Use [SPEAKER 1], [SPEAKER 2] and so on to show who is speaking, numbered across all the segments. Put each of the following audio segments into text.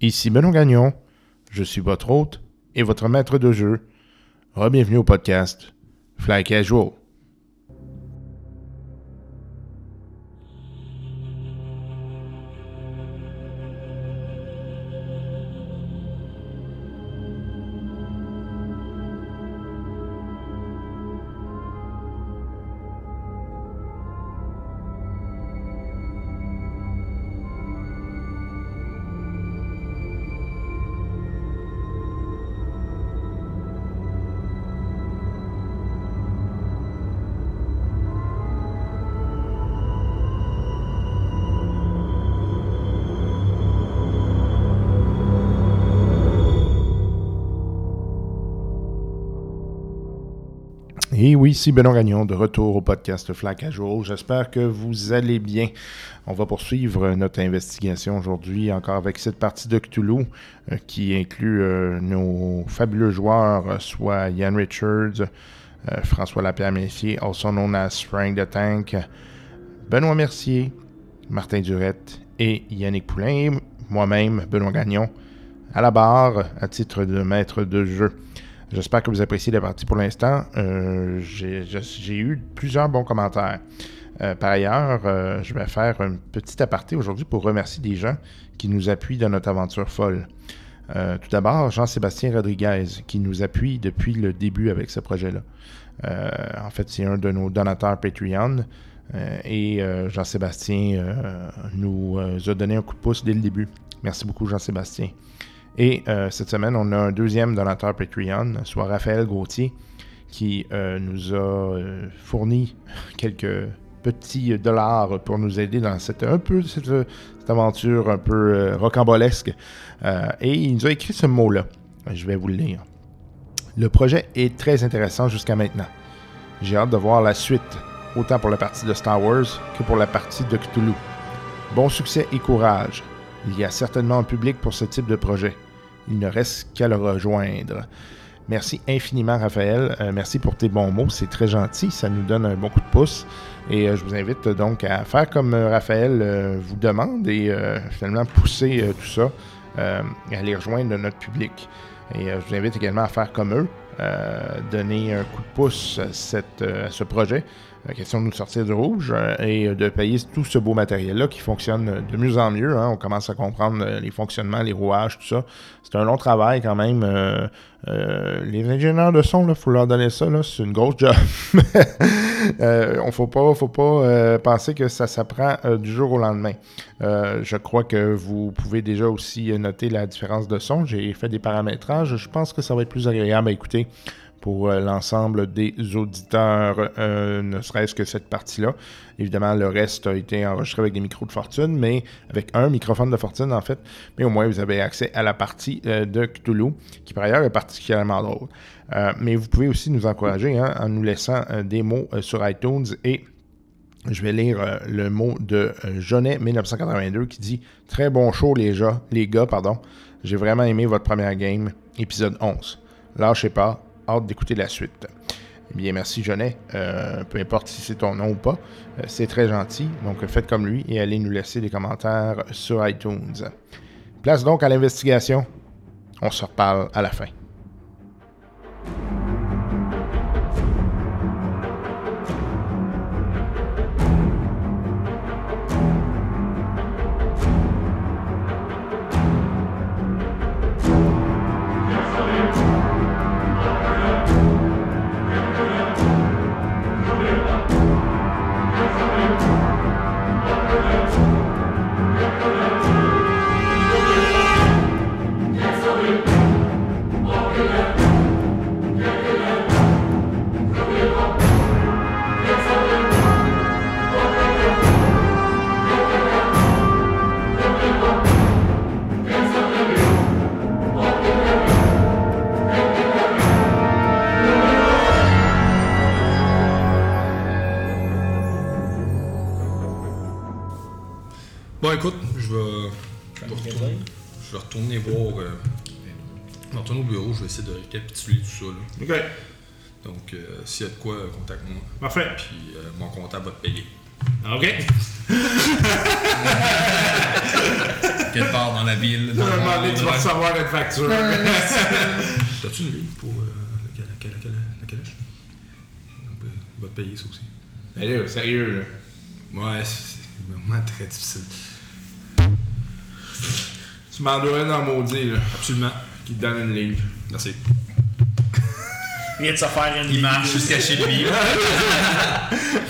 [SPEAKER 1] Ici Benoît Gagnon, je suis votre hôte et votre maître de jeu. Bienvenue au podcast Fly Casual. Et oui, ici Benoît Gagnon de retour au podcast Fly Casual. J'espère que vous allez bien. On va poursuivre notre investigation aujourd'hui encore avec cette partie de Cthulhu euh, qui inclut euh, nos fabuleux joueurs, euh, soit Ian Richards, euh, François Lapierre-Messier, also known as Frank the Tank, Benoît Mercier, Martin Durette et Yannick Poulain, et moi-même, Benoît Gagnon, à la barre à titre de maître de jeu. J'espère que vous appréciez la partie pour l'instant. Euh, J'ai je- j'ai eu plusieurs bons commentaires. Euh, par ailleurs, euh, je vais faire un petit aparté aujourd'hui pour remercier des gens qui nous appuient dans notre aventure folle. Euh, tout d'abord, Jean-Sébastien Rodriguez, qui nous appuie depuis le début avec ce projet-là. Euh, en fait, c'est un de nos donateurs Patreon. euh, et euh, Jean-Sébastien euh, nous euh, a donné un coup de pouce dès le début. Merci beaucoup, Jean-Sébastien. Et euh, cette semaine, on a un deuxième donateur Patreon, soit Raphaël Gauthier, qui euh, nous a euh, fourni quelques petits dollars pour nous aider dans cette, un peu, cette, cette aventure un peu euh, rocambolesque. Euh, et il nous a écrit ce mot-là. Je vais vous le lire. Le projet est très intéressant jusqu'à maintenant. J'ai hâte de voir la suite, autant pour la partie de Star Wars que pour la partie de Cthulhu. Bon succès et courage. Il y a certainement un public pour ce type de projet. Il ne reste qu'à le rejoindre. Merci infiniment, Raphaël. Euh, merci pour tes bons mots. C'est très gentil. Ça nous donne un bon coup de pouce. Et euh, je vous invite euh, donc à faire comme euh, Raphaël euh, vous demande et euh, finalement pousser euh, tout ça euh, et aller rejoindre notre public. Et euh, je vous invite également à faire comme eux, euh, donner un coup de pouce à, cette, euh, à ce projet. Euh, question de nous sortir du rouge euh, et de payer tout ce beau matériel-là qui fonctionne de mieux en mieux. hein. On commence à comprendre euh, les fonctionnements, les rouages, tout ça. C'est un long travail quand même. euh, euh, les ingénieurs de son, il faut leur donner ça, là, c'est une grosse job. euh, on faut pas, faut pas euh, penser que ça s'apprend euh, du jour au lendemain. Euh, je crois que vous pouvez déjà aussi euh, noter la différence de son. J'ai fait des paramétrages. Je pense que ça va être plus agréable à écouter pour euh, l'ensemble des auditeurs, euh, ne serait-ce que cette partie-là. Évidemment, le reste a été enregistré avec des micros de fortune, mais avec un microphone de fortune, en fait. Mais au moins, vous avez accès à la partie euh, de Cthulhu, qui par ailleurs est particulièrement drôle. Euh, mais vous pouvez aussi nous encourager hein, en nous laissant euh, des mots euh, sur iTunes et je vais lire euh, le mot de euh, Jeunet 1982 qui dit Très bon show, les gars. Les gars pardon. J'ai vraiment aimé votre première game, épisode 11. Lâchez pas, hâte d'écouter la suite. Eh bien, merci Jeunet. Euh, peu importe si c'est ton nom ou pas, euh, c'est très gentil. Donc, euh, faites comme lui et allez nous laisser des commentaires sur iTunes. Place donc à l'investigation. On se reparle à la fin.
[SPEAKER 2] Bon, écoute, je vais, je vais retourner, je vais retourner voir. euh, je vais retourner au bureau, je vais essayer de récapituler tout ça. là.
[SPEAKER 3] Ok,
[SPEAKER 2] Donc, euh, s'il y a de quoi, euh, contacte-moi.
[SPEAKER 3] parfait.
[SPEAKER 2] Puis, euh, mon comptable va te payer.
[SPEAKER 3] Ok.
[SPEAKER 2] Ok? quelque part dans la ville.
[SPEAKER 1] Non,
[SPEAKER 2] dans
[SPEAKER 1] un
[SPEAKER 2] la-
[SPEAKER 1] moment donné, tu vas recevoir une facture.
[SPEAKER 2] T'as-tu une ligne pour euh, la, la- la- la- la calèche? On peut- on va te payer ça aussi.
[SPEAKER 1] Allez, euh, sérieux, là.
[SPEAKER 2] Ouais, c'est c'est vraiment très difficile.
[SPEAKER 1] Tu m'en dois un en maudit, là,
[SPEAKER 2] Absolument.
[SPEAKER 1] qui te donne une ligne.
[SPEAKER 2] Merci.
[SPEAKER 3] Il vient de se faire une
[SPEAKER 2] Il marche jusqu'à chez lui.
[SPEAKER 1] OK.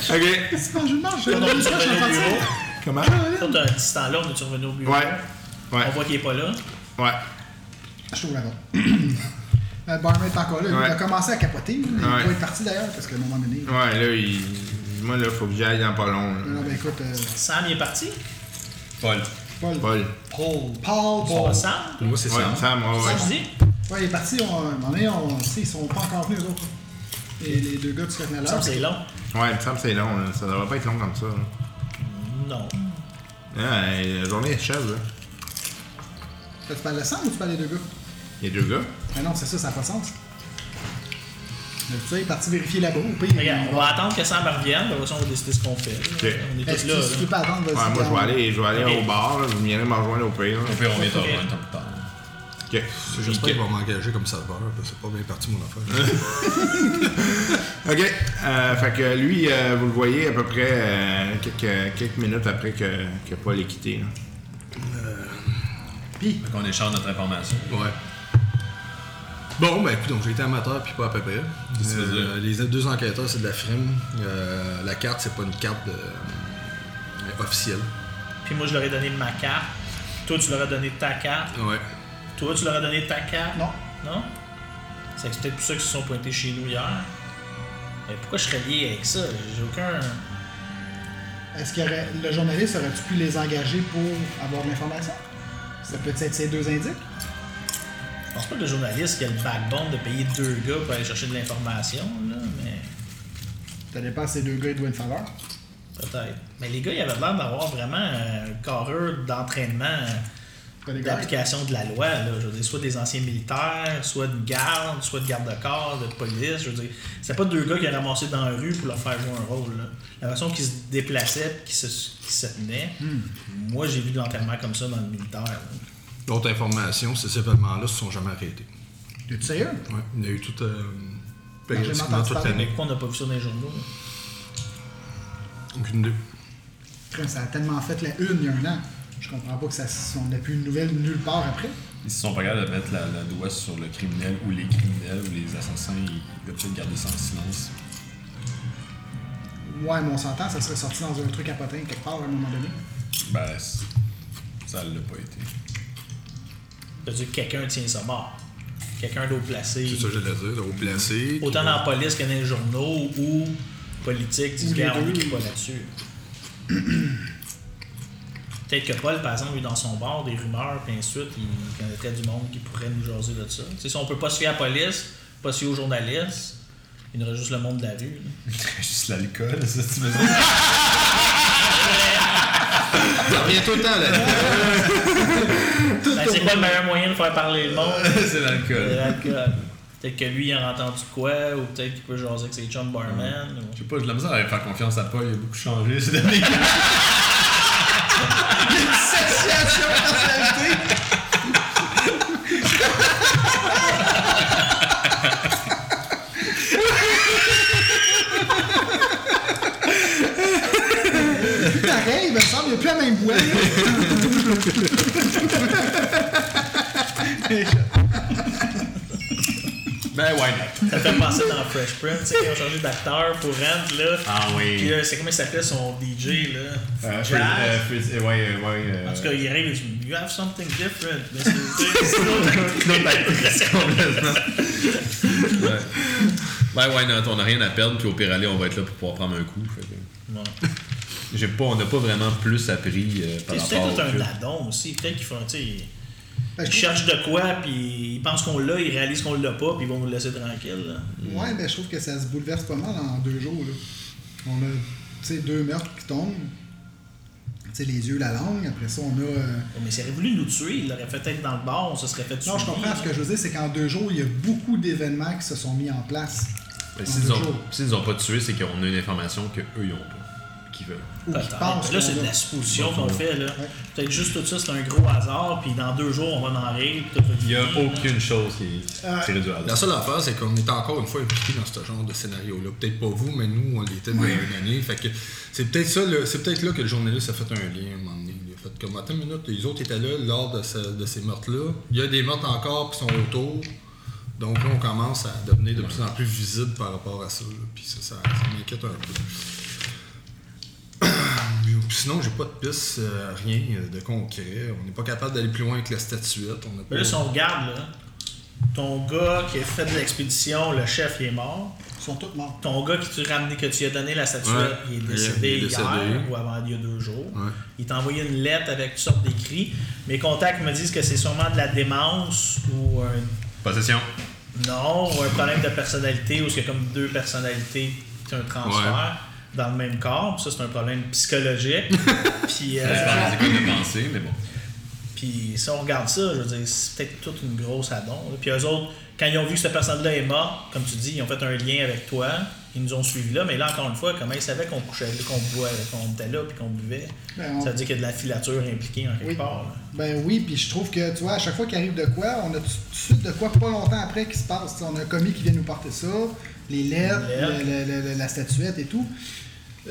[SPEAKER 4] C'est quand je marche.
[SPEAKER 3] On est
[SPEAKER 4] je suis
[SPEAKER 3] revenu au
[SPEAKER 4] parti.
[SPEAKER 3] bureau.
[SPEAKER 1] Comment?
[SPEAKER 3] Quand t'as un petit temps là, on est revenu au bureau.
[SPEAKER 1] Ouais. Ouais.
[SPEAKER 3] On voit qu'il est pas là.
[SPEAKER 1] Ouais.
[SPEAKER 4] Je trouve là-bas. Le barman est encore là.
[SPEAKER 1] Ouais.
[SPEAKER 4] Il a commencé à capoter. Il
[SPEAKER 1] Ouais.
[SPEAKER 4] doit être parti d'ailleurs parce qu'à un moment donné.
[SPEAKER 1] Ouais, là, il... moi, là, faut que j'aille dans pas long. là.
[SPEAKER 4] Non, ben écoute, euh,
[SPEAKER 3] Sam, il est parti.
[SPEAKER 2] Paul.
[SPEAKER 4] Paul.
[SPEAKER 1] Paul.
[SPEAKER 3] Paul.
[SPEAKER 4] Paul,
[SPEAKER 3] Paul.
[SPEAKER 4] Paul.
[SPEAKER 3] Sam.
[SPEAKER 2] Moi, c'est
[SPEAKER 1] Ouais,
[SPEAKER 2] ça.
[SPEAKER 1] Sam, ouais, ouais.
[SPEAKER 3] Sam, je dis.
[SPEAKER 4] Ouais, il est parti. On, à un moment donné, on, tu sais, ils sont pas encore venus, eux autres. Et les deux gars du Scotland
[SPEAKER 3] Sam,
[SPEAKER 4] Yard.
[SPEAKER 3] c'est long.
[SPEAKER 1] Ouais, il me semble que c'est long, là. Ça devrait pas être long comme ça, là.
[SPEAKER 3] Non.
[SPEAKER 1] Ah, et la journée est hein. chèvre, là.
[SPEAKER 4] Tu parles de Sam ou tu parles des deux gars?
[SPEAKER 1] Il y a deux gars.
[SPEAKER 4] Ben non, c'est ça, ça n'a pas de sens. Donc, tu sais, il est parti vérifier là-bas au pire.
[SPEAKER 3] Regarde, on va attendre que Sam revienne. De toute façon, on va décider ce qu'on fait.
[SPEAKER 1] Ok.
[SPEAKER 3] On est
[SPEAKER 4] Est-ce
[SPEAKER 3] tous
[SPEAKER 4] que
[SPEAKER 3] là.
[SPEAKER 4] tu- tu peux
[SPEAKER 3] là.
[SPEAKER 4] pas attendre? vas-y,
[SPEAKER 1] Ouais, moi, je vais
[SPEAKER 4] on-
[SPEAKER 1] aller, je vais aller
[SPEAKER 3] Ok.
[SPEAKER 1] au bar, là. Vous viendrez me rejoindre au pays,
[SPEAKER 2] Au pire, on est en même temps plus tard.
[SPEAKER 1] OK.
[SPEAKER 2] J'espère qu'il va m'engager comme serveur, parce que c'est pas bien parti mon affaire.
[SPEAKER 1] OK. Euh, fait que lui, euh, vous le voyez à peu près euh, quelques, quelques minutes après que, que Paul ait quitté, là.
[SPEAKER 5] Fait qu'on échange notre information.
[SPEAKER 2] Ouais. Bon, ben écoute, donc j'ai été amateur puis pas à peu près.
[SPEAKER 5] Qu'est-ce que tu veux
[SPEAKER 2] Euh, les deux enquêteurs, c'est de la frime. Euh, la carte, c'est pas une carte de- euh, officielle.
[SPEAKER 3] Puis moi, je leur ai donné ma carte. Toi, tu leur as donné ta carte.
[SPEAKER 2] Ah Ouais.
[SPEAKER 3] Toi, tu leur as donné ta carte.
[SPEAKER 4] Non.
[SPEAKER 3] Non? C'est peut-être pour ça qu'ils se sont pointés chez nous hier. Mais pourquoi je serais lié avec ça? J'ai aucun.
[SPEAKER 4] Est-ce que le journaliste aurait-tu pu les engager pour avoir de l'information? Ça peut être ces deux indices?
[SPEAKER 3] Je pense pas que le journaliste qui a le backbone de payer deux gars pour aller chercher de l'information, là, mais
[SPEAKER 4] Ça dépend si ces deux gars ils doivent une faveur.
[SPEAKER 3] peut-être. Mais les gars, ils avaient l'air d'avoir vraiment un carreur d'entraînement euh,
[SPEAKER 4] T'as des gars.
[SPEAKER 3] d'application de la loi, là. Je veux dire, soit des anciens militaires, soit de garde, soit de garde-corps, de police. Je veux dire, c'est pas deux gars qui ont ramassé dans la rue pour leur faire jouer un rôle, là. La façon qu'ils se déplaçaient, qu'ils se, qu'ils se tenaient, moi, j'ai vu de l'entraînement comme ça dans le militaire, là.
[SPEAKER 2] D'autres informations, c'est ces événements-là se sont jamais arrêtés.
[SPEAKER 4] T'es-tu sérieux?
[SPEAKER 2] Ouais. Il y a eu tout. Euh,
[SPEAKER 4] J'ai jamais
[SPEAKER 2] périodiquement
[SPEAKER 4] entendu
[SPEAKER 2] toute
[SPEAKER 4] parler.
[SPEAKER 3] Mais
[SPEAKER 2] l'année.
[SPEAKER 3] pourquoi on n'a pas vu ça dans les journaux? là?
[SPEAKER 2] Aucune idée.
[SPEAKER 4] Crème, Ça a tellement fait la une il y a un an. Je comprends pas que ça on n'a plus une nouvelle nulle part après.
[SPEAKER 5] Ils se sont pas capables de mettre la, la doigt sur le criminel ou les criminels ou les assassins. Ils doivent peut-être garder ça en silence.
[SPEAKER 4] Ouais, mais on s'entend, ça serait sorti dans un truc à potin quelque part à un moment donné.
[SPEAKER 5] Ben, c'est- ça l'a pas été.
[SPEAKER 3] Ça veut dire que quelqu'un tient ça mort. Quelqu'un d'autre placé.
[SPEAKER 2] C'est ça que j'allais dire, au placé.
[SPEAKER 3] Autant dans la police que dans les journaux ou politique, tu
[SPEAKER 4] Ou les
[SPEAKER 3] dis, on
[SPEAKER 4] deux.
[SPEAKER 3] n'écrit pas là-dessus. Peut-être que Paul, par exemple, lui, dans son bar, des rumeurs, puis ensuite, il connaîtrait du monde qui pourrait nous jaser de ça. Tu sais, si on peut pas se fier à la police, pas se fier aux journalistes, il y aurait juste le monde de la rue. là.
[SPEAKER 5] Juste l'alcool, ça, tu me dis?
[SPEAKER 2] Ça revient tout le temps là.
[SPEAKER 3] Ben, c'est pas le meilleur moyen de faire parler le monde.
[SPEAKER 4] Euh.
[SPEAKER 5] c'est
[SPEAKER 3] c'est
[SPEAKER 5] l'alcool.
[SPEAKER 3] l'alcool. Peut-être que lui, il a entendu de quoi, ou peut-être qu'il peut jaser avec ses chums barman. ou-
[SPEAKER 5] Je sais pas, j'ai de la misère à faire confiance à Paul, il a beaucoup changé ces derniers
[SPEAKER 4] Association personnalité! Plus Pareil, il me semble, il n'y a plus la même voix.
[SPEAKER 5] Ben, why not?
[SPEAKER 3] Ça me fait penser dans Fresh Prince, tu sais, ils ont changé d'acteur pour Rent, là.
[SPEAKER 5] Ah oui.
[SPEAKER 3] Puis là, c'est comment il s'appelait son DJ, là?
[SPEAKER 5] Euh, Fritz-
[SPEAKER 3] Jazz.
[SPEAKER 5] euh, Fritz- euh, ouais, euh, ouais. euh,
[SPEAKER 3] En tout cas, il arrive et il dit You have something different. Mais c'est- c'est c'est l'autre actrice.
[SPEAKER 5] ouais. Ben, why not? On a rien à perdre, puis au pire aller, on va être là pour pouvoir prendre un coup. fait que-
[SPEAKER 3] Bon.
[SPEAKER 5] J'ai pas, on n'a pas vraiment plus appris euh, par
[SPEAKER 3] Puis C'est
[SPEAKER 5] rapport
[SPEAKER 3] peut-être tout
[SPEAKER 5] au
[SPEAKER 3] un
[SPEAKER 5] jeu.
[SPEAKER 3] dadon aussi. Peut-être qu'ils font, tu sais, ils-
[SPEAKER 4] Ben, je
[SPEAKER 3] ils
[SPEAKER 4] trouve-
[SPEAKER 3] cherchent de quoi, puis ils pensent qu'on l'a, ils réalisent qu'on l'a pas, puis ils vont nous laisser tranquille. là. Oh,
[SPEAKER 4] Ouais, mais je trouve que ça se bouleverse pas mal en deux jours. Là. On a tu sais, deux meurtres qui tombent. Tu sais, les yeux, la langue. Après ça, on a. euh,
[SPEAKER 3] Oh, Mais s'il aurait voulu nous tuer, il l'aurait fait être dans le bar, on se serait fait tuer.
[SPEAKER 4] Non, je comprends. Ce que je veux dire, c'est qu'en deux jours, il y a beaucoup d'événements qui se sont mis en place.
[SPEAKER 5] Ben,
[SPEAKER 4] en
[SPEAKER 5] S'ils
[SPEAKER 4] deux
[SPEAKER 5] ont,
[SPEAKER 4] jours.
[SPEAKER 5] s'ils ont pas tué, c'est qu'on a une information qu'eux, ils ont pas. qu'ils veulent.
[SPEAKER 4] Ou qui
[SPEAKER 3] Peut-être.
[SPEAKER 4] pensent
[SPEAKER 3] Là, c'est
[SPEAKER 4] qu'on
[SPEAKER 3] de
[SPEAKER 4] a.
[SPEAKER 3] la supposition qu'on fait. là.
[SPEAKER 4] Ouais.
[SPEAKER 3] Peut-être juste tout ça, c'est un gros hasard, puis dans deux jours, on va en rire. puis tout va
[SPEAKER 5] Il n'y a
[SPEAKER 3] bien.
[SPEAKER 5] aucune chose qui est tirée du
[SPEAKER 2] La
[SPEAKER 5] hasard.
[SPEAKER 2] seule affaire, c'est qu'on est encore une fois impliqué dans ce genre de scénario-là. Peut-être pas vous, mais nous, on l'était depuis une année. Fait que c'est peut-être ça, le- c'est peut-être là que le journaliste a fait un lien à un moment donné. Il a fait comme attends une minute, les autres étaient là lors de, ce- de ces meurtres-là. Il y a des meurtres encore qui sont autour. Donc là, on commence à devenir de plus en plus visible par rapport à ça. là. Puis ça, ça, ça m'inquiète un peu. Puis Sinon, j'ai pas de piste, euh, rien de concret. On n'est pas capable d'aller plus loin que la statuette. On n'a pas-
[SPEAKER 3] Mais là, si on regarde, là, ton gars qui a fait de l'expédition, le chef, il est mort.
[SPEAKER 4] Ils sont tous morts.
[SPEAKER 3] Ton gars qui tu ramené, que tu as donné la statuette,
[SPEAKER 2] Ouais,
[SPEAKER 3] il est décédé
[SPEAKER 2] il est décédé.
[SPEAKER 3] hier ou avant il y a deux jours.
[SPEAKER 2] Ouais.
[SPEAKER 3] Il t'a envoyé une lettre avec toutes sortes d'écrits. Mes contacts me disent que c'est sûrement de la démence ou un
[SPEAKER 5] Possession.
[SPEAKER 3] non, ou un problème de personnalité ou c'est comme deux personnalités, c'est un transfert dans le même corps. Puis Ça, c'est un problème psychologique. Puis, euh,
[SPEAKER 5] Ça dépend des écoles de pensée, mais bon.
[SPEAKER 3] puis si on regarde ça, je veux dire, c'est peut-être toute une grosse addon. là. Puis eux autres, quand ils ont vu que cette personne-là est morte, comme tu dis, ils ont fait un lien avec toi. Ils nous ont suivis là, mais là, encore une fois, comment ils savaient qu'on couchait là, qu'on boit, qu'on était là, puis qu'on buvait?
[SPEAKER 4] Ben, on-
[SPEAKER 3] Ça veut dire qu'il y a de la filature impliquée en quelque
[SPEAKER 4] Oui.
[SPEAKER 3] part. là.
[SPEAKER 4] Ben oui, puis je trouve que, tu vois, à chaque fois qu'il arrive de quoi, on a tout de suite de quoi pas longtemps après qui se passe. Tu sais, on a un commis qui vient nous porter ça, les lettres,
[SPEAKER 3] Les lettres.
[SPEAKER 4] le- le- le- la statuette et tout. Euh,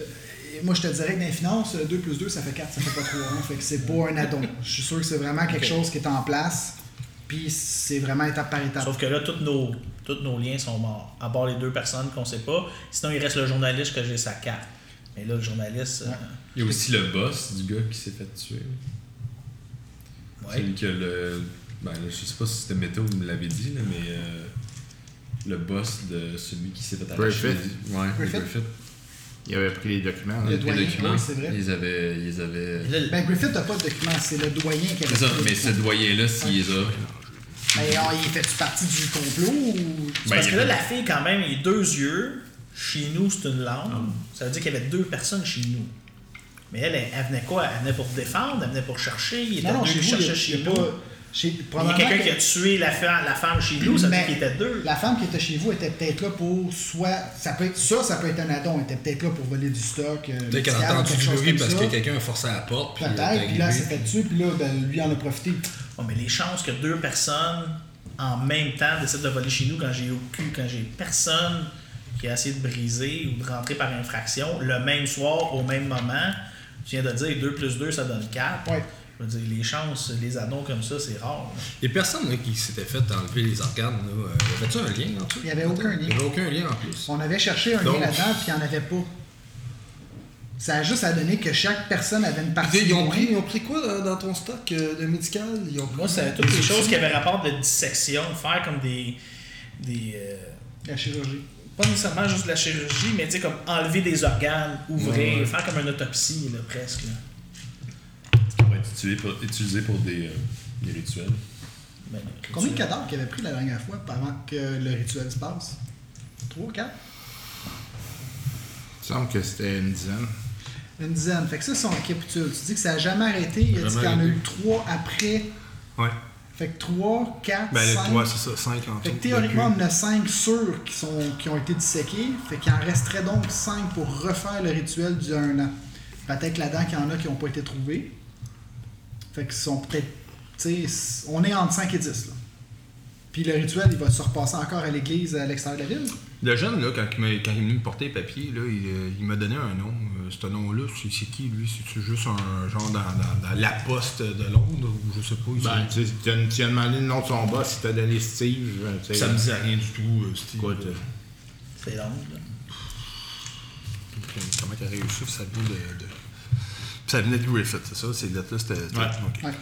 [SPEAKER 4] et moi, je te dirais que dans les finances, 2 plus 2, ça fait 4, ça fait pas 3. Fait que c'est pas un addon. Je suis sûr que c'est vraiment quelque
[SPEAKER 3] Ok.
[SPEAKER 4] chose qui est en place, puis c'est vraiment étape par étape.
[SPEAKER 3] Sauf que là, tous nos, tous nos liens sont morts, à part les deux personnes qu'on sait pas. Sinon, il reste le journaliste que j'ai sa carte. Mais là, le journaliste, euh,
[SPEAKER 5] Il y a aussi le boss du gars qui s'est fait tuer.
[SPEAKER 3] ouais.
[SPEAKER 5] Celui que le. Ben, là, je sais pas si c'était Météo qui me l'avait dit, là, mais. euh, le boss de celui qui s'est fait arracher.
[SPEAKER 1] Griffith.
[SPEAKER 5] les- Ouais,
[SPEAKER 4] Griffith.
[SPEAKER 5] Griffith.
[SPEAKER 1] Il avait pris les documents. hein. là.
[SPEAKER 4] Le
[SPEAKER 5] Les
[SPEAKER 4] doyen,
[SPEAKER 5] documents,
[SPEAKER 4] oui, c'est vrai.
[SPEAKER 5] Ils avaient. Ils avaient...
[SPEAKER 3] Et euh, là, le-
[SPEAKER 4] Ben, Griffith n'a pas de document, c'est le doyen qui a
[SPEAKER 5] C'est ça, mais ce doyen-là, s'il les a.
[SPEAKER 4] Mais oh, il fait-tu partie du complot ou.
[SPEAKER 3] c'est
[SPEAKER 5] Ben,
[SPEAKER 3] parce
[SPEAKER 5] il
[SPEAKER 3] que
[SPEAKER 5] y
[SPEAKER 3] là,
[SPEAKER 5] a-
[SPEAKER 3] la fille, quand même, il a deux yeux. Chez nous, c'est une langue.
[SPEAKER 5] Ah.
[SPEAKER 3] Ça veut dire qu'il y avait deux personnes chez nous. Mais elle, elle, elle venait quoi? Elle venait pour défendre, elle venait pour chercher. Il était
[SPEAKER 4] Non, non,
[SPEAKER 3] deux
[SPEAKER 4] chez
[SPEAKER 3] qui
[SPEAKER 4] vous, il y a-
[SPEAKER 3] cherchaient
[SPEAKER 4] il
[SPEAKER 3] chez
[SPEAKER 4] y a
[SPEAKER 3] nous.
[SPEAKER 4] pas. Chez,
[SPEAKER 3] Il y a
[SPEAKER 4] probablement
[SPEAKER 3] quelqu'un
[SPEAKER 4] que-
[SPEAKER 3] qui a tué la femme, la femme chez nous, ça veut
[SPEAKER 4] Mais
[SPEAKER 3] dire qu'il était deux.
[SPEAKER 4] La femme qui était chez vous était peut-être là pour soit. Ça peut être ça, ça peut être un addon. Elle était peut-être là pour voler du stock. euh,
[SPEAKER 2] Peut-être qu'elle a
[SPEAKER 4] médical,
[SPEAKER 2] entendu
[SPEAKER 4] quelque
[SPEAKER 2] du
[SPEAKER 4] chose
[SPEAKER 2] bruit
[SPEAKER 4] comme
[SPEAKER 2] parce
[SPEAKER 4] ça.
[SPEAKER 2] que quelqu'un a forcé à la porte. Puis elle est
[SPEAKER 4] Peut-être, puis là, elle
[SPEAKER 2] arrivée.
[SPEAKER 4] s'est fait dessus, puis là, ben, lui en a profité.
[SPEAKER 3] Oh, mais les chances que deux personnes en même temps décident de voler chez nous quand j'ai aucune, quand j'ai personne qui a essayé de briser ou de rentrer par infraction, le même soir, au même moment, tu viens de dire 2 plus 2, ça donne 4.
[SPEAKER 4] Ouais.
[SPEAKER 3] Je veux dire, les chances, les addons comme ça, c'est rare. là.
[SPEAKER 2] Les personnes là, qui s'étaient fait enlever les organes, là, euh, avait-tu un lien en dessous?
[SPEAKER 4] Il y avait aucun lien.
[SPEAKER 2] Il n'y avait aucun lien en plus.
[SPEAKER 4] On avait cherché un lien
[SPEAKER 2] Donc-
[SPEAKER 4] là-dedans, puis il n'y en avait pas. Ça a juste à donner que chaque personne avait une partie.
[SPEAKER 2] Ils ont,
[SPEAKER 4] du
[SPEAKER 2] pris,
[SPEAKER 4] lien.
[SPEAKER 2] ils ont pris quoi euh, dans ton stock euh, de médical? Ils ont pris-
[SPEAKER 3] Moi, c'est toutes les choses qui avaient rapport de dissection, faire comme des. des euh,
[SPEAKER 4] La chirurgie.
[SPEAKER 3] pas nécessairement juste de la chirurgie, mais tu sais, comme enlever des organes, ouvrir, faire comme une autopsie, là, presque. là.
[SPEAKER 5] Ça pourrait être utilisé pour, utilisé pour des, euh, des rituels.
[SPEAKER 3] Ben,
[SPEAKER 4] Combien de
[SPEAKER 3] tu-
[SPEAKER 4] cadavres qu'il avait pris la dernière fois avant que le rituel se passe 3, 4
[SPEAKER 1] Il semble que c'était une dizaine.
[SPEAKER 4] Une dizaine. Fait que ça, c'est son capitule. Tu dis que ça n'a jamais arrêté. Il a dit
[SPEAKER 2] Jamais
[SPEAKER 4] qu'il y en a
[SPEAKER 2] arrêté.
[SPEAKER 4] eu 3 après.
[SPEAKER 2] Ouais.
[SPEAKER 4] Fait que 3, 4,
[SPEAKER 2] Ben, le
[SPEAKER 4] 5.
[SPEAKER 2] 3, c'est ça, 5 en
[SPEAKER 4] Fait
[SPEAKER 2] tout,
[SPEAKER 4] que théoriquement,
[SPEAKER 2] depuis.
[SPEAKER 4] on en a 5 sûrs qui, sont, qui ont été disséqués. Fait qu'il en resterait donc 5 pour refaire le rituel du 1 an. Peut-être là-dedans qu'il y en a qui n'ont pas été trouvés. Fait qu'ils sont peut-être. Tu sais, on est entre 5 et 10. Là. Puis le rituel, il va se repasser encore à l'église à l'extérieur de la ville.
[SPEAKER 2] Le jeune, là, quand, il m'a- quand il est venu me porter les papiers, là, il, euh, il m'a donné un nom. Euh, ce nom-là, c'est c'est qui, lui? C'est-tu juste un genre dans, dans- dans la poste de Londres? Ou je sais pas. il-
[SPEAKER 1] Ben, tu sais, tu as- tu as demandé le nom de son boss, il t'a donné Steve. euh, tu sais.
[SPEAKER 2] ça me disait rien du tout, euh, Steve.
[SPEAKER 1] Écoute, euh,
[SPEAKER 3] C'est long, là.
[SPEAKER 2] Comment il a réussi? Ça venait de... de- Ça venait de Griffith, c'est ça? Ces lettres-là, c'était... c'était- ok.
[SPEAKER 4] Ouais.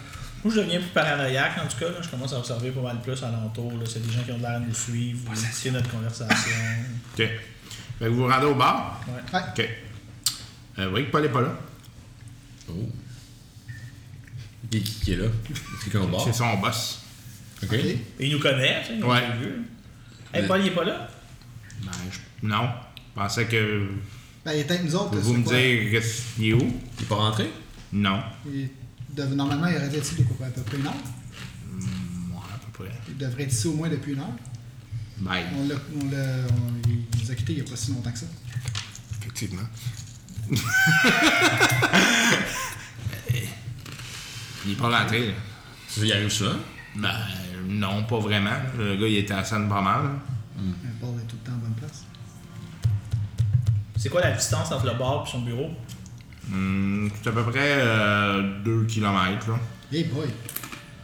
[SPEAKER 3] Moi, je deviens plus paranoïaque, en tout cas. là. Je commence à observer pas mal plus alentour. là. C'est des gens qui ont de l'air à nous suivre, ou écouter notre conversation.
[SPEAKER 1] OK. Fait que ben, vous vous rendez au bar.
[SPEAKER 3] Ouais.
[SPEAKER 4] Ouais.
[SPEAKER 1] OK. Euh, vous voyez que Paul n'est pas là.
[SPEAKER 5] Oh. Et qui, qui est là? C'est qu'on bord?
[SPEAKER 1] C'est son boss.
[SPEAKER 5] Ok.
[SPEAKER 4] Ok.
[SPEAKER 3] Et il nous connaît, tu sais. on
[SPEAKER 1] Ouais.
[SPEAKER 3] l'a vu. Hey, Paul, il est pas là?
[SPEAKER 1] Ben, je- Non. Je pensais que
[SPEAKER 4] Ben, il est avec nous autres.
[SPEAKER 1] vous
[SPEAKER 4] c'est
[SPEAKER 1] me
[SPEAKER 4] quoi?
[SPEAKER 1] dire qu'il est où.
[SPEAKER 5] Il est pas rentré?
[SPEAKER 1] Non.
[SPEAKER 4] Il dev- Normalement, il aurait été ici depuis à peu près une heure.
[SPEAKER 1] Moi, à peu près. Ben,
[SPEAKER 4] Il devrait être ici au moins depuis une heure.
[SPEAKER 1] Bye.
[SPEAKER 4] On l'a, on l'a, on- il nous a quittés il n'y a pas si longtemps que ça.
[SPEAKER 2] Effectivement.
[SPEAKER 6] Il est pas rentré. là.
[SPEAKER 5] Il arrive souvent.
[SPEAKER 6] Ben, non, pas vraiment. Le gars, il était à scène pas mal.
[SPEAKER 4] Mais Paul est tout le temps en bonne place.
[SPEAKER 3] C'est quoi la distance entre le bar et son bureau?
[SPEAKER 1] Hmm,
[SPEAKER 6] Hum, c'est à peu près
[SPEAKER 1] euh,
[SPEAKER 6] 2 km. Là.
[SPEAKER 4] Hey boy!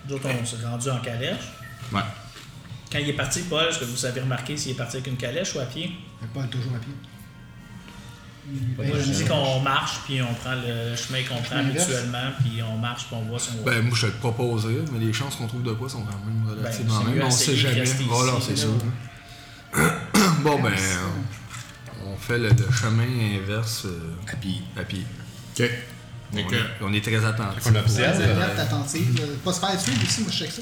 [SPEAKER 3] Nous autres, on s'est rendu en calèche.
[SPEAKER 6] Ouais.
[SPEAKER 3] Quand il est parti, Paul, est-ce que vous avez remarqué s'il est parti avec une calèche ou à pied?
[SPEAKER 4] Mais Paul est toujours à pied. Il
[SPEAKER 3] Moi,
[SPEAKER 4] paye
[SPEAKER 3] je me dis
[SPEAKER 4] jamais.
[SPEAKER 3] qu'on marche, puis on prend le chemin qu'on prend
[SPEAKER 4] inverse.
[SPEAKER 3] habituellement, puis on marche, puis on voit son...
[SPEAKER 2] Ben, moi, je te le proposerais, mais les chances qu'on trouve de quoi sont quand même relativement
[SPEAKER 3] Ben, c'est
[SPEAKER 2] minces.
[SPEAKER 3] mieux
[SPEAKER 2] On sait
[SPEAKER 3] essayer que
[SPEAKER 2] jamais.
[SPEAKER 3] rester
[SPEAKER 2] Voilà,
[SPEAKER 3] ici,
[SPEAKER 2] c'est
[SPEAKER 3] là.
[SPEAKER 2] sûr. bon, ben, on fait le, le chemin inverse euh,
[SPEAKER 5] À pied.
[SPEAKER 2] à pied.
[SPEAKER 6] Ok.
[SPEAKER 2] On,
[SPEAKER 6] Fait que-
[SPEAKER 2] est- on est très attentifs.
[SPEAKER 5] On
[SPEAKER 4] Ouais,
[SPEAKER 5] observe.
[SPEAKER 4] ouais,
[SPEAKER 5] euh,
[SPEAKER 4] ouais, t'es attentive. Euh, Pas se faire suivre aussi, moi je check ça.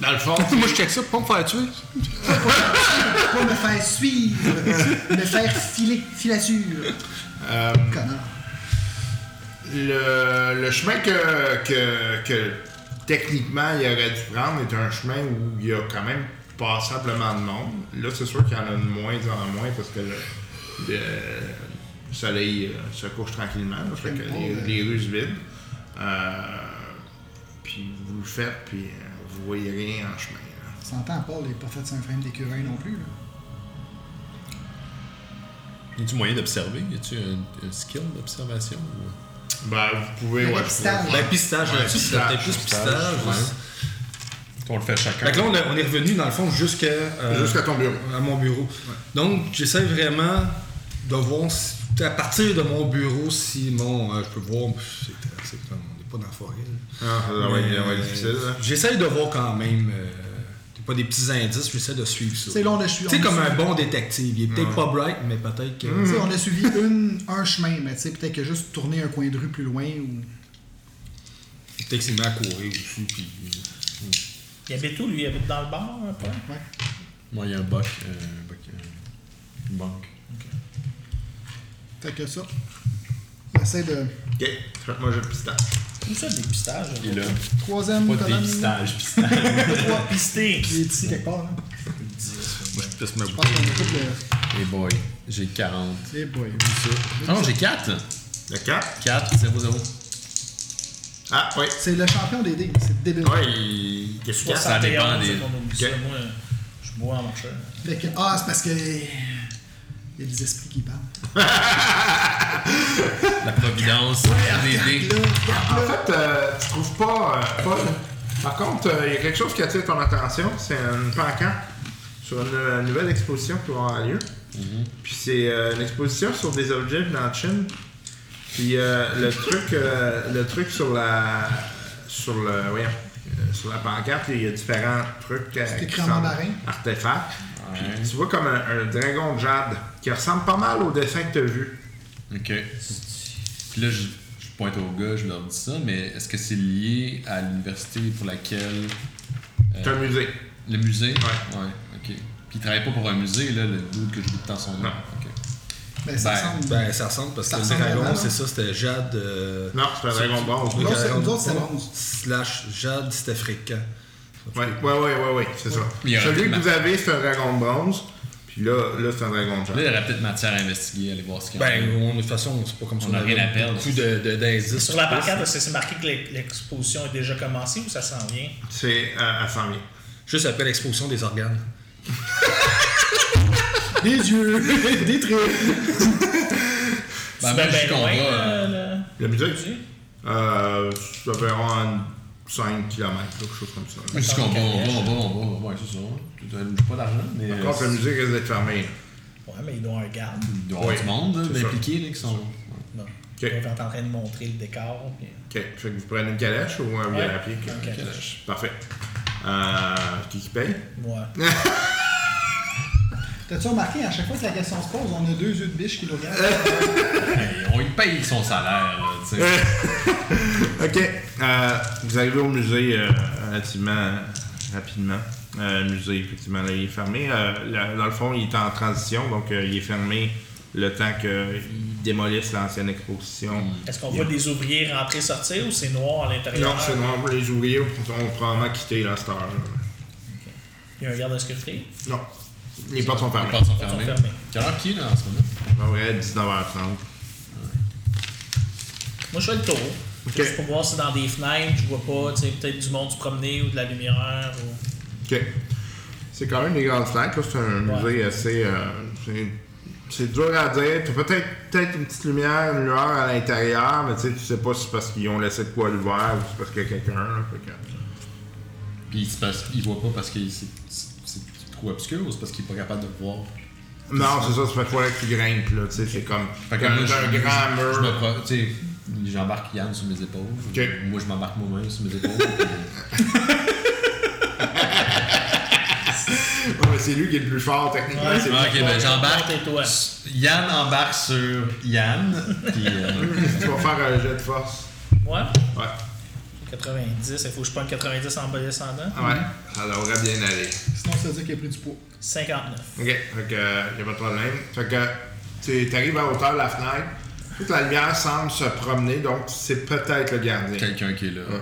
[SPEAKER 6] Dans le fond,
[SPEAKER 2] moi, je check ça, pour pas me faire tuer.
[SPEAKER 4] Pas me faire suivre, me faire filer, filature.
[SPEAKER 6] euh,
[SPEAKER 4] Connard.
[SPEAKER 6] le, le chemin que, que, que techniquement il aurait dû prendre est un chemin où il y a quand même passablement de monde. Là, c'est sûr qu'il y en a de moins en moins parce que le, le soleil euh, se couche tranquillement. là, fait que les, les rues se vident. Euh, puis vous le faites, puis euh, vous voyez rien en chemin. hein. là.
[SPEAKER 4] On s'entend, Paul n'est pas fait sur un frame d'écureuil non plus. Là.
[SPEAKER 5] Y a-tu moyen d'observer Y a-tu un, un skill d'observation ou...
[SPEAKER 6] Ben, vous pouvez.
[SPEAKER 4] Le
[SPEAKER 6] ouais,
[SPEAKER 4] pistage.
[SPEAKER 6] vous pouvez
[SPEAKER 2] Ben, pistage,
[SPEAKER 6] Ouais,
[SPEAKER 2] là-dessus,
[SPEAKER 6] pistage,
[SPEAKER 2] c'était plus
[SPEAKER 6] pistage,
[SPEAKER 2] pistage.
[SPEAKER 6] ouais.
[SPEAKER 5] On le fait chacun.
[SPEAKER 2] Fait que là, on, a- on est revenu, dans le fond, jusqu'à... euh,
[SPEAKER 6] Jusqu'à ton bureau.
[SPEAKER 2] à mon bureau. Donc, j'essaie vraiment de voir si- à partir de mon bureau si mon. euh, je peux voir. c'est- c'est comme- on n'est pas dans la forêt. là.
[SPEAKER 6] Ah, ça va être-
[SPEAKER 2] Mais,
[SPEAKER 6] ça va être
[SPEAKER 2] euh,
[SPEAKER 6] difficile.
[SPEAKER 4] hein.
[SPEAKER 6] là.
[SPEAKER 2] J'essaie de voir quand même. euh, c'est pas des petits indices, j'essaie de suivre ça.
[SPEAKER 4] C'est long, je suis.
[SPEAKER 2] Tu sais,
[SPEAKER 4] on
[SPEAKER 2] comme
[SPEAKER 4] a
[SPEAKER 2] un
[SPEAKER 4] suivi-
[SPEAKER 2] bon détective. Il est peut-être pas bright, mais peut-être que.
[SPEAKER 4] Tu sais, on a suivi une, un chemin, mais tu sais, peut-être que juste tourner un coin de rue plus loin ou.
[SPEAKER 2] Peut-être qu'il met à courir aussi. Puis,
[SPEAKER 3] Il habite où, lui? Il habite dans le bar, hein, Paul?
[SPEAKER 4] Ouais.
[SPEAKER 5] Moi, y a un buck. euh, un buck, euh, une banque.
[SPEAKER 4] Fait que ça. On essaie de.
[SPEAKER 6] Ok,
[SPEAKER 2] euh,
[SPEAKER 6] faites-moi j'ai le pistage.
[SPEAKER 3] Où ça, des pistages?
[SPEAKER 5] Et là,
[SPEAKER 4] Troisième
[SPEAKER 5] pas de
[SPEAKER 4] colonne.
[SPEAKER 5] dépistage, pistage.
[SPEAKER 3] Trois pistés!
[SPEAKER 4] Il est ici quelque part, là.
[SPEAKER 2] moi, je pisse ma
[SPEAKER 4] Je
[SPEAKER 2] bouche.
[SPEAKER 4] pense qu'on a tout le.
[SPEAKER 5] Et boy, j'ai 40.
[SPEAKER 4] Eh boy.
[SPEAKER 5] Non, j'ai 4
[SPEAKER 6] Le 4.
[SPEAKER 5] 4, 0, 0.
[SPEAKER 6] Ah, oui.
[SPEAKER 4] C'est le champion des dés, c'est débile.
[SPEAKER 6] Ouais, il il est efficace.
[SPEAKER 5] ça dépend
[SPEAKER 3] 71,
[SPEAKER 5] des-
[SPEAKER 3] c'est qu'on oublie ça.
[SPEAKER 6] Ok.
[SPEAKER 3] Moi, je bois en marchant.
[SPEAKER 4] Fait que, ah, c'est parce que. Il y a des esprits qui parlent.
[SPEAKER 5] La providence, des dés.
[SPEAKER 4] Là,
[SPEAKER 6] En fait, euh, tu trouves pas euh, Paul. Par contre, euh, il y a quelque chose qui attire ton attention, c'est une pancarte sur une, euh, nouvelle exposition qui va avoir lieu. Puis c'est euh, une exposition sur des objets venant de Chine. Puis euh, le truc, euh, le truc sur la, sur le, voyons, euh, sur la pancarte, il y a différents trucs. euh,
[SPEAKER 4] C'est
[SPEAKER 6] qui
[SPEAKER 4] écrit en
[SPEAKER 6] semblent
[SPEAKER 4] mandarin.
[SPEAKER 6] Artefacts. Puis tu vois comme un, un dragon de jade qui ressemble pas mal au dessin que tu as vu.
[SPEAKER 5] Ok. Puis là, je, je pointe au gars, je leur dis ça, mais est-ce que c'est lié à l'université pour laquelle.
[SPEAKER 6] C'est un musée.
[SPEAKER 5] Le musée
[SPEAKER 6] Ouais.
[SPEAKER 5] Ouais, ok. Puis il travaille pas pour un musée, là, le doute que je goûte dans son nom.
[SPEAKER 6] Non.
[SPEAKER 5] Ok.
[SPEAKER 4] ben, ça
[SPEAKER 5] Ben,
[SPEAKER 4] ressemble.
[SPEAKER 2] Ben, ça ressemble parce
[SPEAKER 4] Ça
[SPEAKER 2] que
[SPEAKER 4] ressemble
[SPEAKER 2] le dragon,
[SPEAKER 4] vraiment.
[SPEAKER 2] c'est ça, c'était Jade. euh,
[SPEAKER 6] Non, c'est un dragon bronze.
[SPEAKER 4] Non, c'est-
[SPEAKER 2] dragon
[SPEAKER 4] nous autres, c'est
[SPEAKER 2] bronze
[SPEAKER 4] bronze.
[SPEAKER 2] Slash Jade, c'était fréquent.
[SPEAKER 6] Ouais, ouais, ouais, ouais, ouais, c'est ça.
[SPEAKER 5] Il y a
[SPEAKER 6] Celui
[SPEAKER 5] un
[SPEAKER 6] que
[SPEAKER 5] petit
[SPEAKER 6] vous avez, c'est un dragon de bronze. Puis là, là c'est un dragon de
[SPEAKER 5] Là,
[SPEAKER 6] jade.
[SPEAKER 5] il y aurait peut-être matière à investiguer, aller voir ce qu'il y a.
[SPEAKER 2] Ben, on- de toute façon, c'est pas comme ça.
[SPEAKER 5] On a rien à perdre.
[SPEAKER 2] Beaucoup de- de- d'indices.
[SPEAKER 3] Sur la pancarte, est-ce que c'est marqué que l'e- l'exposition est déjà commencée ou ça s'en vient?
[SPEAKER 6] C'est euh, à 100 000.
[SPEAKER 2] Juste après l'exposition des organes.
[SPEAKER 4] Des yeux, des traits.
[SPEAKER 5] Ben,
[SPEAKER 3] C'est
[SPEAKER 5] moi,
[SPEAKER 3] bien
[SPEAKER 5] je suis euh,
[SPEAKER 3] loin,
[SPEAKER 5] qu'on va,
[SPEAKER 3] là, le-
[SPEAKER 6] La musique,
[SPEAKER 3] Dieu.
[SPEAKER 6] euh, c'est environ 5 km, quelque chose comme ça.
[SPEAKER 5] Moi, je suis qu'on va, on va, on va, on va, on va, ouais, c'est ça. Tu te- j'ai pas d'argent, mais. euh,
[SPEAKER 6] Par contre, la musique risque d'être fermée. là.
[SPEAKER 3] Ouais, mais il doit un garde.
[SPEAKER 5] Il doit y avoir
[SPEAKER 6] Oui,
[SPEAKER 5] du monde,
[SPEAKER 6] c'est
[SPEAKER 5] là,
[SPEAKER 6] ça.
[SPEAKER 5] impliqué, là, qui sont.
[SPEAKER 3] Non. Il doit être en train de montrer le décor. puis-
[SPEAKER 6] Ok, fait que vous prenez une calèche ou un billet à pied. ok.
[SPEAKER 3] un calèche.
[SPEAKER 6] Parfait. Euh, qui qui paye
[SPEAKER 3] Ouais.
[SPEAKER 4] T'as-tu remarqué, à chaque fois que la question se pose, on a deux yeux de biche qui nous regardent.
[SPEAKER 5] Hey, on lui paye son salaire, là, tu sais.
[SPEAKER 6] Ok, euh, vous arrivez au musée euh, relativement rapidement. Euh, le musée, effectivement, là, il est fermé. Euh, là, dans le fond, il est en transition, donc euh, il est fermé le temps qu'ils démolissent l'ancienne exposition.
[SPEAKER 3] Est-ce qu'on voit des ouvriers rentrer sortir ou c'est noir à l'intérieur?
[SPEAKER 6] Non, c'est normal, les ouvriers ont probablement quitté la star.
[SPEAKER 3] Il y a un garde de sécurité?
[SPEAKER 6] Non, les portes sont
[SPEAKER 5] Les
[SPEAKER 6] fermées.
[SPEAKER 5] portes sont
[SPEAKER 3] portes sont
[SPEAKER 5] fermées.
[SPEAKER 3] fermées.
[SPEAKER 5] Quelle heure qu'il est, là, en ce
[SPEAKER 6] Ben
[SPEAKER 5] moment
[SPEAKER 6] ouais, 19h30.
[SPEAKER 3] Moi, je fais le tour.
[SPEAKER 6] Ok.
[SPEAKER 3] Juste pour voir si dans des fenêtres, je vois pas, tu sais, peut-être du monde se promener ou de la lumière. Ou...
[SPEAKER 6] OK. C'est quand même des grandes flaques. là. C'est un
[SPEAKER 3] Ouais.
[SPEAKER 6] musée assez. euh, c'est- c'est dur à dire. T'as peut-être peut-être une petite lumière, une lueur à l'intérieur, mais tu sais, tu sais pas si c'est parce qu'ils ont laissé de quoi l'ouvert ou si c'est parce qu'il y a quelqu'un. là. Fait que- euh,
[SPEAKER 5] Puis il, se passe, il voit pas parce que c'est c'est trop obscur ou c'est parce qu'il est pas capable de voir.
[SPEAKER 6] Non, c'est ça, c'est parce qu'il faudrait que tu grimpes. là, tu sais, C'est comme
[SPEAKER 5] Fait que
[SPEAKER 6] comme
[SPEAKER 5] moi,
[SPEAKER 6] un
[SPEAKER 5] je- je-
[SPEAKER 6] grand mur.
[SPEAKER 5] je me pro- tu sais, J'embarque Yann sur mes épaules.
[SPEAKER 6] Ok.
[SPEAKER 5] Moi, je m'embarque moi-même sur mes épaules.
[SPEAKER 6] Ouais, mais c'est lui qui est le plus fort techniquement.
[SPEAKER 3] Ouais.
[SPEAKER 6] c'est lui
[SPEAKER 5] ok,
[SPEAKER 6] qui
[SPEAKER 5] ben
[SPEAKER 6] va-
[SPEAKER 5] j'embarque.
[SPEAKER 3] Monte et toi.
[SPEAKER 5] Yann embarque sur Yann. Puis euh,
[SPEAKER 6] Tu vas faire un jet de force.
[SPEAKER 3] Ouais.
[SPEAKER 6] Ouais.
[SPEAKER 3] 90, il faut que je prenne 90 en bas descendant.
[SPEAKER 6] Ouais. Mhm. Ça devrait bien aller.
[SPEAKER 4] Sinon, ça veut dire qu'il a pris du poids.
[SPEAKER 3] 59.
[SPEAKER 6] OK, fait que euh, y a pas de problème. Fait que tu arrives à hauteur de la fenêtre, toute la lumière semble se promener, donc c'est peut-être le gardien.
[SPEAKER 5] quelqu'un qui est là.
[SPEAKER 6] Ouais.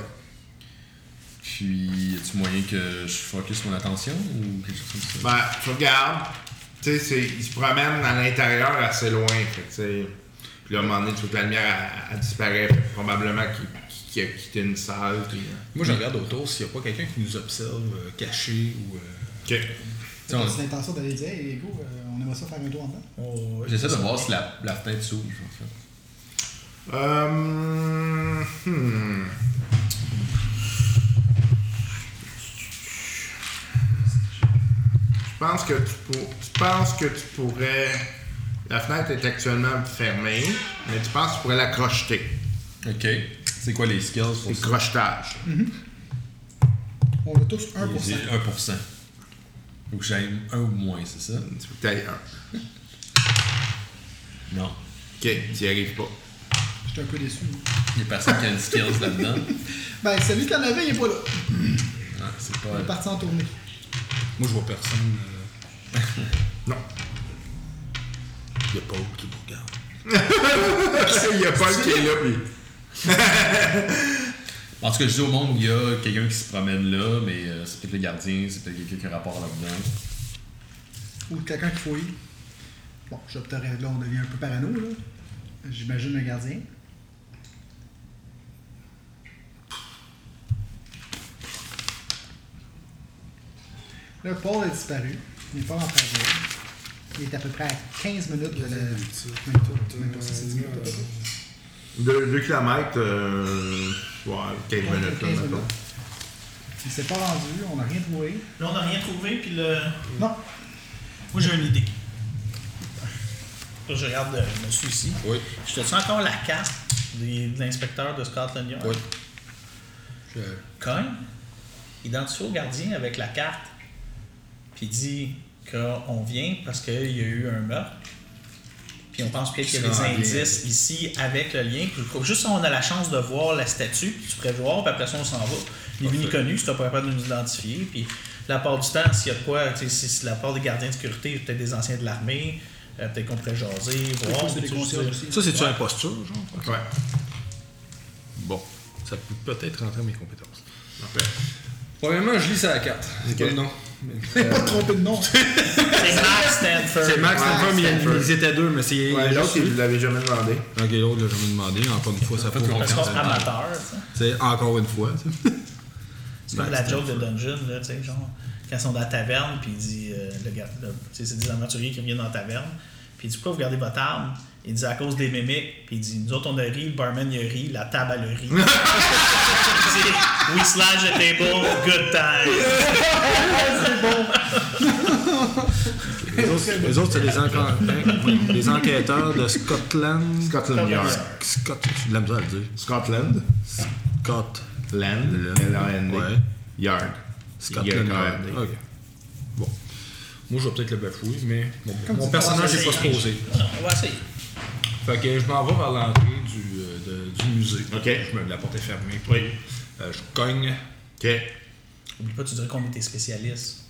[SPEAKER 5] Puis, y a-tu moyen que je focus mon attention ou quelque chose comme ça?
[SPEAKER 6] Ben, tu regardes, tu sais, c'est- il se promène à l'intérieur assez loin, fait que tu sais. Puis là, à un moment donné, toute la lumière a, a disparaît, fait que probablement qu'il qu'il a quitté une salle. puis, euh,
[SPEAKER 2] Moi, je regarde autour s'il n'y a pas quelqu'un qui nous observe, euh, caché ou. euh,
[SPEAKER 6] OK.
[SPEAKER 5] Tu sais, on-
[SPEAKER 4] C'est l'intention d'aller dire, hey, les gars, euh, on aimerait ça faire un tour en dedans.
[SPEAKER 3] Oh, ouais.
[SPEAKER 5] J'essaie de voir si la, la fenêtre s'ouvre, en fait.
[SPEAKER 6] Euh, hmm. Je pense que tu pour... tu penses que tu pourrais. La fenêtre est actuellement fermée, mais tu penses que tu pourrais la crocheter.
[SPEAKER 5] Ok. C'est quoi les skills pour
[SPEAKER 6] C'est
[SPEAKER 5] ça?
[SPEAKER 6] crochetage.
[SPEAKER 4] On a tous 1%.
[SPEAKER 5] J'ai 1%. Faut que j'aille un ou moins, c'est ça?
[SPEAKER 6] Tu peux tailler un.
[SPEAKER 5] Non.
[SPEAKER 6] Ok, tu n'y arrives pas.
[SPEAKER 4] J'étais un peu déçu.
[SPEAKER 5] Il y a personne qui a une skills là-dedans.
[SPEAKER 4] Ben, celui qui en avait, il est pas là.
[SPEAKER 5] Ah, c'est
[SPEAKER 4] Il est
[SPEAKER 5] pas.
[SPEAKER 4] parti en tournée.
[SPEAKER 2] Moi, je vois personne. euh,
[SPEAKER 6] Non.
[SPEAKER 2] Il n'y a pas autre qui me regarde.
[SPEAKER 6] Il y a Paul qui est là, puis.
[SPEAKER 5] En tout cas, je dis au monde, il y a quelqu'un qui se promène là, mais euh, c'est peut-être le gardien, c'est peut-être quelqu'un qui a rapport là-dedans.
[SPEAKER 4] Ou quelqu'un qui fouille. Bon, je te ré- là, on devient un peu parano, là. J'imagine un gardien. Le Paul a disparu. Il n'est pas rentré à Gaulle. Il est à peu près à 15 minutes de la. Même pas- même pas 10 minutes. euh,
[SPEAKER 6] Deux, deux kilomètres, euh, ouais, 15
[SPEAKER 4] Ouais,
[SPEAKER 6] minutes, là,
[SPEAKER 4] 15
[SPEAKER 6] mettons.
[SPEAKER 4] minutes. Il s'est pas rendu, on n'a rien trouvé.
[SPEAKER 3] Là, on n'a rien trouvé, puis le...
[SPEAKER 4] Non,
[SPEAKER 3] moi, j'ai une idée. Là, je regarde euh, je me suis ici.
[SPEAKER 2] Oui,
[SPEAKER 3] Je te sens encore la carte des- de l'inspecteur de Scotland Yard.
[SPEAKER 2] oui. Je-
[SPEAKER 3] Cogne, identifie au gardien avec la carte, puis dit qu'on vient parce qu'il y a eu un meurtre. Puis on pense peut-être qu'il y a
[SPEAKER 2] Qui
[SPEAKER 3] des
[SPEAKER 2] sera en lien
[SPEAKER 3] indices ici avec le lien. Puis faut- juste si on a la chance de voir la statue, puis tu pourrais voir, puis après ça on s'en va. Il est venu connu, si tu pas capable de nous identifier. Puis la part du temps, s'il y a de quoi, tu sais, si si la part des gardiens de sécurité, peut-être des anciens de l'armée, euh, peut-être qu'on pourrait jaser, voir.
[SPEAKER 4] c'est des
[SPEAKER 3] tu sais,
[SPEAKER 4] concierges
[SPEAKER 3] je-
[SPEAKER 4] aussi.
[SPEAKER 2] Ça, c'est-tu imposture, genre?
[SPEAKER 6] Ouais.
[SPEAKER 2] Bon, ça peut peut-être rentrer à mes compétences.
[SPEAKER 6] Parfait.
[SPEAKER 2] Premièrement, je lis ça à la carte. C'est pas le nom.
[SPEAKER 4] il pas trompé de nom.
[SPEAKER 3] C'est Mark Stanford.
[SPEAKER 2] C'est Max
[SPEAKER 6] Ouais,
[SPEAKER 2] Stanford, mais il y a-
[SPEAKER 6] Stanford.
[SPEAKER 2] ils étaient deux, mais c'est.
[SPEAKER 6] Ouais,
[SPEAKER 2] il y a
[SPEAKER 6] l'autre,
[SPEAKER 2] juste
[SPEAKER 6] il
[SPEAKER 2] lui.
[SPEAKER 6] ne l'avait jamais demandé.
[SPEAKER 2] Ok, l'autre, l'a jamais demandé. Encore une fois, ça fait
[SPEAKER 5] qu'on-
[SPEAKER 3] Parce qu'on est amateur, tu sais.
[SPEAKER 2] C'est encore une fois, tu sais.
[SPEAKER 3] C'est comme la joke de Dungeon, là, tu sais, genre, quand ils sont dans la taverne, puis il dit, euh, le gars, le- tu sais, c'est des aventuriers qui reviennent dans la taverne, puis il dit, pourquoi vous gardez votre arme? Il dit, à cause des mimiques, puis il dit, nous autres on a ri, le barman il a ri, la table elle a ri. il dit, we slash the table, good time.
[SPEAKER 2] Les autres, les autres, c'est les, enquêteurs, les enquêteurs de Scotland.
[SPEAKER 6] Scotland Yard.
[SPEAKER 2] Scott, j'ai de la misère à le dire.
[SPEAKER 6] Scotland.
[SPEAKER 2] Scotland.
[SPEAKER 6] L-A-N-D.
[SPEAKER 2] Ouais.
[SPEAKER 6] Yard.
[SPEAKER 2] Scotland. Yard.
[SPEAKER 6] Yard.
[SPEAKER 2] Ok. Bon. Moi, je vais peut-être le bafouer, mais mon-
[SPEAKER 4] Comme
[SPEAKER 2] mon
[SPEAKER 4] tu
[SPEAKER 2] personnage
[SPEAKER 4] penses,
[SPEAKER 2] n'est pas
[SPEAKER 3] c'est-
[SPEAKER 2] supposé.
[SPEAKER 3] Non, on va essayer.
[SPEAKER 2] Fait que je m'en vais vers l'entrée du, euh, de- du musée.
[SPEAKER 6] Ok.
[SPEAKER 2] Je me, la porte est fermée. Oui. je cogne.
[SPEAKER 6] OK.
[SPEAKER 3] Oublie pas, tu dirais combien t'es spécialiste.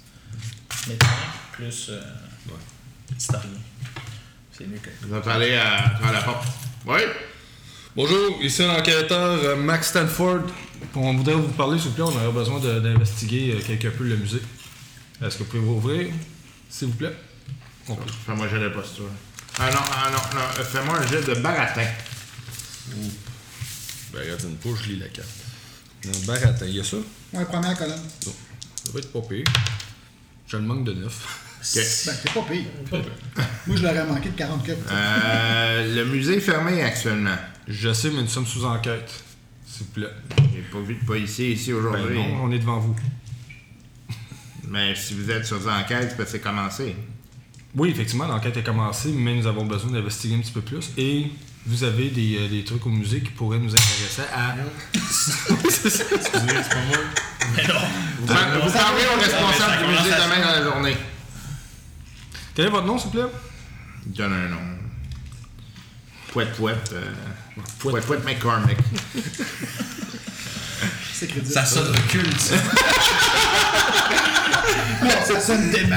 [SPEAKER 3] Médecin, plus euh,
[SPEAKER 2] Ouais.
[SPEAKER 3] historien. C'est mieux que.
[SPEAKER 6] Vous allez à, à la porte. Oui.
[SPEAKER 2] Bonjour, ici l'enquêteur euh, Max Stanford. On voudrait vous parler, s'il vous plaît. On aurait besoin de- d'investiguer euh, quelque peu le musée. Est-ce que vous pouvez vous ouvrir, s'il vous plaît? On peut.
[SPEAKER 6] Fais-moi j'ai la posture. Ah non, ah non, non. euh, Fais-moi un jet de baratin.
[SPEAKER 2] Ben, regarde une fois, je lis la carte. Un baratin, il y a ça?
[SPEAKER 4] Ouais, première colonne. Ben,
[SPEAKER 2] Non. Ça va être pas pire. Je le manque de neuf.
[SPEAKER 4] Ben, c'est pas pire. Moi, je l'aurais manqué de 44.
[SPEAKER 6] Euh, le musée est fermé actuellement.
[SPEAKER 2] Je sais, mais nous sommes sous enquête. S'il vous plaît.
[SPEAKER 6] J'ai pas vu de policier ici
[SPEAKER 2] Ben
[SPEAKER 6] aujourd'hui.
[SPEAKER 2] non, on est devant vous.
[SPEAKER 6] Mais si vous êtes sur enquête, ben, c'est parce que c'est commencé.
[SPEAKER 2] Oui, effectivement, l'enquête est commencée, mais nous avons besoin d'investiguer un petit peu plus. Et vous avez des, euh, des trucs au musée qui pourraient nous intéresser à.
[SPEAKER 5] Excusez, c'est pas moi.
[SPEAKER 3] Mais non.
[SPEAKER 6] Vous vous parlez au
[SPEAKER 3] ça
[SPEAKER 6] responsable du
[SPEAKER 3] commence
[SPEAKER 6] musée
[SPEAKER 3] à-
[SPEAKER 6] demain dans la journée.
[SPEAKER 2] Quel est votre nom, s'il vous plaît
[SPEAKER 6] Il donne un nom. Pouet Pouet. euh, Pouet Pouet McCormick.
[SPEAKER 4] C'est crédible.
[SPEAKER 5] Ça sonne de culte, ça.
[SPEAKER 4] Non, ça sonne dément.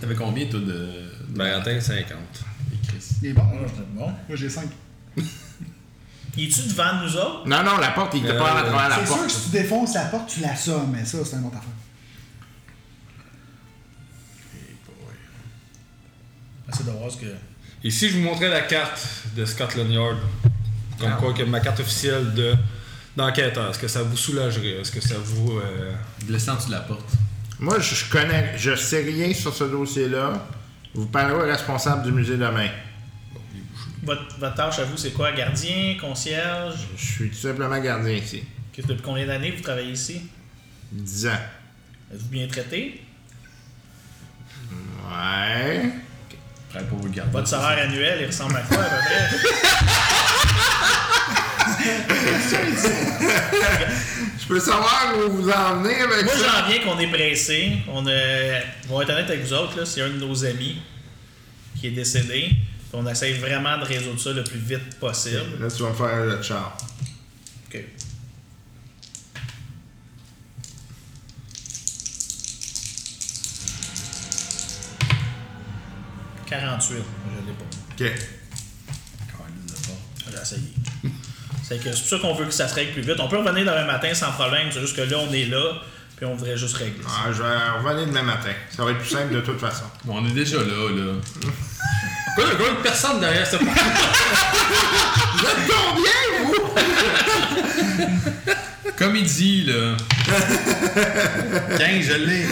[SPEAKER 5] T'avais combien, toi, de.
[SPEAKER 2] Baratin, 50.
[SPEAKER 5] de Chris?
[SPEAKER 4] Il est bon.
[SPEAKER 3] Ouais,
[SPEAKER 4] Moi,
[SPEAKER 3] c'est bon.
[SPEAKER 4] j'ai 5.
[SPEAKER 3] Il est-tu devant nous autres?
[SPEAKER 6] Non, non, la porte, il était pas à travers la
[SPEAKER 4] C'est sûr que
[SPEAKER 6] porte.
[SPEAKER 4] si tu défonces la porte, tu la sommes, mais ça, c'est un autre affaire.
[SPEAKER 3] Essaye de voir ce que.
[SPEAKER 2] Et si je vous montrais la carte de Scotland Yard, comme quoi que ma carte officielle de d'enquêteur, est-ce que ça vous soulagerait Est-ce que ça vous. euh,
[SPEAKER 5] De laisser en dessous de la porte.
[SPEAKER 6] Moi, je je connais, je sais rien sur ce dossier-là. Vous parlez au responsable du musée demain.
[SPEAKER 3] Votre, votre tâche à vous, c'est quoi? Gardien, concierge?
[SPEAKER 6] Je suis tout simplement gardien ici.
[SPEAKER 3] Que- Depuis combien d'années vous travaillez ici?
[SPEAKER 6] 10 ans.
[SPEAKER 3] Êtes-vous bien traité?
[SPEAKER 6] Ouais.
[SPEAKER 5] Travaille pas pour le garder.
[SPEAKER 3] Votre salaire annuel, il ressemble à quoi à peu près?
[SPEAKER 6] Je peux savoir où vous en venez avec
[SPEAKER 3] Moi,
[SPEAKER 6] ça?
[SPEAKER 3] j'en viens qu'on est pressé. On euh, on va être honnête avec vous autres, là, c'est un de nos amis qui est décédé. Puis On essaye vraiment de résoudre ça le plus vite possible.
[SPEAKER 6] Là, tu vas me faire le char.
[SPEAKER 3] Ok. « 48, je l'ai pas.
[SPEAKER 6] OK.
[SPEAKER 3] On va essayer. C'est que c'est pour ça qu'on veut que ça se règle plus vite. On peut revenir demain matin sans problème, c'est juste que là, on est là, puis on voudrait juste régler ça.
[SPEAKER 6] Ah, je vais revenir demain matin. Ça va être plus simple de toute façon.
[SPEAKER 5] Bon, on est déjà là, là.
[SPEAKER 2] Quoi, il y a une personne derrière cette porte
[SPEAKER 6] Vous êtes combien, vous?
[SPEAKER 5] Comme il dit, là. 15, je l'ai.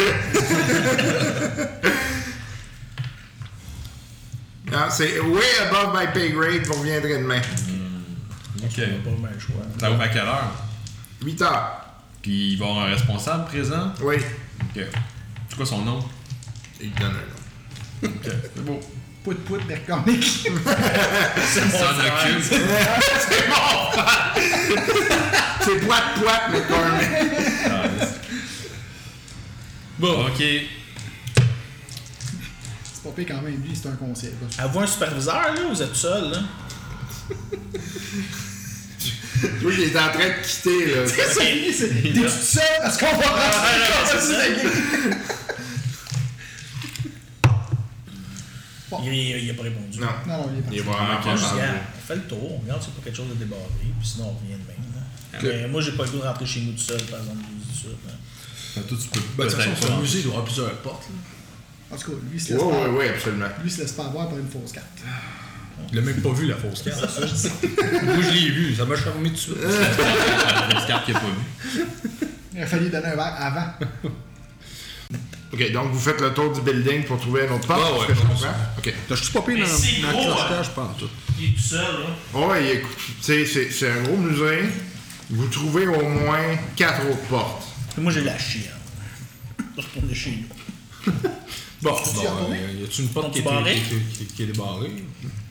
[SPEAKER 6] Non, Ah, c'est way above my pay grade. Vous reviendrez demain.
[SPEAKER 5] Ok.
[SPEAKER 3] Pas mal le choix.
[SPEAKER 5] Ça ouvre à quelle heure?
[SPEAKER 6] 8 heures.
[SPEAKER 5] Puis il va y avoir un responsable présent.
[SPEAKER 6] Oui.
[SPEAKER 5] Ok. C'est quoi son nom?
[SPEAKER 6] Il te donne un nom.
[SPEAKER 5] Ok. C'est beau.
[SPEAKER 4] Pout pout McCormick.
[SPEAKER 3] C'est mon
[SPEAKER 5] Ça en
[SPEAKER 3] frère.
[SPEAKER 5] occupe.
[SPEAKER 6] C'est poit poit, mais quand même.
[SPEAKER 5] Bon, ok.
[SPEAKER 4] C'est pas pire quand même, lui, c'est un conseil.
[SPEAKER 3] Avez-vous un superviseur, là, ou vous êtes seul, là?
[SPEAKER 6] Tu vois, il est en train de quitter, là.
[SPEAKER 3] C'est- c'est-
[SPEAKER 4] T'es tout seul parce qu'on va
[SPEAKER 3] Ah,
[SPEAKER 4] rentrer comme ça.
[SPEAKER 3] Il, il, il a pas répondu.
[SPEAKER 6] Non.
[SPEAKER 4] Non, non, il est parti.
[SPEAKER 6] Il est vraiment
[SPEAKER 3] Moi,
[SPEAKER 6] pas
[SPEAKER 3] Ah, je dis,
[SPEAKER 6] parlé.
[SPEAKER 3] regarde, on fait le tour, on regarde s'il n'y a pas quelque chose de débarré, puis sinon on revient demain. Là. Mais moi, j'ai pas le goût de rentrer chez nous tout seul, par exemple, je vous dis ça. là.
[SPEAKER 5] Toi, tu peux
[SPEAKER 2] Ben, de toute façon,
[SPEAKER 5] peut-être
[SPEAKER 2] c'est un
[SPEAKER 5] pas.
[SPEAKER 2] musée, il doit y avoir plusieurs portes. là.
[SPEAKER 4] En tout cas, lui, il se
[SPEAKER 6] Oui,
[SPEAKER 4] laisse
[SPEAKER 6] oui,
[SPEAKER 4] pas-
[SPEAKER 6] oui, absolument.
[SPEAKER 4] lui, il se laisse pas avoir par une fausse carte.
[SPEAKER 2] Il a même pas vu la fausse carte. Moi, je l'ai vu, ça m'a charmé tout de suite.
[SPEAKER 5] Une carte qu'il a pas vue.
[SPEAKER 4] Il a fallu donner un verre avant.
[SPEAKER 6] Oh, OK, donc vous faites le tour du building pour trouver une autre porte,
[SPEAKER 2] Ah ouais,
[SPEAKER 6] parce que je
[SPEAKER 2] je
[SPEAKER 6] comprends. OK.
[SPEAKER 2] T'as juste pas pris
[SPEAKER 3] Mais
[SPEAKER 2] dans,
[SPEAKER 3] c'est
[SPEAKER 2] dans le
[SPEAKER 3] gros,
[SPEAKER 2] cluster,
[SPEAKER 3] hein.
[SPEAKER 2] je pense. tout.
[SPEAKER 3] Il est tout seul, là.
[SPEAKER 6] Oh, et écoute, tu sais, c'est c'est un gros musée. Vous trouvez au moins quatre autres portes.
[SPEAKER 3] Puis moi, j'ai la chienne. Je retourne chez nous.
[SPEAKER 2] Bon,
[SPEAKER 4] y retourné?
[SPEAKER 2] euh, y a-tu une porte qui est,
[SPEAKER 3] Barré?
[SPEAKER 2] qui, est- qui est- qui est débarrée?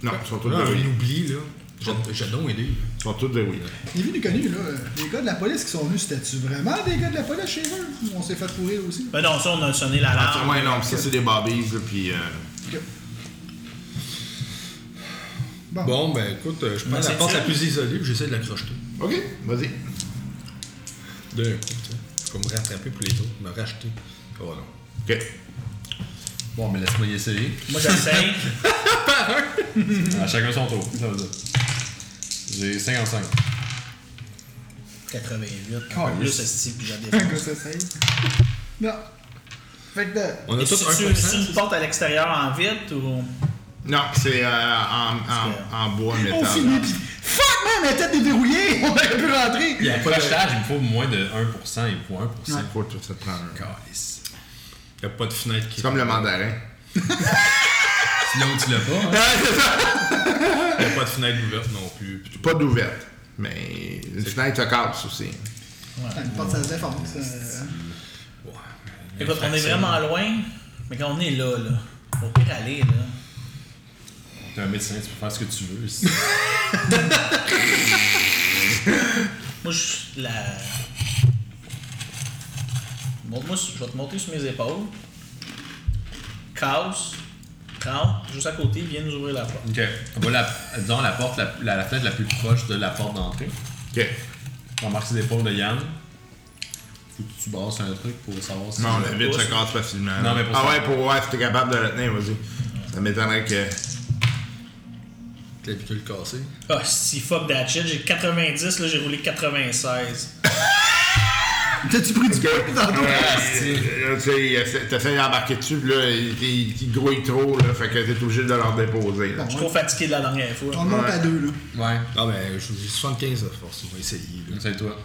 [SPEAKER 6] Non, ils sont tous
[SPEAKER 2] Là,
[SPEAKER 6] verrouillés.
[SPEAKER 2] un oubli, là. J'ai- J'ai donc aidé.
[SPEAKER 6] Ils sont tous verrouillés.
[SPEAKER 4] Il est venu connu, là. Les gars de la police qui sont venus, c'était-tu vraiment des gars de la police chez eux? Ou On s'est fait courir aussi.
[SPEAKER 3] Ben non, ça, on a sonné
[SPEAKER 6] Ah,
[SPEAKER 3] l'alarme.
[SPEAKER 6] ouais, non, ça, c'est des barbies, là, puis... euh,
[SPEAKER 4] Bon.
[SPEAKER 2] Bon, ben écoute, euh, je prends
[SPEAKER 3] Mais
[SPEAKER 2] la
[SPEAKER 3] c'est
[SPEAKER 2] porte
[SPEAKER 3] ça.
[SPEAKER 2] la plus isolée puis j'essaie de la crocheter.
[SPEAKER 6] OK, vas-y.
[SPEAKER 2] D'un coup, tu sais. Je vais me rattraper pour les autres, me racheter. Oh non.
[SPEAKER 6] OK.
[SPEAKER 5] Bon, mais laisse-moi y essayer.
[SPEAKER 3] Moi, j'essaye.
[SPEAKER 5] À chacun son tour. Ça veut dire. J'ai 55.
[SPEAKER 3] 88.
[SPEAKER 4] Calme.
[SPEAKER 3] Plus, c'est puis j'ai des
[SPEAKER 4] Un gars s'essaye. Non. Fait que euh, de-
[SPEAKER 2] On a tous
[SPEAKER 3] C'est
[SPEAKER 2] 1%.
[SPEAKER 3] une porte à l'extérieur en vitre ou.
[SPEAKER 6] Non, c'est euh, en, en, en bois métal.
[SPEAKER 4] On finit pis. Fuck man, la tête est déverrouillée, on aurait pu rentrer!
[SPEAKER 5] Il y a pas d'achetage, il me faut moins de 1%, il me faut 1%.
[SPEAKER 6] Cinq fois, tu vas te prendre un.
[SPEAKER 5] Calice.
[SPEAKER 2] Il n'y a pas de fenêtre qui.
[SPEAKER 6] C'est comme le mandarin.
[SPEAKER 5] Là où tu l'as pas, hein?
[SPEAKER 2] Il n'y a pas de fenêtre ouverte non plus. puis tout.
[SPEAKER 6] Pas d'ouverte, mais une fenêtre se casse aussi.
[SPEAKER 4] T'as une porte, ça se défonce. euh,
[SPEAKER 2] Ouais.
[SPEAKER 3] Écoute, on est vraiment loin, mais quand on est là, là, au pire aller, là.
[SPEAKER 5] T'es un médecin, tu peux faire ce que tu veux. ici.
[SPEAKER 3] Moi, je. La. Bon, moi, je vais te monter sur mes épaules. Casse, rentre, juste à côté, viens nous ouvrir la porte.
[SPEAKER 5] ok. On va la, disons la porte, la, la- la fenêtre la plus proche de la porte d'entrée.
[SPEAKER 6] Ok.
[SPEAKER 5] On remarque les épaules de Yann. Faut que tu bosses un truc pour savoir si.
[SPEAKER 6] Non, la vitre se casse facilement.
[SPEAKER 5] Non, mais pour
[SPEAKER 6] ah
[SPEAKER 5] ça-
[SPEAKER 6] ouais, pour voir si t'es capable de le tenir, vas-y. Ça m'étonnerait que.
[SPEAKER 2] Clavicule cassée.
[SPEAKER 3] Ah, si fuck that shit, j'ai 90, là, j'ai roulé 96.
[SPEAKER 4] T'as-tu pris du coup tantôt?
[SPEAKER 6] Là, tu sais, il essaie- T'essayes d'embarquer dessus, puis là, il, il, il grouille trop, là, fait que t'es obligé de leur déposer. Là.
[SPEAKER 3] Je suis trop fatigué de la dernière fois.
[SPEAKER 4] On monte à deux là.
[SPEAKER 5] Ouais.
[SPEAKER 2] Non, mais je vous dis 75 à force. On va essayer. là.
[SPEAKER 5] C'est toi.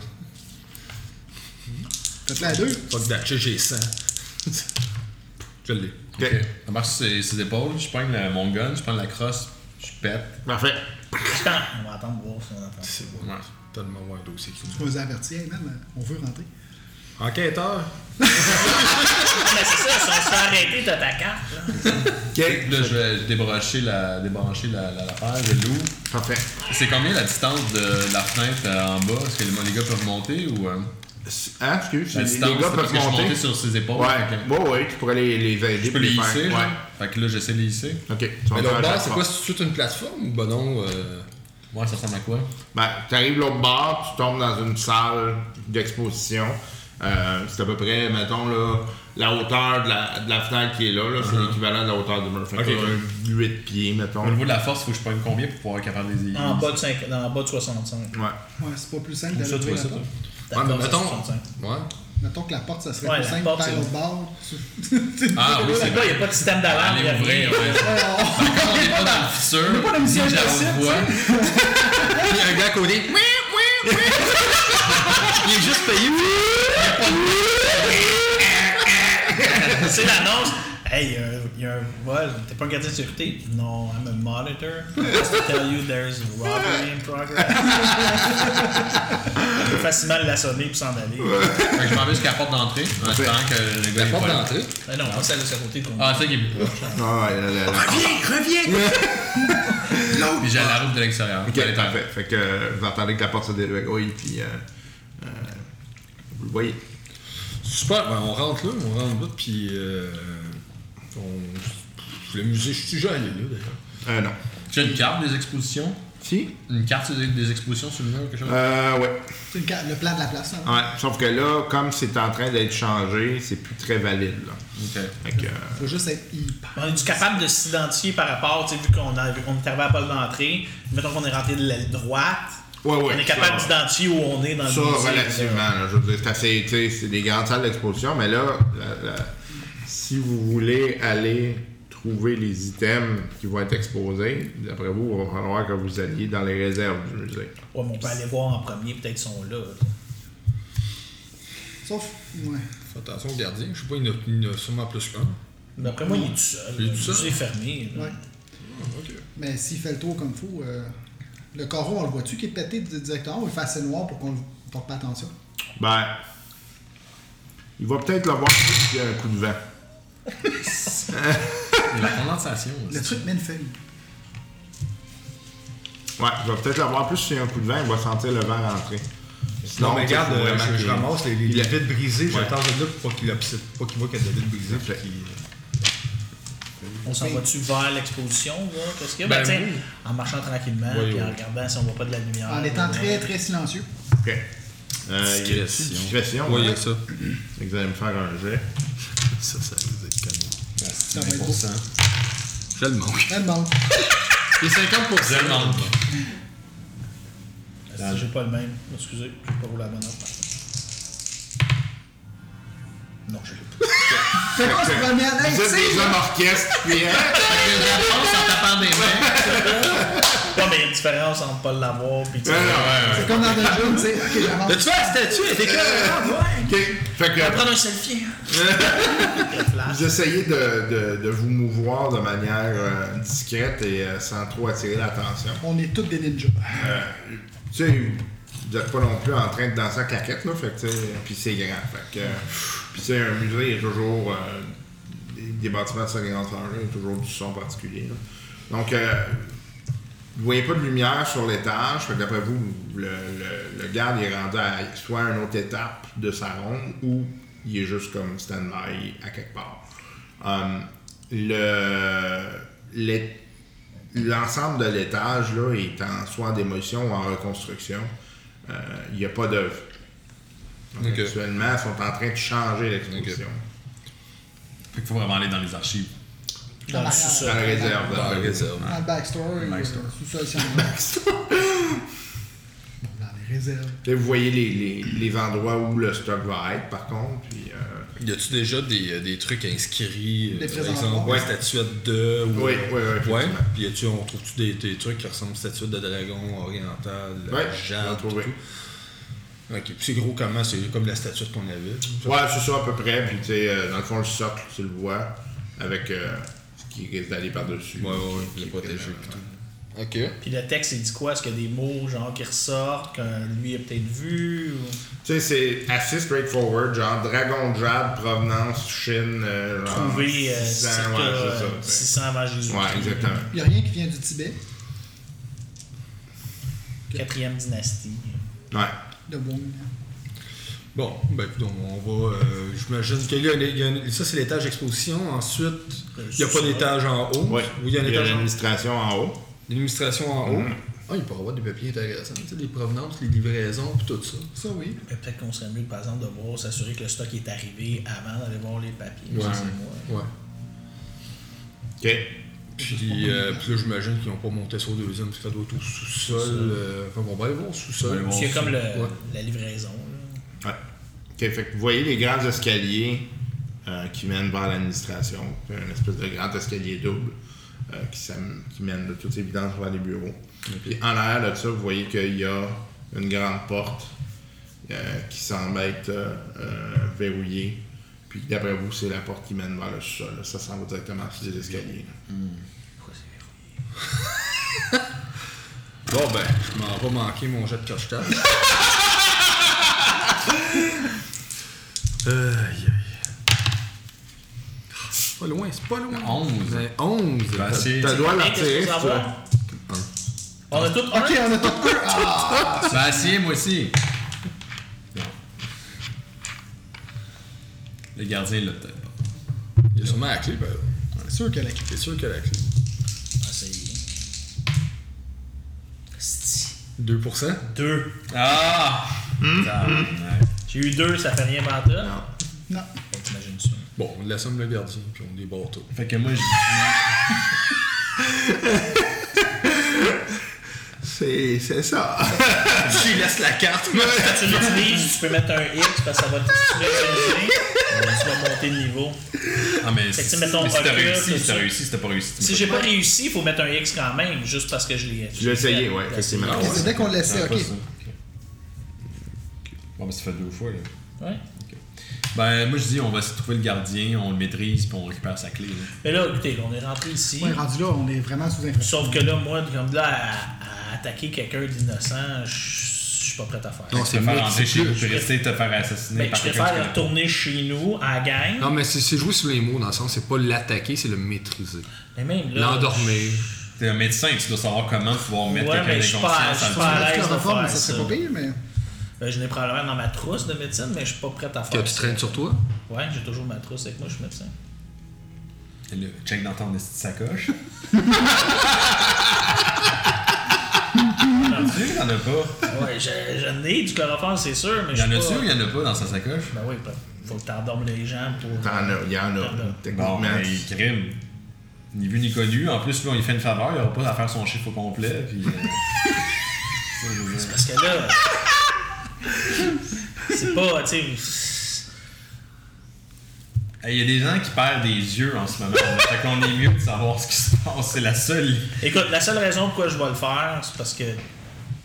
[SPEAKER 4] Faites-la à deux.
[SPEAKER 2] Fuck that shit, j'ai 100. Je l'ai.
[SPEAKER 6] Ok.
[SPEAKER 5] Ok. On marche sur ses, ses épaules, je prends la- mon gun, je prends la crosse, je pète.
[SPEAKER 6] Parfait.
[SPEAKER 3] Attends, on va attendre voir si on attend.
[SPEAKER 2] C'est bon.
[SPEAKER 5] Ouais.
[SPEAKER 2] Tellement voir un dossier qui
[SPEAKER 4] On les avertit, hey, man, on veut rentrer.
[SPEAKER 2] Enquêteur.
[SPEAKER 3] Ah, mais c'est ça, si on se fait arrêter, t'as ta carte, là.
[SPEAKER 6] Ok.
[SPEAKER 5] Là, je vais débrancher la, débrancher la, la, l'affaire, je l'ouvre.
[SPEAKER 6] Parfait.
[SPEAKER 5] C'est combien la distance de la fenêtre euh, en bas? Est-ce que les, les gars peuvent monter ou. euh,
[SPEAKER 6] Hein, excuse,
[SPEAKER 5] la
[SPEAKER 6] les,
[SPEAKER 5] distance,
[SPEAKER 6] les gars
[SPEAKER 5] c'est parce
[SPEAKER 6] peuvent
[SPEAKER 5] que je suis
[SPEAKER 6] monter.
[SPEAKER 5] monté sur ses épaules.
[SPEAKER 6] Ouais,
[SPEAKER 5] fait que
[SPEAKER 6] ouais, ouais, tu pourrais les, les aider.
[SPEAKER 5] je peux
[SPEAKER 6] puis
[SPEAKER 5] les hisser.
[SPEAKER 6] faire.
[SPEAKER 5] genre.
[SPEAKER 6] Ouais.
[SPEAKER 5] Fait que là, j'essaie de les hisser.
[SPEAKER 6] Ok. Tu vas
[SPEAKER 2] Mais
[SPEAKER 6] faire
[SPEAKER 2] l'autre
[SPEAKER 6] un
[SPEAKER 2] bar,
[SPEAKER 6] jet
[SPEAKER 2] Ah, c'est
[SPEAKER 6] de
[SPEAKER 2] quoi
[SPEAKER 6] force.
[SPEAKER 2] C'est toute une plateforme ou ben non euh,
[SPEAKER 5] Ouais, ça ressemble à quoi?
[SPEAKER 6] Ben, t'arrives l'autre bar, tu tombes dans une salle d'exposition. Euh, c'est à peu près, mettons, là, la hauteur de la, de la fenêtre qui est là, là, c'est l'équivalent de la hauteur du mur. Fait
[SPEAKER 5] Ok.
[SPEAKER 6] que t'as un 8 pieds, mettons.
[SPEAKER 5] Au niveau de la force, faut que je prenne combien pour pouvoir être capable de les hisser?
[SPEAKER 3] En bas de, 5, en bas de 65.
[SPEAKER 6] Ouais.
[SPEAKER 4] Ouais, c'est pas plus simple
[SPEAKER 5] Où ça,
[SPEAKER 4] d'aller
[SPEAKER 5] tu
[SPEAKER 4] ouvrir
[SPEAKER 5] vois
[SPEAKER 4] la
[SPEAKER 5] ça,
[SPEAKER 4] porte.
[SPEAKER 5] toi?
[SPEAKER 2] Ouais, mais
[SPEAKER 3] D'accord, c'est
[SPEAKER 2] mettons.
[SPEAKER 3] 65.
[SPEAKER 2] Ouais.
[SPEAKER 4] Mettons que la porte, ça serait
[SPEAKER 3] Ouais,
[SPEAKER 4] plus
[SPEAKER 3] la
[SPEAKER 4] simple
[SPEAKER 3] porte,
[SPEAKER 4] par
[SPEAKER 3] c'est-
[SPEAKER 4] l'autre bord.
[SPEAKER 5] Ah oui, c'est
[SPEAKER 3] Là, il n'y a pas de système d'alarme. il y
[SPEAKER 5] Allez
[SPEAKER 3] a
[SPEAKER 5] ouvrir,
[SPEAKER 3] rien.
[SPEAKER 5] ouais. Quand on est pas dans le futur,
[SPEAKER 4] pas dans le
[SPEAKER 5] si
[SPEAKER 4] mission
[SPEAKER 5] je la
[SPEAKER 4] impossible,
[SPEAKER 5] revois,
[SPEAKER 2] Il y a un gars à côté.
[SPEAKER 5] il est juste payé.
[SPEAKER 3] C'est l'annonce. Hey, il y a un- il y, a un vol. T'es pas un gardien de sécurité? Non, I'm a monitor. Just to tell you there's a robbery in progress. On peut facilement l'assommer puis s'en aller.
[SPEAKER 5] Fait que je m'en vais jusqu'à la porte d'entrée en espérant que le gars
[SPEAKER 2] La
[SPEAKER 5] est
[SPEAKER 2] porte
[SPEAKER 5] pas là.
[SPEAKER 2] d'entrée.
[SPEAKER 3] Mais non, pas celle de ce côté de ton-
[SPEAKER 5] Ah, c'est ça qui est plus proche.
[SPEAKER 6] Ah, ouais, là, là, là.
[SPEAKER 5] Puis j'ai la route de l'extérieur.
[SPEAKER 6] Ok,
[SPEAKER 5] Allez,
[SPEAKER 6] parfait. Fait que euh, vous entendez que la porte se dérégouille, puis euh, euh, vous le voyez.
[SPEAKER 2] Super, ben, on rentre là, on rentre là, puis euh, on... le musée, je suis déjà allé là d'ailleurs.
[SPEAKER 6] Euh, non.
[SPEAKER 5] Tu as une carte des expositions?
[SPEAKER 6] Si?
[SPEAKER 5] Une carte des des expositions sur le mur, quelque chose?
[SPEAKER 6] Euh, ouais.
[SPEAKER 4] C'est une carte- le plan de la place. hein. Là.
[SPEAKER 6] Ouais, Sauf que là, comme c'est en train d'être changé, c'est plus très valide, là.
[SPEAKER 5] Ok.
[SPEAKER 6] Fait que, euh,
[SPEAKER 4] Faut juste être hyper.
[SPEAKER 3] On est du capable de s'identifier par rapport, tu sais, vu qu'on a- on est arrivé à pas d'entrée, mettons qu'on est rentré de l'aile droite,
[SPEAKER 6] Ouais, ouais,
[SPEAKER 3] on est capable
[SPEAKER 6] ça.
[SPEAKER 3] d'identifier où on est dans
[SPEAKER 6] Ça,
[SPEAKER 3] le musée,
[SPEAKER 6] relativement,
[SPEAKER 3] là.
[SPEAKER 6] là, je veux dire, c'est assez, tu sais, c'est des grandes salles d'exposition, mais là, la- la- si vous voulez aller trouver les items qui vont être exposés, d'après vous, il va falloir que vous alliez dans les réserves du musée.
[SPEAKER 3] Ouais, mais on peut aller voir en premier, peut-être qu'ils sont là.
[SPEAKER 4] Sauf. Ouais.
[SPEAKER 2] Fais attention au gardien, je sais pas, il y en a- il y en a sûrement plus qu'un.
[SPEAKER 3] Mais après moi, il est tout seul.
[SPEAKER 2] Il est
[SPEAKER 3] là.
[SPEAKER 2] tout seul?
[SPEAKER 3] Le musée est fermé. là.
[SPEAKER 4] Ouais.
[SPEAKER 5] Ah,
[SPEAKER 2] ok.
[SPEAKER 4] Mais s'il fait le tour comme fou, euh, le carreau, on le voit-tu qui est pété di- directement ou il fait assez noir pour qu'on ne porte pas attention?
[SPEAKER 6] Ben, il va peut-être l'avoir vu qu'il y a un coup de vent.
[SPEAKER 5] Il y a la condensation.
[SPEAKER 4] Le
[SPEAKER 5] aussi.
[SPEAKER 4] truc met une feuille.
[SPEAKER 6] Ouais, il va peut-être l'avoir plus s'il y a un coup de vent, il va sentir le vent rentrer.
[SPEAKER 2] Non,
[SPEAKER 6] Sinon,
[SPEAKER 2] mais
[SPEAKER 6] tu sais,
[SPEAKER 2] regarde,
[SPEAKER 6] faut
[SPEAKER 2] euh,
[SPEAKER 6] vraiment
[SPEAKER 2] je, je
[SPEAKER 6] qu'il-
[SPEAKER 2] ramasse les, les,
[SPEAKER 6] il-
[SPEAKER 2] les vitres brisées,
[SPEAKER 6] Ouais.
[SPEAKER 2] j'attends là pour pas qu'il observe- pas qu'il voit qu'il y a des vitres brisées. puis
[SPEAKER 6] Parfait.
[SPEAKER 2] qu'il-
[SPEAKER 3] On s'en va-tu vers l'exposition, voir qu'est-ce qu'il y a?
[SPEAKER 5] Ben
[SPEAKER 3] Ben, tiens,
[SPEAKER 5] oui.
[SPEAKER 3] en marchant tranquillement,
[SPEAKER 2] Oui,
[SPEAKER 3] puis en
[SPEAKER 2] oui.
[SPEAKER 3] regardant si on voit pas de la lumière.
[SPEAKER 5] Ah,
[SPEAKER 4] En étant
[SPEAKER 3] là. euh,
[SPEAKER 4] très très silencieux.
[SPEAKER 6] Ok. Euh, il y a une petite discrétion.
[SPEAKER 2] Ouais,
[SPEAKER 6] là.
[SPEAKER 2] il y a ça.
[SPEAKER 6] Fait que Vous allez me faire un jet.
[SPEAKER 2] Ça, ça risque d'être canon.
[SPEAKER 5] Ah, c'est
[SPEAKER 4] Ça va être
[SPEAKER 5] 20%.
[SPEAKER 2] Je le manque.
[SPEAKER 4] Elle manque.
[SPEAKER 2] Et 50
[SPEAKER 5] Je le manque.
[SPEAKER 3] Ah, si J'ai pas le même. Excusez, j'ai pas roulé la bonne note. par contre. Non, je l'ai pas.
[SPEAKER 4] Fait qu'on se promène. Hey,
[SPEAKER 6] Vous
[SPEAKER 4] tu
[SPEAKER 6] êtes
[SPEAKER 4] sais,
[SPEAKER 6] des hommes orchestres, puis hein?
[SPEAKER 3] Ouais, mais il y a une différence entre pas l'avoir pis tu sais.
[SPEAKER 6] Non, non, ouais,
[SPEAKER 4] c'est comme dans un jeu, tu sais, ok, j'avance.
[SPEAKER 2] As-tu la statue? Elle
[SPEAKER 6] Ben,
[SPEAKER 2] était comme.
[SPEAKER 6] ouais. Ok. Fait que
[SPEAKER 3] Prendre euh, un selfie. hein.
[SPEAKER 6] vous essayez de, de- de vous mouvoir de manière euh, discrète et euh, sans trop attirer l'attention.
[SPEAKER 4] On est tous des ninjas.
[SPEAKER 6] Tu sais, vous n'êtes pas non plus en train de danser à claquette, là, fait que, tu sais, puis c'est grand. Fait que, euh, puis tu sais, un musée, il y a toujours euh, des des bâtiments de seconde heure, il y a toujours du son particulier. là. Donc, euh, vous voyez pas de lumière sur l'étage, fait que d'après vous, le, le- le garde est rendu à soit une autre étape de sa ronde ou il est juste comme stand-by à quelque part. Hum, le, l'é- l'ensemble de l'étage là, est en soit en démolition ou en reconstruction. Euh, Il n'y a pas d'œuvre. Donc,
[SPEAKER 5] Ok.
[SPEAKER 6] Actuellement, ils sont en train de changer l'exposition.
[SPEAKER 5] Fait qu'il faut vraiment aller dans les archives.
[SPEAKER 3] Dans le sous-sol.
[SPEAKER 6] Dans la ben, réserve.
[SPEAKER 5] Dans
[SPEAKER 2] Ben,
[SPEAKER 5] la réserve.
[SPEAKER 4] Dans le backstory,
[SPEAKER 5] Le
[SPEAKER 4] euh,
[SPEAKER 5] backstory.
[SPEAKER 4] sous-sol, si on Dans les réserves.
[SPEAKER 6] Là, vous voyez les, les- les endroits où le stock va être, par contre. Puis, euh,
[SPEAKER 2] Y a-tu déjà des, euh, des trucs inscrits,
[SPEAKER 4] Des
[SPEAKER 2] euh, par
[SPEAKER 4] présents-
[SPEAKER 2] exemple,
[SPEAKER 4] ouais.
[SPEAKER 2] des statuettes de. Ou,
[SPEAKER 6] Oui, oui, oui, effectivement.
[SPEAKER 2] Ouais. Puis y a-tu, on trouve-tu des, des trucs qui ressemblent aux statuettes de dragon oriental,
[SPEAKER 6] Ouais, on
[SPEAKER 2] jade,
[SPEAKER 6] a
[SPEAKER 2] tout,
[SPEAKER 6] trouvé.
[SPEAKER 2] tout. Ok, puis c'est gros comment C'est comme la statuette qu'on avait.
[SPEAKER 6] Ouais, c'est ça à peu près. Puis tu sais, euh, dans le fond, le socle, tu le vois, avec euh, ce qui risque d'aller par-dessus.
[SPEAKER 2] Ouais, ouais, ouais,
[SPEAKER 6] Qui-
[SPEAKER 2] le
[SPEAKER 6] qui-
[SPEAKER 2] protéger,
[SPEAKER 6] euh,
[SPEAKER 2] puis Ok.
[SPEAKER 3] Puis le texte, il dit quoi Est-ce qu'il y a des mots genre qui ressortent, que lui a peut-être vu ou...
[SPEAKER 6] Tu sais, c'est assez straightforward, genre dragon de jade, provenance, Chine, euh, genre
[SPEAKER 3] Trouver euh,
[SPEAKER 6] 600,
[SPEAKER 3] circa,
[SPEAKER 6] ouais,
[SPEAKER 3] euh,
[SPEAKER 6] c'est ça, tu sais.
[SPEAKER 3] 600 avant Jésus-Christ.
[SPEAKER 6] Ouais, exactement.
[SPEAKER 4] Il n'y a rien qui vient du Tibet,
[SPEAKER 3] Quatrième dynastie.
[SPEAKER 6] Ouais.
[SPEAKER 4] de Wong.
[SPEAKER 2] Bon, ben écoute, on va. euh, J'imagine que là, il y a une- ça c'est l'étage exposition. Ensuite,
[SPEAKER 3] Euh,
[SPEAKER 2] il n'y a pas
[SPEAKER 3] sous-sol.
[SPEAKER 2] d'étage en haut.
[SPEAKER 6] Ouais.
[SPEAKER 2] Oui, il y a un étage en haut.
[SPEAKER 6] administration en haut.
[SPEAKER 2] L'administration en haut.
[SPEAKER 6] Mhm.
[SPEAKER 2] Ah, il peut y avoir des papiers intéressants, tu sais, les provenances, les livraisons, puis tout ça.
[SPEAKER 4] Ça, oui.
[SPEAKER 3] Mais Peut-être qu'on serait mieux, par exemple, de voir, s'assurer que le stock est arrivé avant d'aller voir les papiers.
[SPEAKER 2] Ouais.
[SPEAKER 3] Ça, c'est moi.
[SPEAKER 2] Ouais.
[SPEAKER 6] Ok.
[SPEAKER 2] Puis, euh, puis là, j'imagine qu'ils n'ont pas monté sur le deuxième, parce que ça doit être au sous-sol. euh, enfin, bon, ben, ils vont au
[SPEAKER 5] Ouais,
[SPEAKER 2] sous-sol.
[SPEAKER 5] ils vont.
[SPEAKER 3] Parce qu'il y a comme le-
[SPEAKER 2] Ouais.
[SPEAKER 3] la livraison. là.
[SPEAKER 6] Ouais. Ok, fait que vous voyez les grands escaliers euh, qui mènent vers l'administration, puis une espèce de grand escalier double euh, qui, s'am- qui mène de toute évidence vers les bureaux. Puis en arrière de ça, vous voyez qu'il y a une grande porte euh, qui semble être euh, euh, verrouillée. Puis d'après vous, c'est la porte qui mène vers le sol. Ça semble directement sur les escaliers.
[SPEAKER 2] Bon, ben, je m'en vais manquer mon jet de cache-table. Euh, aïe, aïe. C'est Pas loin, c'est pas loin.
[SPEAKER 5] 11.
[SPEAKER 2] Ben, 11.
[SPEAKER 5] Ben,
[SPEAKER 6] Tu
[SPEAKER 5] c'est-
[SPEAKER 6] dois
[SPEAKER 3] Hey, qu'est-ce
[SPEAKER 6] l'attirer
[SPEAKER 3] qu'il
[SPEAKER 6] si
[SPEAKER 3] faut
[SPEAKER 6] tu
[SPEAKER 3] savoir?
[SPEAKER 6] veux.
[SPEAKER 3] On a tout un.
[SPEAKER 4] Ok, on a tout un. Ah!
[SPEAKER 5] Bah, si, moi aussi. Le gardien l'a peut-être pas.
[SPEAKER 2] Il y a sûrement la clé, ben.
[SPEAKER 4] C'est sûr qu'elle est.
[SPEAKER 2] C'est sûr qu'il y a la clé.
[SPEAKER 3] Ah, c'est- Sti.
[SPEAKER 2] 2%?
[SPEAKER 3] Deux.
[SPEAKER 5] Ah! Tabarnak.
[SPEAKER 3] J'ai eu deux, ça fait rien mental.
[SPEAKER 6] Non.
[SPEAKER 4] Non.
[SPEAKER 3] Fait que T'imagines ça.
[SPEAKER 2] Bon, on l'assomme le gardien, puis on débarre tout.
[SPEAKER 5] Fait que moi, je
[SPEAKER 6] C'est c'est ça.
[SPEAKER 2] Tu laisses la carte, moi.
[SPEAKER 3] Quand tu l'utilises, tu peux mettre un X parce que ça va te sélectionner. tu vas monter de niveau.
[SPEAKER 5] Ah, mais
[SPEAKER 3] Fait que,
[SPEAKER 5] si
[SPEAKER 3] tu sais, mettons,
[SPEAKER 5] mais si t'as
[SPEAKER 3] recul,
[SPEAKER 5] réussi,
[SPEAKER 3] tout
[SPEAKER 5] si t'as
[SPEAKER 3] ça.
[SPEAKER 5] réussi, si t'as pas réussi. tu
[SPEAKER 3] Si
[SPEAKER 5] me
[SPEAKER 3] j'ai
[SPEAKER 5] fais
[SPEAKER 3] pas réussi, il faut mettre un X quand même, juste parce que je l'ai.
[SPEAKER 6] Je l'ai essayé, ouais, effectivement.
[SPEAKER 4] Ok, c'est dès qu'on le laissait,
[SPEAKER 5] Ah, pas
[SPEAKER 4] ok.
[SPEAKER 5] ça. Ok. Bon, mais ça fait deux fois, là.
[SPEAKER 3] Ouais.
[SPEAKER 5] Ok. Ben, moi, je dis, on va se trouver le gardien, on le maîtrise, puis on récupère sa clé. là.
[SPEAKER 3] Mais là, écoutez, là, on est rentré ici.
[SPEAKER 4] Ouais, rendu là, on est vraiment sous influence.
[SPEAKER 3] Sauf que là, moi, comme là, à, à attaquer quelqu'un d'innocent, je je suis pas prêt à faire.
[SPEAKER 2] Non,
[SPEAKER 5] Te
[SPEAKER 2] c'est
[SPEAKER 5] faire
[SPEAKER 2] moi
[SPEAKER 5] rentrer
[SPEAKER 2] qui
[SPEAKER 5] chez
[SPEAKER 2] sais
[SPEAKER 5] vous,
[SPEAKER 2] plus.
[SPEAKER 5] puis rester te faire assassiner
[SPEAKER 3] Mais Ben,
[SPEAKER 5] par
[SPEAKER 3] je
[SPEAKER 5] quelqu'un qui
[SPEAKER 3] préfère
[SPEAKER 5] connaît
[SPEAKER 3] retourner chez nous, à la gang.
[SPEAKER 2] Non, mais c'est c'est jouer sur les mots, dans le sens, c'est pas l'attaquer, c'est le maîtriser.
[SPEAKER 3] Mais même là.
[SPEAKER 2] L'endormir.
[SPEAKER 5] pas. T'es un médecin, tu dois savoir comment pouvoir mettre
[SPEAKER 3] Ouais, mais
[SPEAKER 5] quelqu'un
[SPEAKER 3] je suis pas-
[SPEAKER 5] d'inconscient
[SPEAKER 3] je
[SPEAKER 5] sans
[SPEAKER 3] suis
[SPEAKER 5] le
[SPEAKER 3] pas-
[SPEAKER 5] tuer.
[SPEAKER 3] l'aise de
[SPEAKER 4] chloroforme,
[SPEAKER 3] faire
[SPEAKER 4] ça serait
[SPEAKER 3] ça.
[SPEAKER 4] pas pire, mais.
[SPEAKER 3] euh, je l'ai probablement dans ma trousse de médecine, mais je suis pas prêt à
[SPEAKER 2] Que
[SPEAKER 3] faire.
[SPEAKER 2] tu
[SPEAKER 3] ça.
[SPEAKER 2] traînes sur toi.
[SPEAKER 3] Ouais, j'ai toujours ma trousse avec moi, je suis médecin.
[SPEAKER 5] Et là, Check dans ton esti de sacoche. Tu dis qu'il y en a pas.
[SPEAKER 3] Ah Ouais, je- j'en ai du chloroforme, c'est sûr, mais
[SPEAKER 5] Il
[SPEAKER 3] je
[SPEAKER 5] y en
[SPEAKER 3] suis
[SPEAKER 5] a-tu
[SPEAKER 3] pas-
[SPEAKER 5] ou il y en a pas dans sa sacoche?
[SPEAKER 3] Ben oui, faut que t'endormes les gens pour.
[SPEAKER 6] T'en as, il y en a.
[SPEAKER 5] Bon,
[SPEAKER 6] Techniquement,
[SPEAKER 5] mais il crime. Ni vu ni connu. En plus, là, on lui fait une faveur. Il aura pas à faire son chiffre au complet. Puis. euh, ça, je veux dire.
[SPEAKER 3] Parce que là. c'est pas, tu sais.
[SPEAKER 5] Hey, Il y a des gens qui perdent des yeux en ce moment. fait qu'on est mieux de savoir ce qui se passe. C'est la seule.
[SPEAKER 3] Écoute, la seule raison pourquoi je vais le faire, c'est parce que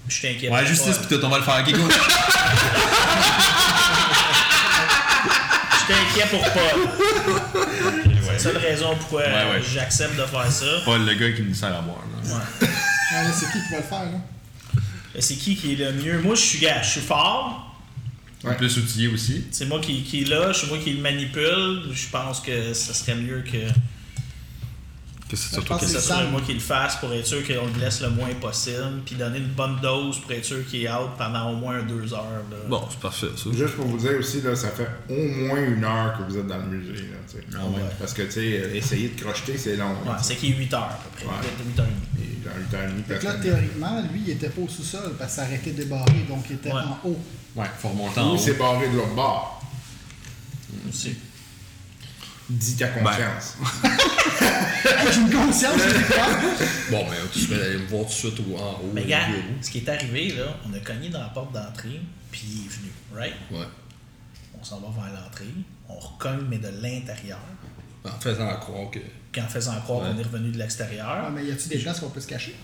[SPEAKER 3] je suis inquiet.
[SPEAKER 5] Ouais, justice pis tout, on va le faire. Ok, go.
[SPEAKER 3] Je suis inquiet pour Paul. C'est la
[SPEAKER 5] Ouais.
[SPEAKER 3] seule raison pourquoi
[SPEAKER 5] Ouais, ouais.
[SPEAKER 3] j'accepte de faire ça.
[SPEAKER 5] Paul, le gars qui nous sert à boire. là.
[SPEAKER 4] Ah, là, c'est qui qui va le faire, là?
[SPEAKER 3] Mais C'est qui qui est le mieux? Moi, je suis gars, je suis fort.
[SPEAKER 5] Il est Plus outillé aussi.
[SPEAKER 3] C'est moi qui, qui est là, c'est moi qui le manipule. Je pense que ça serait mieux que,
[SPEAKER 5] Que c'est
[SPEAKER 4] surtout
[SPEAKER 3] que
[SPEAKER 4] C'est
[SPEAKER 3] ce soit
[SPEAKER 4] Sam.
[SPEAKER 3] moi qui le fasse pour être sûr qu'on le laisse le moins possible. Puis donner une bonne dose pour être sûr qu'il est out pendant au moins deux heures. là.
[SPEAKER 7] Bon, c'est parfait, ça.
[SPEAKER 6] Juste pour vous dire aussi, là, ça fait au moins une heure que vous êtes dans le musée. Là, tu sais.
[SPEAKER 7] Ah
[SPEAKER 3] ouais.
[SPEAKER 6] Parce que tu sais, euh, essayer de crocheter, c'est long.
[SPEAKER 3] Ouais,
[SPEAKER 6] là, tu sais.
[SPEAKER 3] c'est qui est 8 heures à peu près.
[SPEAKER 6] Ouais.
[SPEAKER 3] 8 heures et demie.
[SPEAKER 6] Et dans le temps et demi,
[SPEAKER 4] Fait que là,
[SPEAKER 6] personne-
[SPEAKER 4] théoriquement, lui, il était pas au sous-sol parce que ça arrêtait de débarrer, donc il était
[SPEAKER 3] Ouais.
[SPEAKER 4] en haut.
[SPEAKER 5] Ouais, faut remonter en
[SPEAKER 6] Ou
[SPEAKER 5] haut.
[SPEAKER 6] c'est barré de l'autre bord.
[SPEAKER 3] C'est-
[SPEAKER 6] Dis ta
[SPEAKER 7] Ben,
[SPEAKER 6] confiance.
[SPEAKER 4] Hey, J'ai une conscience, j'ai peur.
[SPEAKER 7] Bon, ben, tu vas aller me voir tout de suite au- en haut.
[SPEAKER 3] Mais
[SPEAKER 7] au
[SPEAKER 3] regarde,
[SPEAKER 7] bureau.
[SPEAKER 3] ce qui est arrivé, là, on a cogné dans la porte d'entrée, puis il est venu, right?
[SPEAKER 7] Ouais.
[SPEAKER 3] On s'en va vers l'entrée, on recogne, mais de l'intérieur,
[SPEAKER 7] Ben, En faisant croire que.
[SPEAKER 3] qu'en faisant croire qu'on est revenu de
[SPEAKER 4] Ah,
[SPEAKER 3] l'extérieur,
[SPEAKER 4] mais y a-tu des places qu'on peut se cacher?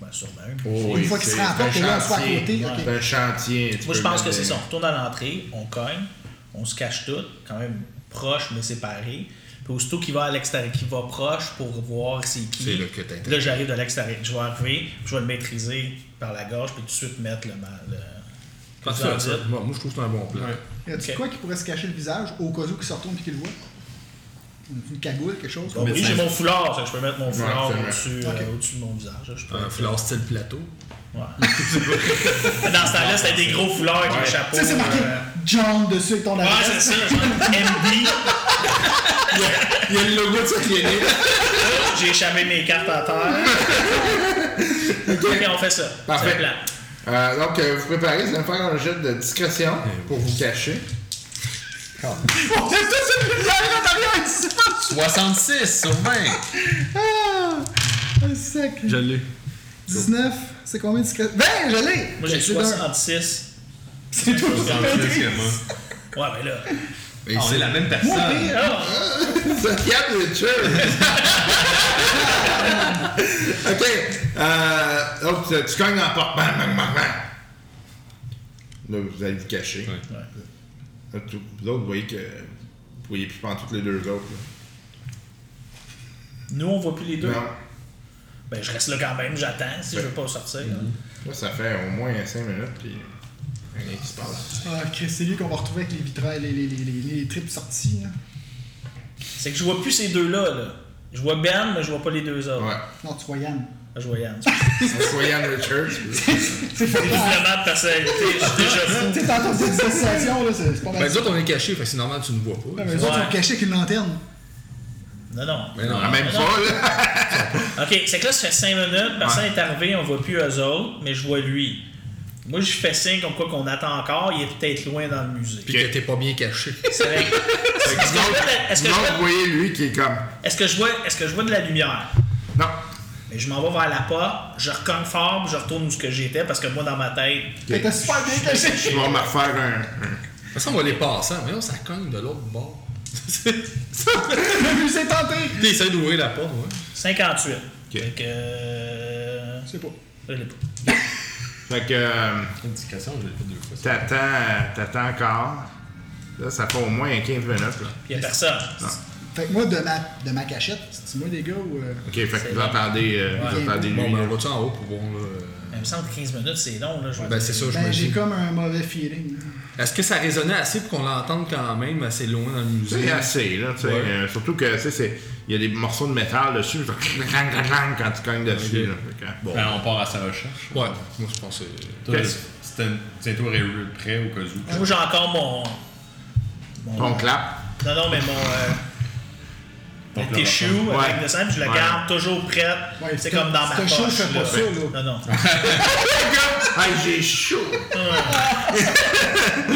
[SPEAKER 3] ben, sûrement.
[SPEAKER 6] Oh,
[SPEAKER 4] Une fois qu'il se
[SPEAKER 6] c'est-
[SPEAKER 4] rapporte,
[SPEAKER 6] c'est
[SPEAKER 4] là,
[SPEAKER 6] un
[SPEAKER 4] on soit à
[SPEAKER 6] chantier.
[SPEAKER 4] côté. ok.
[SPEAKER 6] C'est un chantier. tu
[SPEAKER 3] Moi, je
[SPEAKER 6] peux
[SPEAKER 3] pense
[SPEAKER 6] mettre
[SPEAKER 3] que c'est
[SPEAKER 6] des-
[SPEAKER 3] ça. On retourne à l'entrée, on cogne, on se cache tout, quand même proche, mais séparés. Puis aussitôt qu'il va à l'extérieur, qu'il va proche pour voir c'est qui.
[SPEAKER 7] C'est là que t'interviens.
[SPEAKER 3] Là, j'arrive de l'extérieur. Je vais arriver, je vais le maîtriser par la gorge, puis tout de suite mettre le mal.
[SPEAKER 7] Parfait, ça. Moi, moi, je trouve que c'est un bon plan.
[SPEAKER 4] Y a-tu
[SPEAKER 3] Ok.
[SPEAKER 4] quoi qui pourrait se cacher le visage au cas où qu'il se retourne et qu'il le voit? Une cagoule, quelque chose?
[SPEAKER 3] Bon, Oh, oui, j'ai mon foulard, ça, je peux mettre mon foulard
[SPEAKER 6] absolument.
[SPEAKER 3] au-dessus euh,
[SPEAKER 4] Ok.
[SPEAKER 3] au-dessus de mon visage. là, je peux
[SPEAKER 7] Un
[SPEAKER 3] mettre-
[SPEAKER 7] foulard style plateau.
[SPEAKER 3] Ouais. Dans ce temps-là, c'était des gros foulards avec un chapeau.
[SPEAKER 4] Tu sais, c'est marqué
[SPEAKER 3] euh,
[SPEAKER 4] John dessus avec ton
[SPEAKER 3] Ouais,
[SPEAKER 4] adresse.
[SPEAKER 3] c'est ça, genre, MB.
[SPEAKER 6] Il y a le logo de sa clinique.
[SPEAKER 3] euh, J'ai échappé mes cartes à terre. ok, on fait ça.
[SPEAKER 6] Parfait.
[SPEAKER 3] C'est le plan.
[SPEAKER 6] Euh, donc, euh, vous préparez, vous allez faire un jet de discrétion
[SPEAKER 7] Eh
[SPEAKER 6] pour vous cacher.
[SPEAKER 5] 66 sur 20.
[SPEAKER 4] Ah! Un sec.
[SPEAKER 7] Je l'ai.
[SPEAKER 4] 19, c'est combien de discrétion? 20, je l'ai!
[SPEAKER 3] Moi, j'ai
[SPEAKER 4] C'est d'un.
[SPEAKER 3] 66.
[SPEAKER 4] C'est tout.
[SPEAKER 5] C'est un plus que moi.
[SPEAKER 3] Ouais, mais là.
[SPEAKER 5] Ah, on est la même
[SPEAKER 4] Moi,
[SPEAKER 5] personne.
[SPEAKER 4] pire,
[SPEAKER 3] Ah,
[SPEAKER 6] Ça capte le chill. ok. Euh, donc, tu, tu cognes dans la porte. Bang, bang, bang, bang. Là, vous allez vous cacher.
[SPEAKER 5] Ouais.
[SPEAKER 6] Là, tout- vous autres, vous voyez que vous voyez plus pendant toutes les deux autres. là.
[SPEAKER 3] nous, on voit plus les deux.
[SPEAKER 6] Non.
[SPEAKER 3] Ben, je reste là quand même, j'attends si je veux pas sortir.
[SPEAKER 6] Là, ça fait au moins 5 minutes. Puis, rien qui se passe.
[SPEAKER 4] Ah, Chris, c'est lui qu'on va retrouver avec les vitrailles, les, les, les, les, les tripes sorties. hein. là.
[SPEAKER 3] C'est que je vois plus ces deux-là. Là. Je vois Ben, mais je vois pas les deux autres.
[SPEAKER 6] Ouais.
[SPEAKER 4] Non, tu vois Yann.
[SPEAKER 3] Je vois Yann.
[SPEAKER 6] Soyez Richards.
[SPEAKER 4] C'est fou.
[SPEAKER 3] Doublement de personnalité, je suis déjà fou.
[SPEAKER 4] Tu sais, t'entends cette dissociation, là, c'est c'est pas mal.
[SPEAKER 7] Ben, nous autres, on est cachés, fait que c'est normal, tu ne vois pas.
[SPEAKER 4] Ouais, mais les autres
[SPEAKER 3] Ouais.
[SPEAKER 4] sont cachés avec une lanterne.
[SPEAKER 3] Non, non.
[SPEAKER 7] Mais non,
[SPEAKER 6] Ah, même pas, là.
[SPEAKER 3] Ok, c'est que là, ça fait 5 minutes, personne est arrivé, on voit plus eux autres, mais je vois lui. Moi, je fais signe comme quoi qu'on attend encore, il est peut-être loin dans le musée.
[SPEAKER 7] Puis que t'es pas bien caché.
[SPEAKER 3] C'est vrai. Est-ce que je vois de- est-ce que
[SPEAKER 6] Non,
[SPEAKER 3] je vois
[SPEAKER 6] vous voyez lui qui est comme.
[SPEAKER 3] de- est-ce que je vois- est-ce que je vois de la lumière?
[SPEAKER 6] Non.
[SPEAKER 3] Mais je m'en vais vers la porte, je recogne fort, puis je retourne où ce que j'étais parce que moi dans ma tête,
[SPEAKER 4] Fait que t'as super bien caché.
[SPEAKER 6] Je vais me refaire un. un-
[SPEAKER 7] De toute façon, on va les passer. Mais non, ça cogne de l'autre bord.
[SPEAKER 4] Le but, c'est tenté.
[SPEAKER 7] T'es essayé d'ouvrir la porte, ouais.
[SPEAKER 3] 58. Fait que euh,
[SPEAKER 4] Je sais pas.
[SPEAKER 3] je l'ai pas.
[SPEAKER 6] Fait que. euh,
[SPEAKER 5] Indication, je l'ai fait deux fois. ça.
[SPEAKER 6] T'attends, t'attends encore. Là, ça fait au moins 15 minutes. Là.
[SPEAKER 3] Il y a personne.
[SPEAKER 4] Fait que moi, de ma, de ma cachette, c'est moi, les gars, ou. euh,
[SPEAKER 6] Ok, fait que vous entendez, euh, vous entendez lui.
[SPEAKER 7] Bon, ben,
[SPEAKER 6] là.
[SPEAKER 7] on va-tu en haut pour voir, là. euh,
[SPEAKER 3] Mais il me semble que 15 minutes, c'est long là, je vais-
[SPEAKER 7] Ben, c'est ça, je
[SPEAKER 4] Ben, j'ai
[SPEAKER 7] me
[SPEAKER 4] comme un mauvais feeling. là.
[SPEAKER 7] Est-ce que ça résonnait assez pour qu'on l'entende quand même assez loin dans le
[SPEAKER 6] C'est
[SPEAKER 2] hein.
[SPEAKER 7] musée?
[SPEAKER 6] assez, là, tu sais.
[SPEAKER 7] Ouais.
[SPEAKER 6] euh, surtout que, tu sais, c'est- il y a des morceaux de métal dessus, genre, clang, clang, clang, quand tu cognes dessus,
[SPEAKER 7] Ok.
[SPEAKER 6] là. Fait que,
[SPEAKER 5] Ben, on part à sa recherche.
[SPEAKER 7] Ouais, moi je pense euh, que c'est.
[SPEAKER 5] Toi, c'était une- Tiens-toi ré- prêt au cas où.
[SPEAKER 3] Moi j'ai encore mon. mon-
[SPEAKER 6] On clap.
[SPEAKER 3] Non, non, mais mon. euh,
[SPEAKER 5] Ton
[SPEAKER 3] Le tissue euh,
[SPEAKER 6] Ouais.
[SPEAKER 3] avec le sang, puis je le
[SPEAKER 6] Ouais.
[SPEAKER 3] garde toujours prête.
[SPEAKER 4] Ouais,
[SPEAKER 3] c'est
[SPEAKER 4] c'est-
[SPEAKER 3] comme dans ma
[SPEAKER 4] c'est un
[SPEAKER 3] poche.
[SPEAKER 4] show, je fais pas ça, là.
[SPEAKER 3] Non, non.
[SPEAKER 6] Hey, j'ai chaud!
[SPEAKER 3] Il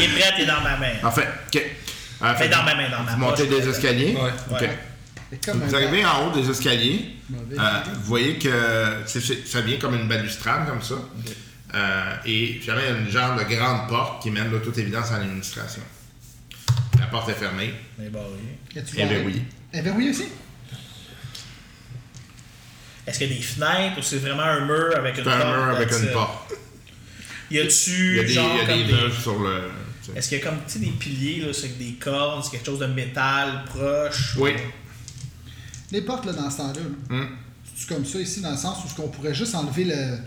[SPEAKER 3] est prêt, il est dans ma main.
[SPEAKER 6] En fait, ok. Euh,
[SPEAKER 3] Fait dans ma main, dans ma
[SPEAKER 6] Vous montez
[SPEAKER 3] poche.
[SPEAKER 6] des escaliers.
[SPEAKER 7] Ouais.
[SPEAKER 6] Ok.
[SPEAKER 3] Ouais.
[SPEAKER 4] C'est comme
[SPEAKER 6] Vous
[SPEAKER 4] un-
[SPEAKER 6] arrivez en haut des escaliers.
[SPEAKER 4] Mauvais
[SPEAKER 6] Euh, vous voyez que c'est- c'est- ça vient comme une balustrade, comme ça. Euh, et finalement, il y a une genre de grande porte qui mène de toute évidence à l'administration. Euh, La porte est fermée.
[SPEAKER 3] Mais bah oui.
[SPEAKER 4] As-tu
[SPEAKER 6] Eh bien
[SPEAKER 4] barré?
[SPEAKER 6] oui.
[SPEAKER 4] Eh bien oui aussi.
[SPEAKER 3] Est-ce qu'il y a des fenêtres ou c'est vraiment un mur avec une
[SPEAKER 6] C'est
[SPEAKER 3] porte?
[SPEAKER 6] un mur avec
[SPEAKER 3] d'accès?
[SPEAKER 6] une porte.
[SPEAKER 3] Y
[SPEAKER 6] Il y a
[SPEAKER 3] a-tu
[SPEAKER 6] des,
[SPEAKER 3] genre
[SPEAKER 6] il y a
[SPEAKER 3] comme
[SPEAKER 6] des
[SPEAKER 3] des-
[SPEAKER 6] meubles sur le. tu sais.
[SPEAKER 3] Est-ce qu'il y a comme tu sais, des piliers là, c'est avec des cordes, c'est quelque chose de métal proche?
[SPEAKER 6] Oui.
[SPEAKER 4] Les portes, là, dans ce temps-là, là,
[SPEAKER 6] Hum.
[SPEAKER 4] c'est comme ça ici, dans le sens où ce qu'on pourrait juste enlever le.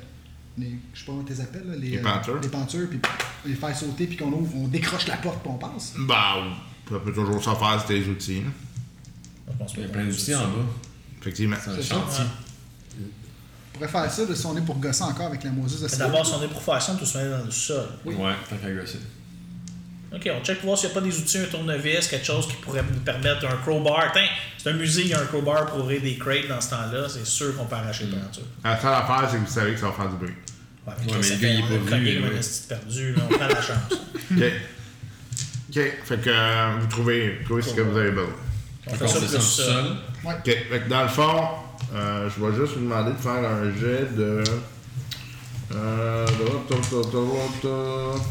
[SPEAKER 4] Les, je sais pas comment t'es appelles, là, les,
[SPEAKER 6] Les
[SPEAKER 4] euh,
[SPEAKER 6] pentures.
[SPEAKER 4] les pentures, puis les faire sauter, puis qu'on ouvre, on décroche la porte, puis on passe.
[SPEAKER 6] Bah, ça peut toujours s'en faire, c'est tes outils. là.
[SPEAKER 3] Je pense
[SPEAKER 5] Il y a
[SPEAKER 3] pas.
[SPEAKER 5] plein d'outils en bas.
[SPEAKER 6] Effectivement.
[SPEAKER 5] C'est un
[SPEAKER 4] C'est ça.
[SPEAKER 5] chantier.
[SPEAKER 4] On pourrait faire ça, là, si on est pour gosser encore avec la moiseuse de
[SPEAKER 3] Mais
[SPEAKER 4] ce
[SPEAKER 3] D'abord, si on est pour faire ça, on doit se mettre dans le sol.
[SPEAKER 4] Oui.
[SPEAKER 5] Ouais, tant qu'à gosser.
[SPEAKER 3] Ok, on check voir s'il n'y a pas des outils, un tournevis, quelque chose qui pourrait nous permettre un crowbar. Tiens, c'est un musée, il y a un crowbar pour ouvrir des crates dans ce temps-là. C'est sûr qu'on peut arracher le peinture.
[SPEAKER 6] La seule affaire, c'est que vous savez que ça va faire du bruit.
[SPEAKER 3] Ouais,
[SPEAKER 5] Mm. Ouais, mais le gars, il est pas venu,
[SPEAKER 3] On
[SPEAKER 5] lui.
[SPEAKER 3] est perdu, là, on prend la chance.
[SPEAKER 6] OK. OK. Fait que euh, vous trouvez, vous trouvez ce que vous avez besoin.
[SPEAKER 3] On
[SPEAKER 5] Fait
[SPEAKER 3] fait
[SPEAKER 5] qu'on
[SPEAKER 3] ça
[SPEAKER 5] fait ça
[SPEAKER 3] plus
[SPEAKER 5] en
[SPEAKER 3] ça.
[SPEAKER 5] sol.
[SPEAKER 6] OK. Fait que dans le fond, euh, je vais juste vous demander de faire un jet de. Euh, de- de- de- de- de-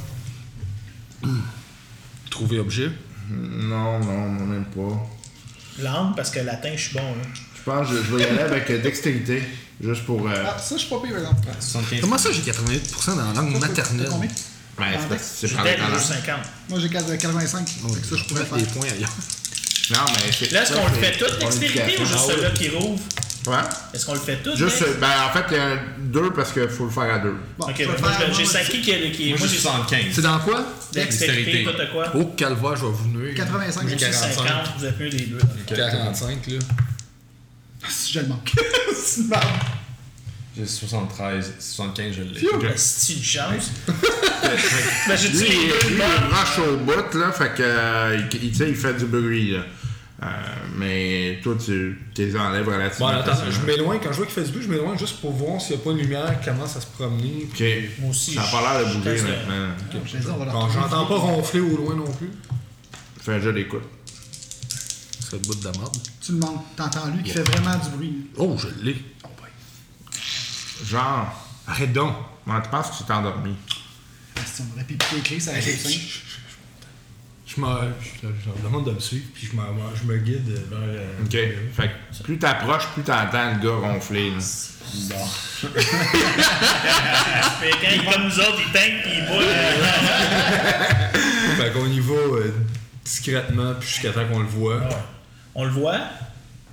[SPEAKER 2] Trouver objet.
[SPEAKER 6] Non, non, non, même pas.
[SPEAKER 3] L'âme, parce que latin, je suis bon. Là.
[SPEAKER 6] Je pense que je vais y aller avec euh, dextérité, juste pour. Euh...
[SPEAKER 4] Ah, ça, je suis pas pire, par exemple.
[SPEAKER 5] 75.
[SPEAKER 7] Comment ça, j'ai 88% dans la langue
[SPEAKER 4] Ça, t'as-
[SPEAKER 7] maternelle?
[SPEAKER 4] t'as combien?
[SPEAKER 6] ben, c'est parce que c'est par
[SPEAKER 3] Peut-être
[SPEAKER 6] talents.
[SPEAKER 3] les 50.
[SPEAKER 4] Moi, j'ai 85, fait que ça, je pourrais
[SPEAKER 7] Mettre
[SPEAKER 4] faire.
[SPEAKER 7] des points ailleurs.
[SPEAKER 6] Non, mais c'est.
[SPEAKER 3] Là, est-ce
[SPEAKER 6] ça,
[SPEAKER 3] qu'on le
[SPEAKER 6] c'est
[SPEAKER 3] fait toute dextérité
[SPEAKER 6] bonification.
[SPEAKER 3] ou juste celui-là qui rouvre
[SPEAKER 6] Ouais.
[SPEAKER 3] Est-ce qu'on le fait tout
[SPEAKER 6] Juste, euh, ben, en fait, il y a deux parce qu'il faut le faire à deux.
[SPEAKER 4] Bon,
[SPEAKER 3] Ok,
[SPEAKER 4] je vais
[SPEAKER 3] ben, moi,
[SPEAKER 4] faire-
[SPEAKER 3] je- j'ai
[SPEAKER 4] moi,
[SPEAKER 3] Saki qui est. qui est-
[SPEAKER 5] Moi,
[SPEAKER 3] Moi,
[SPEAKER 5] j'ai
[SPEAKER 3] j'ai
[SPEAKER 5] 75.
[SPEAKER 7] C'est dans quoi?
[SPEAKER 3] dextérité,
[SPEAKER 5] Dextérité.
[SPEAKER 3] toi, t'as quoi
[SPEAKER 7] Oh, calvaire, je vais vous nuire.
[SPEAKER 4] 85,
[SPEAKER 3] Moi,
[SPEAKER 4] je
[SPEAKER 3] j'ai
[SPEAKER 4] 45.
[SPEAKER 3] 50, vous êtes mieux des deux.
[SPEAKER 5] Ok.
[SPEAKER 2] 45, là.
[SPEAKER 4] Si je le manque. Si je le manque.
[SPEAKER 5] J'ai 73. 75, je l'ai.
[SPEAKER 6] Ok.
[SPEAKER 3] Si une chance. Ben, j'ai
[SPEAKER 6] Lui,
[SPEAKER 3] tiré
[SPEAKER 6] il,
[SPEAKER 3] les deux
[SPEAKER 6] lui,
[SPEAKER 3] de
[SPEAKER 6] il
[SPEAKER 3] bonne.
[SPEAKER 6] rush au bout, là, fait que, euh, il, il- tu sais, il fait du bruit, là. Euh, mais toi, tu t'es enlèves relativement.
[SPEAKER 2] Bon, attends, je
[SPEAKER 6] facilement.
[SPEAKER 2] m'éloigne. Quand je vois qu'il fait du bruit, je m'éloigne juste pour voir s'il n'y a pas une lumière qui commence à se promener.
[SPEAKER 6] Ok.
[SPEAKER 3] Moi aussi,
[SPEAKER 6] Ça n'a
[SPEAKER 3] je-
[SPEAKER 6] pas l'air de
[SPEAKER 3] je
[SPEAKER 6] bouger
[SPEAKER 3] teste, euh,
[SPEAKER 6] maintenant.
[SPEAKER 4] Je vais dire, on va le
[SPEAKER 2] Bon,
[SPEAKER 4] retrouver.
[SPEAKER 2] j'entends pas ronfler au loin non plus.
[SPEAKER 6] Fais un jeu d'écoute.
[SPEAKER 7] C'est le bout de la merde.
[SPEAKER 4] Tu le manques. T'entends lui qui fait vraiment du bruit.
[SPEAKER 7] Oh, je l'ai.
[SPEAKER 3] Ah,
[SPEAKER 6] Genre, arrête donc. Comment tu penses que tu t'es endormi?
[SPEAKER 4] Ah, Si on aurait piqué les clés, ça aurait été simple.
[SPEAKER 2] Je, m'en- je, je leur demande de me suivre, puis je, m'en- je me guide vers. euh,
[SPEAKER 6] Ok. Fait que plus t'approches, plus t'entends le gars ronfler, là.
[SPEAKER 3] Mais quand il comme nous autres, il tank pis il boit. euh,
[SPEAKER 2] Fait qu'on y va euh, discrètement, puis jusqu'à temps qu'on le voit.
[SPEAKER 3] On le voit?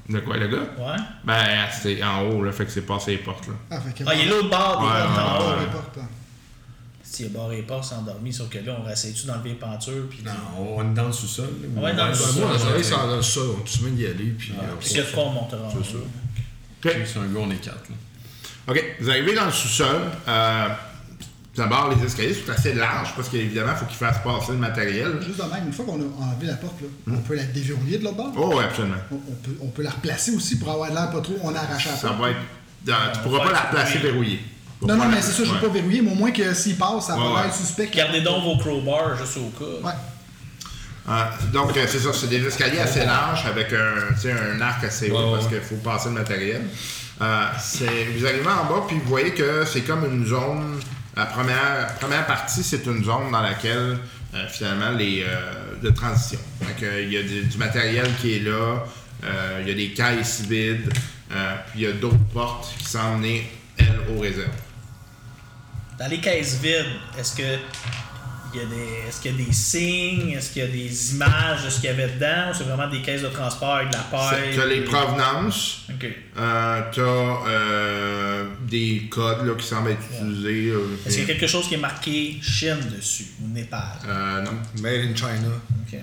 [SPEAKER 6] De quoi, le gars?
[SPEAKER 3] Ouais.
[SPEAKER 6] Ben, c'est en haut, là, fait que c'est passé les portes, là.
[SPEAKER 4] Ah, fait que.
[SPEAKER 3] Ah, il est Ah, l'autre bord des
[SPEAKER 6] Ouais,
[SPEAKER 3] portes en
[SPEAKER 6] ouais,
[SPEAKER 3] haut.
[SPEAKER 6] ouais.
[SPEAKER 4] Peu importe.
[SPEAKER 3] Si il est barré pas, c'est endormi, sauf que là, on réessaye-tu d'enlever les peintures pis.
[SPEAKER 5] Non, on est dans le sous-sol. là, ou-
[SPEAKER 3] Ouais, dans le
[SPEAKER 2] Ben,
[SPEAKER 3] sous-sol.
[SPEAKER 2] moi,
[SPEAKER 5] ouais,
[SPEAKER 2] on travaille
[SPEAKER 5] ouais.
[SPEAKER 2] ça dans le sol, on est tout de même y aller, puis. euh,
[SPEAKER 3] Parce que le froid, on montera en haut.
[SPEAKER 6] Ok.
[SPEAKER 5] Sur un gars, on est quatre. là.
[SPEAKER 6] OK, vous arrivez dans le sous-sol. Euh, D'abord, les escaliers sont assez larges parce qu'évidemment, il faut qu'ils fassent passer le matériel.
[SPEAKER 4] Juste de même, une fois qu'on a enlevé la porte, là, on peut la déverrouiller de l'autre bord.
[SPEAKER 6] Oh, oui, absolument.
[SPEAKER 4] On, on peut, on peut la replacer aussi pour avoir de l'air pas trop. On arrache la
[SPEAKER 6] Ça
[SPEAKER 4] porte.
[SPEAKER 6] va être. dans- tu pourras
[SPEAKER 3] Ouais,
[SPEAKER 6] pas la
[SPEAKER 3] c'est
[SPEAKER 6] placer verrouillée.
[SPEAKER 4] Non, non, mais c'est ça, je
[SPEAKER 6] Ouais.
[SPEAKER 4] vais pas verrouiller, mais au moins que s'il passe, ça
[SPEAKER 6] Ouais,
[SPEAKER 4] va
[SPEAKER 6] ouais.
[SPEAKER 4] être suspect.
[SPEAKER 3] Gardez donc vos crowbars juste au cas.
[SPEAKER 4] Ouais.
[SPEAKER 6] Ah, donc, euh, c'est ça, c'est des escaliers assez larges avec un, tu sais, un arc assez haut
[SPEAKER 2] Ouais, ouais.
[SPEAKER 6] parce qu'il faut passer le matériel. Euh, c'est- vous arrivez en bas, puis vous voyez que c'est comme une zone. La première, première partie, c'est une zone dans laquelle, euh, finalement, les euh, de transition. Fait que, Il y a du, du matériel qui est là, euh, il y a des caisses vides, euh, puis il y a d'autres portes qui sont emmenées, elles, aux réserves.
[SPEAKER 3] Dans les caisses vides, est-ce que. Il y a des, est-ce qu'il y a des signes? Est-ce qu'il y a des images de ce qu'il y avait dedans? Ou c'est vraiment des caisses de transport avec de la paille?
[SPEAKER 6] Tu as les provenances,
[SPEAKER 3] Ok.
[SPEAKER 6] Euh, t'as euh, des codes là, qui semblent être utilisés. euh,
[SPEAKER 3] Est-ce qu'il y a quelque chose qui est marqué Chine dessus ou Népal?
[SPEAKER 6] euh, non.
[SPEAKER 2] Made in China.
[SPEAKER 3] Ok.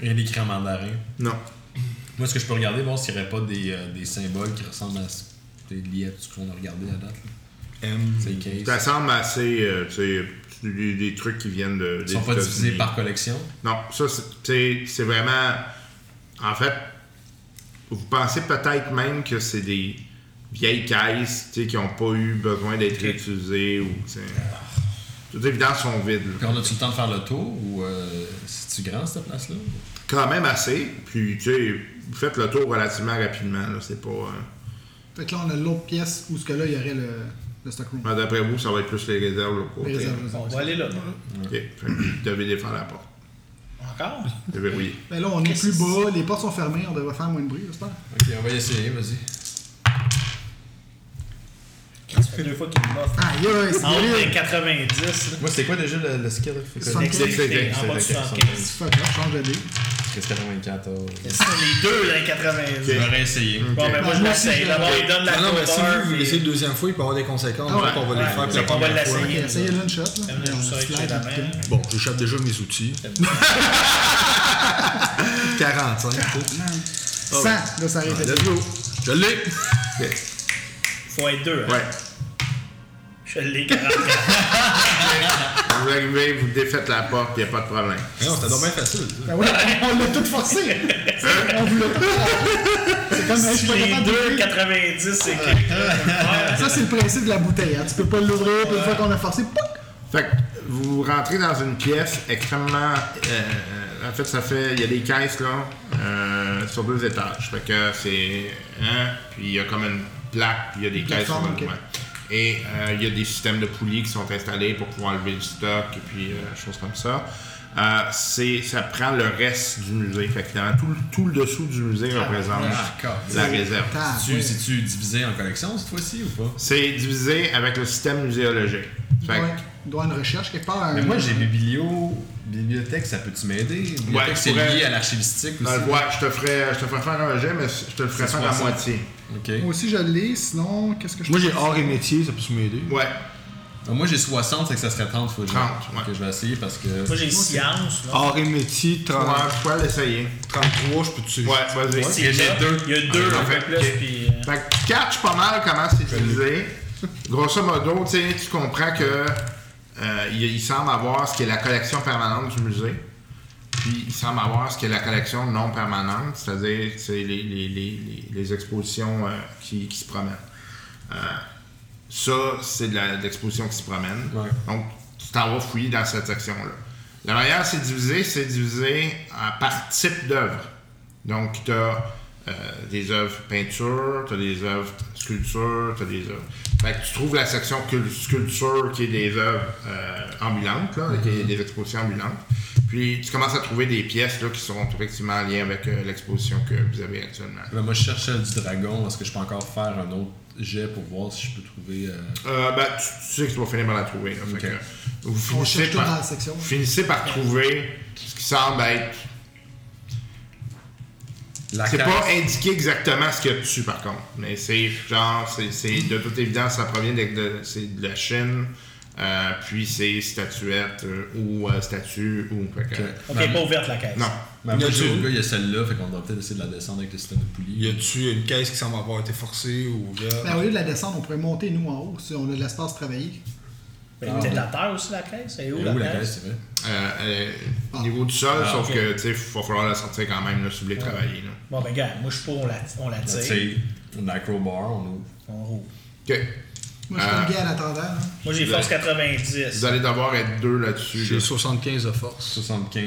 [SPEAKER 5] Il y a des crans mandarins.
[SPEAKER 6] Non.
[SPEAKER 5] Moi, est-ce que je peux regarder, voir s'il n'y aurait pas des, euh, des symboles qui ressemblent à ce des liés à tout ce qu'on a regardé à date? là?
[SPEAKER 2] M.
[SPEAKER 5] C'est les
[SPEAKER 6] Ça
[SPEAKER 5] cases.
[SPEAKER 6] semble assez. euh, tu sais, des, des trucs qui viennent de.
[SPEAKER 5] Ils sont pas divisés par collection.
[SPEAKER 6] Non, ça, c'est- tu sais, c'est vraiment. En fait, vous pensez peut-être même que c'est des vieilles caisses tu sais, qui n'ont pas eu besoin d'être réutilisées ou. tu sais. Toutes les évidences sont vides. là.
[SPEAKER 5] Puis on a-tu le temps de faire le tour ou euh, c'est-tu grand cette place-là?
[SPEAKER 6] Quand même assez. Puis, tu sais, vous faites le tour relativement rapidement. là, C'est pas. euh,
[SPEAKER 4] Fait que là, on a l'autre pièce où ce que là, il y aurait le, de Stockroom.
[SPEAKER 6] Ah, D'après vous, ça va être plus les réserves de l'autre
[SPEAKER 4] Les
[SPEAKER 6] côté.
[SPEAKER 4] réserves, les
[SPEAKER 3] On
[SPEAKER 4] réserves.
[SPEAKER 3] va aller là.
[SPEAKER 6] Ok. Fait que vous devez défendre la porte.
[SPEAKER 3] Encore?
[SPEAKER 6] Vous devez rouiller.
[SPEAKER 4] Mais Ben là, on est
[SPEAKER 3] Qu'est-ce
[SPEAKER 4] plus
[SPEAKER 3] que c'est?
[SPEAKER 4] bas, les portes sont fermées, on devrait faire moins de bruit, j'espère.
[SPEAKER 5] Ok, on va y essayer, vas-y.
[SPEAKER 3] Ça fait deux fois qu'il me boffe.
[SPEAKER 4] Ah, yeah, c'est
[SPEAKER 3] En haut de
[SPEAKER 4] horrible.
[SPEAKER 3] 90, là.
[SPEAKER 5] Moi, c'était quoi déjà le, le skill Faut que-
[SPEAKER 4] Soixante-
[SPEAKER 3] Dextérité, en bas de 75.
[SPEAKER 4] Fuck, là, change de dé.
[SPEAKER 5] Qu'est-ce 94.
[SPEAKER 3] C'est les deux dans les 90.
[SPEAKER 5] Je vais réessayer.
[SPEAKER 6] Mm.
[SPEAKER 3] Bon, ben moi je
[SPEAKER 4] Moi
[SPEAKER 3] l'essaye.
[SPEAKER 4] aussi, je-
[SPEAKER 3] D'abord, il donne la
[SPEAKER 2] Ah Non, non, mais si
[SPEAKER 3] couleur,
[SPEAKER 2] vous
[SPEAKER 3] puis-
[SPEAKER 2] laissez une deuxième fois, il peut y avoir des conséquences.
[SPEAKER 4] Ah ouais.
[SPEAKER 2] Donc, on va les
[SPEAKER 3] Ouais,
[SPEAKER 2] faire. pour la
[SPEAKER 3] on va
[SPEAKER 2] première
[SPEAKER 3] l'essayer.
[SPEAKER 2] fois.
[SPEAKER 4] Ok, essayez là une shot. Là.
[SPEAKER 3] Là, je
[SPEAKER 4] On
[SPEAKER 3] joue ça avec
[SPEAKER 4] slide
[SPEAKER 3] la main.
[SPEAKER 4] rapidement.
[SPEAKER 2] Bon, j'échappe déjà mes outils. 45. tu sais.
[SPEAKER 4] 100, là, ça arrête.
[SPEAKER 6] Let's go.
[SPEAKER 2] Je l'ai.
[SPEAKER 3] Faut être deux. hein.
[SPEAKER 6] Ouais.
[SPEAKER 3] Je l'ai 44.
[SPEAKER 6] Vous arrivez, vous défaites la porte, il n'y a pas de problème.
[SPEAKER 2] Non, c'était donc bien facile. ça.
[SPEAKER 4] Ben ouais, on l'a tout forcé. on vous l'a C'est comme, hey, je suis pas
[SPEAKER 3] les
[SPEAKER 4] capable de
[SPEAKER 3] deux
[SPEAKER 4] l'ouvrir.
[SPEAKER 3] 90, c'est quelqu'un.
[SPEAKER 4] Ça, c'est le principe de la bouteille. Hein. Tu peux pas l'ouvrir, puis une fois qu'on a forcé, poc!
[SPEAKER 6] Fait que vous rentrez dans une pièce extrêmement. euh, en fait, ça fait. Il y a des caisses là, euh, sur deux étages. Fait que c'est. Hein, puis il y a comme une plaque, puis il y a des caisses sur
[SPEAKER 4] plateforme,
[SPEAKER 6] le
[SPEAKER 4] ok.
[SPEAKER 6] devant. Et euh, il y a des systèmes de poulies qui sont installés pour pouvoir lever le stock et puis euh, choses comme ça. Euh, c'est, ça prend le reste du musée. Fait que finalement, tout, le- tout le dessous du musée représente
[SPEAKER 5] d'accord.
[SPEAKER 6] la réserve.
[SPEAKER 4] Ah,
[SPEAKER 5] Tu- C'est-tu divisé en collection cette fois-ci ou pas?
[SPEAKER 6] C'est divisé avec le système muséologique. Fait que-
[SPEAKER 4] ouais. Il doit y avoir une recherche quelque part. hein.
[SPEAKER 5] Mais
[SPEAKER 4] un-
[SPEAKER 5] moi, j'ai biblio... bibliothèque, ça peut-tu m'aider? Bibliothèque,
[SPEAKER 6] Ouais,
[SPEAKER 5] c'est
[SPEAKER 6] pourrais-
[SPEAKER 5] lié à l'archivistique
[SPEAKER 6] Dans
[SPEAKER 5] aussi.
[SPEAKER 6] le bois, je te ferais, je te ferais faire un jet, mais je te le ferais
[SPEAKER 5] C'est
[SPEAKER 6] faire à
[SPEAKER 5] 60.
[SPEAKER 6] moitié.
[SPEAKER 5] Ok.
[SPEAKER 4] Moi aussi, je l'ai, sinon, qu'est-ce que je
[SPEAKER 7] Moi, j'ai hors et métier, ça peut se m'aider.
[SPEAKER 6] Ouais.
[SPEAKER 5] Donc, moi, j'ai 60, c'est que ça serait 30 fois.
[SPEAKER 6] 30, ouais.
[SPEAKER 5] Que je vais essayer parce que.
[SPEAKER 3] Moi j'ai science.
[SPEAKER 2] Ah,
[SPEAKER 3] là.
[SPEAKER 7] Hors et métier,
[SPEAKER 6] Ouais,
[SPEAKER 7] 30.
[SPEAKER 6] je pourrais l'essayer.
[SPEAKER 2] 33, je peux-tu.
[SPEAKER 6] Ouais, vas-y.
[SPEAKER 3] C'est
[SPEAKER 5] j'ai
[SPEAKER 3] là.
[SPEAKER 5] deux.
[SPEAKER 3] Il y a deux
[SPEAKER 6] Ah,
[SPEAKER 3] en
[SPEAKER 6] parfait.
[SPEAKER 3] plus.
[SPEAKER 6] Ok.
[SPEAKER 3] puis, euh,
[SPEAKER 6] Fait que tu catches pas mal comment c'est utilisé. Grosso modo, tu sais, tu comprends que euh, il, il semble avoir ce qui est la collection permanente du musée. Puis il semble avoir ce qui est la collection non permanente, c'est-à-dire c'est les, les- les- les- les expositions euh, qui, qui se promènent. Euh, ça, c'est de la- de l'exposition qui se promène.
[SPEAKER 5] Ouais.
[SPEAKER 6] Donc, tu t'en vas fouiller dans cette section-là. La manière c'est divisé, c'est divisé en- par type d'œuvre. Donc, tu as des œuvres peinture, tu as des œuvres sculpture, tu as des œuvres. Fait que tu trouves la section cul- sculpture qui est des œuvres euh, ambulantes, là, qui est des expositions ambulantes. Puis tu commences à trouver des pièces là, qui sont effectivement en lien avec euh, l'exposition que vous avez actuellement.
[SPEAKER 5] Là, moi, je cherche celle du dragon. Est-ce que je peux encore faire un autre jet pour voir si je peux trouver. euh,
[SPEAKER 6] Euh, ben, tu, tu sais que tu vas finir par la trouver. là. Fait
[SPEAKER 5] Ok.
[SPEAKER 6] que, vous
[SPEAKER 4] On
[SPEAKER 6] finissez
[SPEAKER 4] cherche tout dans
[SPEAKER 6] par,
[SPEAKER 4] la section. hein.
[SPEAKER 6] vous finissez par trouver ce qui semble être.
[SPEAKER 5] La
[SPEAKER 6] C'est
[SPEAKER 5] case.
[SPEAKER 6] pas indiqué exactement ce qu'il y a dessus, par contre. Mais c'est genre, c'est, c'est- de toute évidence, ça provient de, de- c'est de la Chine. euh, puis c'est statuette euh, ou euh, statue ou. fait que-
[SPEAKER 5] Ok.
[SPEAKER 3] Ok,
[SPEAKER 5] Ma-
[SPEAKER 3] pas ouverte la caisse.
[SPEAKER 6] Non.
[SPEAKER 5] ma-
[SPEAKER 2] Il y a
[SPEAKER 5] Ben, moi, j'ai-
[SPEAKER 2] du-
[SPEAKER 5] le gars, il y a celle-là, fait qu'on devrait peut-être essayer de la descendre avec le système de poulie.
[SPEAKER 2] Y a-tu une caisse qui semble avoir été forcée ou ouverte?
[SPEAKER 4] Ben, au lieu de la descendre, on pourrait monter nous en haut, si on a de l'espace travaillé.
[SPEAKER 3] Mais peut-être la terre aussi la caisse. Elle est où
[SPEAKER 5] Elle est où la
[SPEAKER 3] la
[SPEAKER 5] caisse,
[SPEAKER 3] caisse?
[SPEAKER 5] c'est vrai?
[SPEAKER 6] Euh, euh, au niveau du sol,
[SPEAKER 5] Ah,
[SPEAKER 6] sauf
[SPEAKER 3] ok.
[SPEAKER 6] que, tu sais, il va falloir la sortir quand même, là, si vous voulez travailler. Là.
[SPEAKER 3] Bon ben gars, moi je suis pour on la on la
[SPEAKER 5] Tu
[SPEAKER 3] tire.
[SPEAKER 5] sais, une acrobar, on ouvre.
[SPEAKER 3] On roule.
[SPEAKER 6] Ok.
[SPEAKER 4] Moi, je suis
[SPEAKER 6] Ah.
[SPEAKER 4] comme gay en attendant. là.
[SPEAKER 3] Moi j'ai force 90.
[SPEAKER 6] Vous allez devoir être deux là-dessus.
[SPEAKER 2] J'ai
[SPEAKER 6] là.
[SPEAKER 2] 75 de force.
[SPEAKER 5] 75,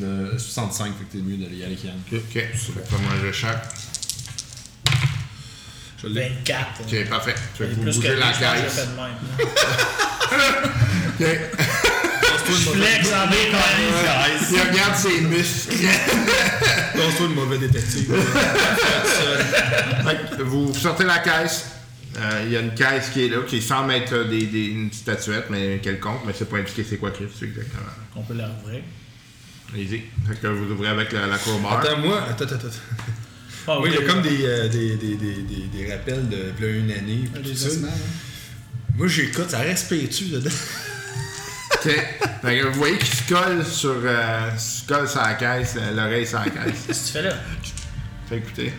[SPEAKER 5] de- 65, fait que t'es mieux d'aller y aller avec Yann.
[SPEAKER 6] Ok, ça fait comme un jeu chaque.
[SPEAKER 2] Je l'ai.
[SPEAKER 3] 24. hein.
[SPEAKER 6] Ok, parfait. Fait
[SPEAKER 3] Elle
[SPEAKER 6] que
[SPEAKER 3] est
[SPEAKER 6] vous
[SPEAKER 3] plus que
[SPEAKER 6] bougez
[SPEAKER 3] deux,
[SPEAKER 6] la
[SPEAKER 3] je pense que je l'ai fait
[SPEAKER 6] caisse.
[SPEAKER 3] de même.
[SPEAKER 6] Ok.
[SPEAKER 3] Je flex en détail.
[SPEAKER 6] Il regarde ses muscles.
[SPEAKER 2] Lance-toi une mauvaise détective.
[SPEAKER 6] Fait que vous sortez la caisse. Euh, Il y a une caisse qui est là, qui semble être euh, des, des- une statuette, mais quelconque, mais c'est pas indiqué c'est quoi que c'est exactement.
[SPEAKER 3] On peut la rouvrir.
[SPEAKER 6] Allez-y. Fait que vous ouvrez avec la, la courbarre.
[SPEAKER 2] Attends, moi. Attends, attends, attends.
[SPEAKER 3] Ah,
[SPEAKER 2] Oui, il y
[SPEAKER 3] oui.
[SPEAKER 2] a comme des, euh, des, des, des, des, des rappels de là, une année.
[SPEAKER 7] Ah,
[SPEAKER 2] puis tout
[SPEAKER 4] Des
[SPEAKER 2] ça.
[SPEAKER 4] ossements, là.
[SPEAKER 2] Moi, j'écoute, ça respecte-tu dedans?
[SPEAKER 6] Ok. Fait que vous voyez qu'il se colle sur, euh, se colle sur la caisse, euh, l'oreille sur la caisse.
[SPEAKER 3] Qu'est-ce que tu fais là?
[SPEAKER 6] fait que écoutez,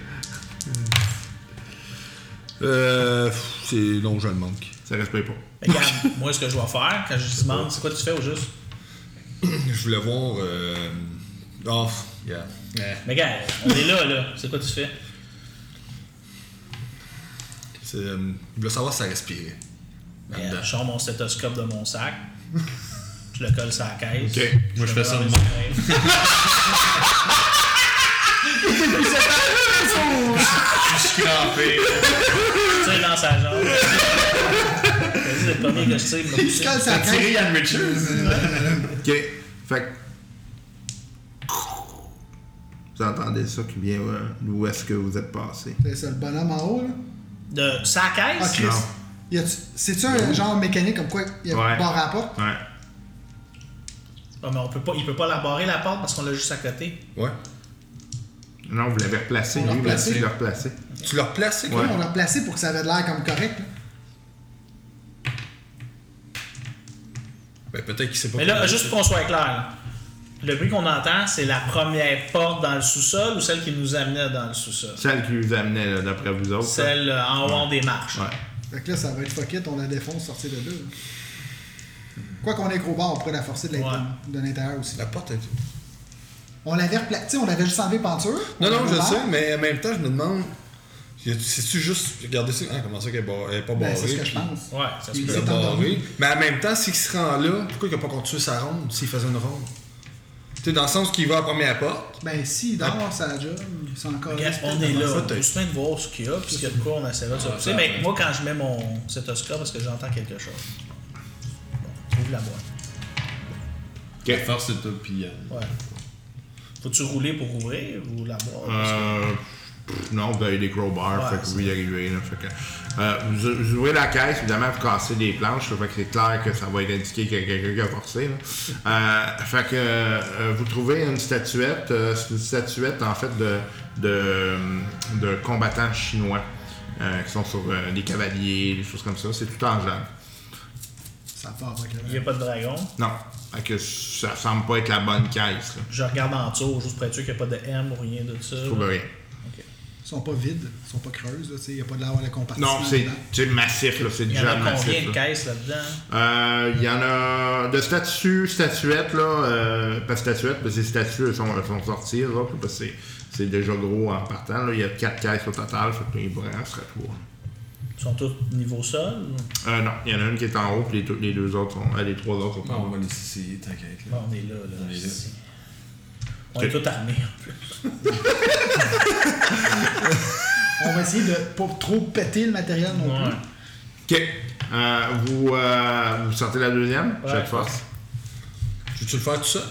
[SPEAKER 2] Euh. pff, C'est. Non, je le manque.
[SPEAKER 6] ça respecte pas.
[SPEAKER 3] Regarde, moi ce que je vais faire quand je demande c'est quoi tu fais au juste.
[SPEAKER 2] Je voulais voir. Euh... Oh, yeah.
[SPEAKER 3] Mais gars, on est là là, c'est quoi tu fais?
[SPEAKER 2] C'est, euh, je voulais savoir si ça respirait.
[SPEAKER 3] Ben, je sors mon stéthoscope de mon sac. Je le colle sur la caisse.
[SPEAKER 6] Ok.
[SPEAKER 5] Moi, je
[SPEAKER 3] le
[SPEAKER 5] fais ça
[SPEAKER 3] mets
[SPEAKER 5] de
[SPEAKER 3] dans
[SPEAKER 5] même.
[SPEAKER 3] mes oreilles.
[SPEAKER 5] Je suis crampé.
[SPEAKER 3] Je tire dans sa jambe. Vas-y, le premier que je tire, il m'a
[SPEAKER 4] Tu
[SPEAKER 3] poussé.
[SPEAKER 4] cales sa tête.
[SPEAKER 5] Thierry Anne Richards.
[SPEAKER 6] Ok. Fait que- Vous entendez ça qui vient euh, d'où est-ce que vous êtes passé?
[SPEAKER 4] C'est ça, le bonhomme en haut, là.
[SPEAKER 3] De sa
[SPEAKER 4] Ah,
[SPEAKER 3] caisse?
[SPEAKER 4] Chris. Y a-tu- C'est-tu un genre mécanique comme quoi il y a
[SPEAKER 6] Ouais.
[SPEAKER 4] barre à la porte?
[SPEAKER 6] Ouais.
[SPEAKER 3] Ah, mais on peut pas, il peut pas la barrer la porte parce qu'on l'a juste à côté.
[SPEAKER 2] Ouais.
[SPEAKER 6] Non, vous l'avez replacé,
[SPEAKER 4] On l'a
[SPEAKER 6] lui, vous
[SPEAKER 4] replacé.
[SPEAKER 6] l'avez replacé.
[SPEAKER 2] Tu l'as replacé, quoi?
[SPEAKER 6] Ouais.
[SPEAKER 4] On l'a placé pour que ça avait de l'air comme correct. là.
[SPEAKER 2] Ben, peut-être qu'il sait pas.
[SPEAKER 3] Mais là,
[SPEAKER 2] comment-
[SPEAKER 3] juste pour qu'on soit clair, là, le bruit qu'on entend, c'est la première porte dans le sous-sol ou celle qui nous amenait dans le sous-sol?
[SPEAKER 6] Celle qui vous amenait, là, d'après vous autres. là.
[SPEAKER 3] Celle euh, en haut des marches.
[SPEAKER 6] Ouais.
[SPEAKER 4] Fait que là, ça va être fuck it, on la défonce, sortir de là. là. Quoi qu'on ait gros bord, on pourrait la forcer de l'int-
[SPEAKER 3] Ouais.
[SPEAKER 4] de l'intérieur aussi.
[SPEAKER 2] La porte est.
[SPEAKER 4] On l'avait replacé, on l'avait juste enlevé peinture.
[SPEAKER 2] Non, non, je sais, mais en même temps, je me demande. y a- C'est-tu juste. Regardez ça. Ah, comment ça qu'elle est bar- elle est pas barrée?
[SPEAKER 4] Ben, c'est ce que je
[SPEAKER 2] puis
[SPEAKER 4] pense.
[SPEAKER 3] Ouais, ça se
[SPEAKER 4] Il
[SPEAKER 3] peut.
[SPEAKER 2] elle est
[SPEAKER 4] s'est
[SPEAKER 2] barrée.
[SPEAKER 4] endormi.
[SPEAKER 2] Mais en même temps, s'il se rend là, pourquoi il n'a pas continué sa ronde s'il faisait une ronde? Tu sais, dans le sens qu'il va à la première porte.
[SPEAKER 4] Ben, s'il dort, ça job, c'est encore.
[SPEAKER 3] Regarde, on est là.
[SPEAKER 2] t'as-
[SPEAKER 3] On se met de voir ce qu'il y a, puis s'il y a de quoi, on essaie de se
[SPEAKER 5] Ah,
[SPEAKER 3] pousser.
[SPEAKER 5] ça,
[SPEAKER 3] Mais
[SPEAKER 5] ouais.
[SPEAKER 3] moi, quand je mets mon stéthoscope, parce que j'entends quelque chose. Bon, ouvre la boîte.
[SPEAKER 5] Ok, Force de toi, puis euh, Yann.
[SPEAKER 3] Ouais. Faut-tu rouler pour ouvrir ou la boîte? parce que-
[SPEAKER 6] Euh, pff, non, vous avez des crowbars,
[SPEAKER 3] Ouais,
[SPEAKER 6] fait que
[SPEAKER 3] c'est
[SPEAKER 6] vous y arrivez. Là, fait que, euh, vous, vous ouvrez la caisse, évidemment, vous cassez des planches, là, fait que c'est clair que ça va être indiqué qu'il y a quelqu'un qui a forcé. là. Euh, fait que euh, vous trouvez une statuette, euh, c'est une statuette en fait de, de, de combattants chinois euh, qui sont sur euh, des cavaliers, des choses comme ça. C'est tout en jaune.
[SPEAKER 4] Ça part avec
[SPEAKER 3] Il n'y a pas de dragon.
[SPEAKER 6] Non, fait que ça semble pas être la bonne caisse. Là.
[SPEAKER 3] Je regarde en dessous, juste pour être sûr qu'il n'y a pas de M ou rien de ça.
[SPEAKER 6] Trouve rien.
[SPEAKER 4] Ils sont pas vides, ils sont pas creuses, là, tu sais, il n'y a pas de l'air de compartiment.
[SPEAKER 6] Non, c'est
[SPEAKER 4] dedans.
[SPEAKER 6] c'est massif, là, c'est
[SPEAKER 3] Il y
[SPEAKER 6] déjà
[SPEAKER 3] en a
[SPEAKER 6] massif.
[SPEAKER 3] combien de
[SPEAKER 6] là.
[SPEAKER 3] caisses là-dedans?
[SPEAKER 6] Euh, Il y en a de statues, statuettes, là, euh, pas statuettes, mais ces statues elles sont, elles sont sorties, elles autres, là, parce que c'est- c'est déjà gros en partant. Là. Il y a quatre caisses au total, fait que il pourrait en serait trois.
[SPEAKER 3] Ils sont tous niveau sol? ou-
[SPEAKER 6] Euh, non, il y en a une qui est en haut, puis les, deux- les deux autres sont. euh, les trois autres sont
[SPEAKER 5] Bon,
[SPEAKER 6] en haut.
[SPEAKER 5] on va les essayer, t'inquiète. là.
[SPEAKER 3] Bon, on est là, là.
[SPEAKER 5] On est là.
[SPEAKER 3] ici. On est tous armés.
[SPEAKER 4] On va essayer de pas trop péter le matériel non
[SPEAKER 3] Ouais.
[SPEAKER 4] plus.
[SPEAKER 6] Ok. Euh, vous, euh, vous sortez la deuxième,
[SPEAKER 3] Ouais.
[SPEAKER 6] chaque force.
[SPEAKER 2] Tu veux-tu le faire tout seul?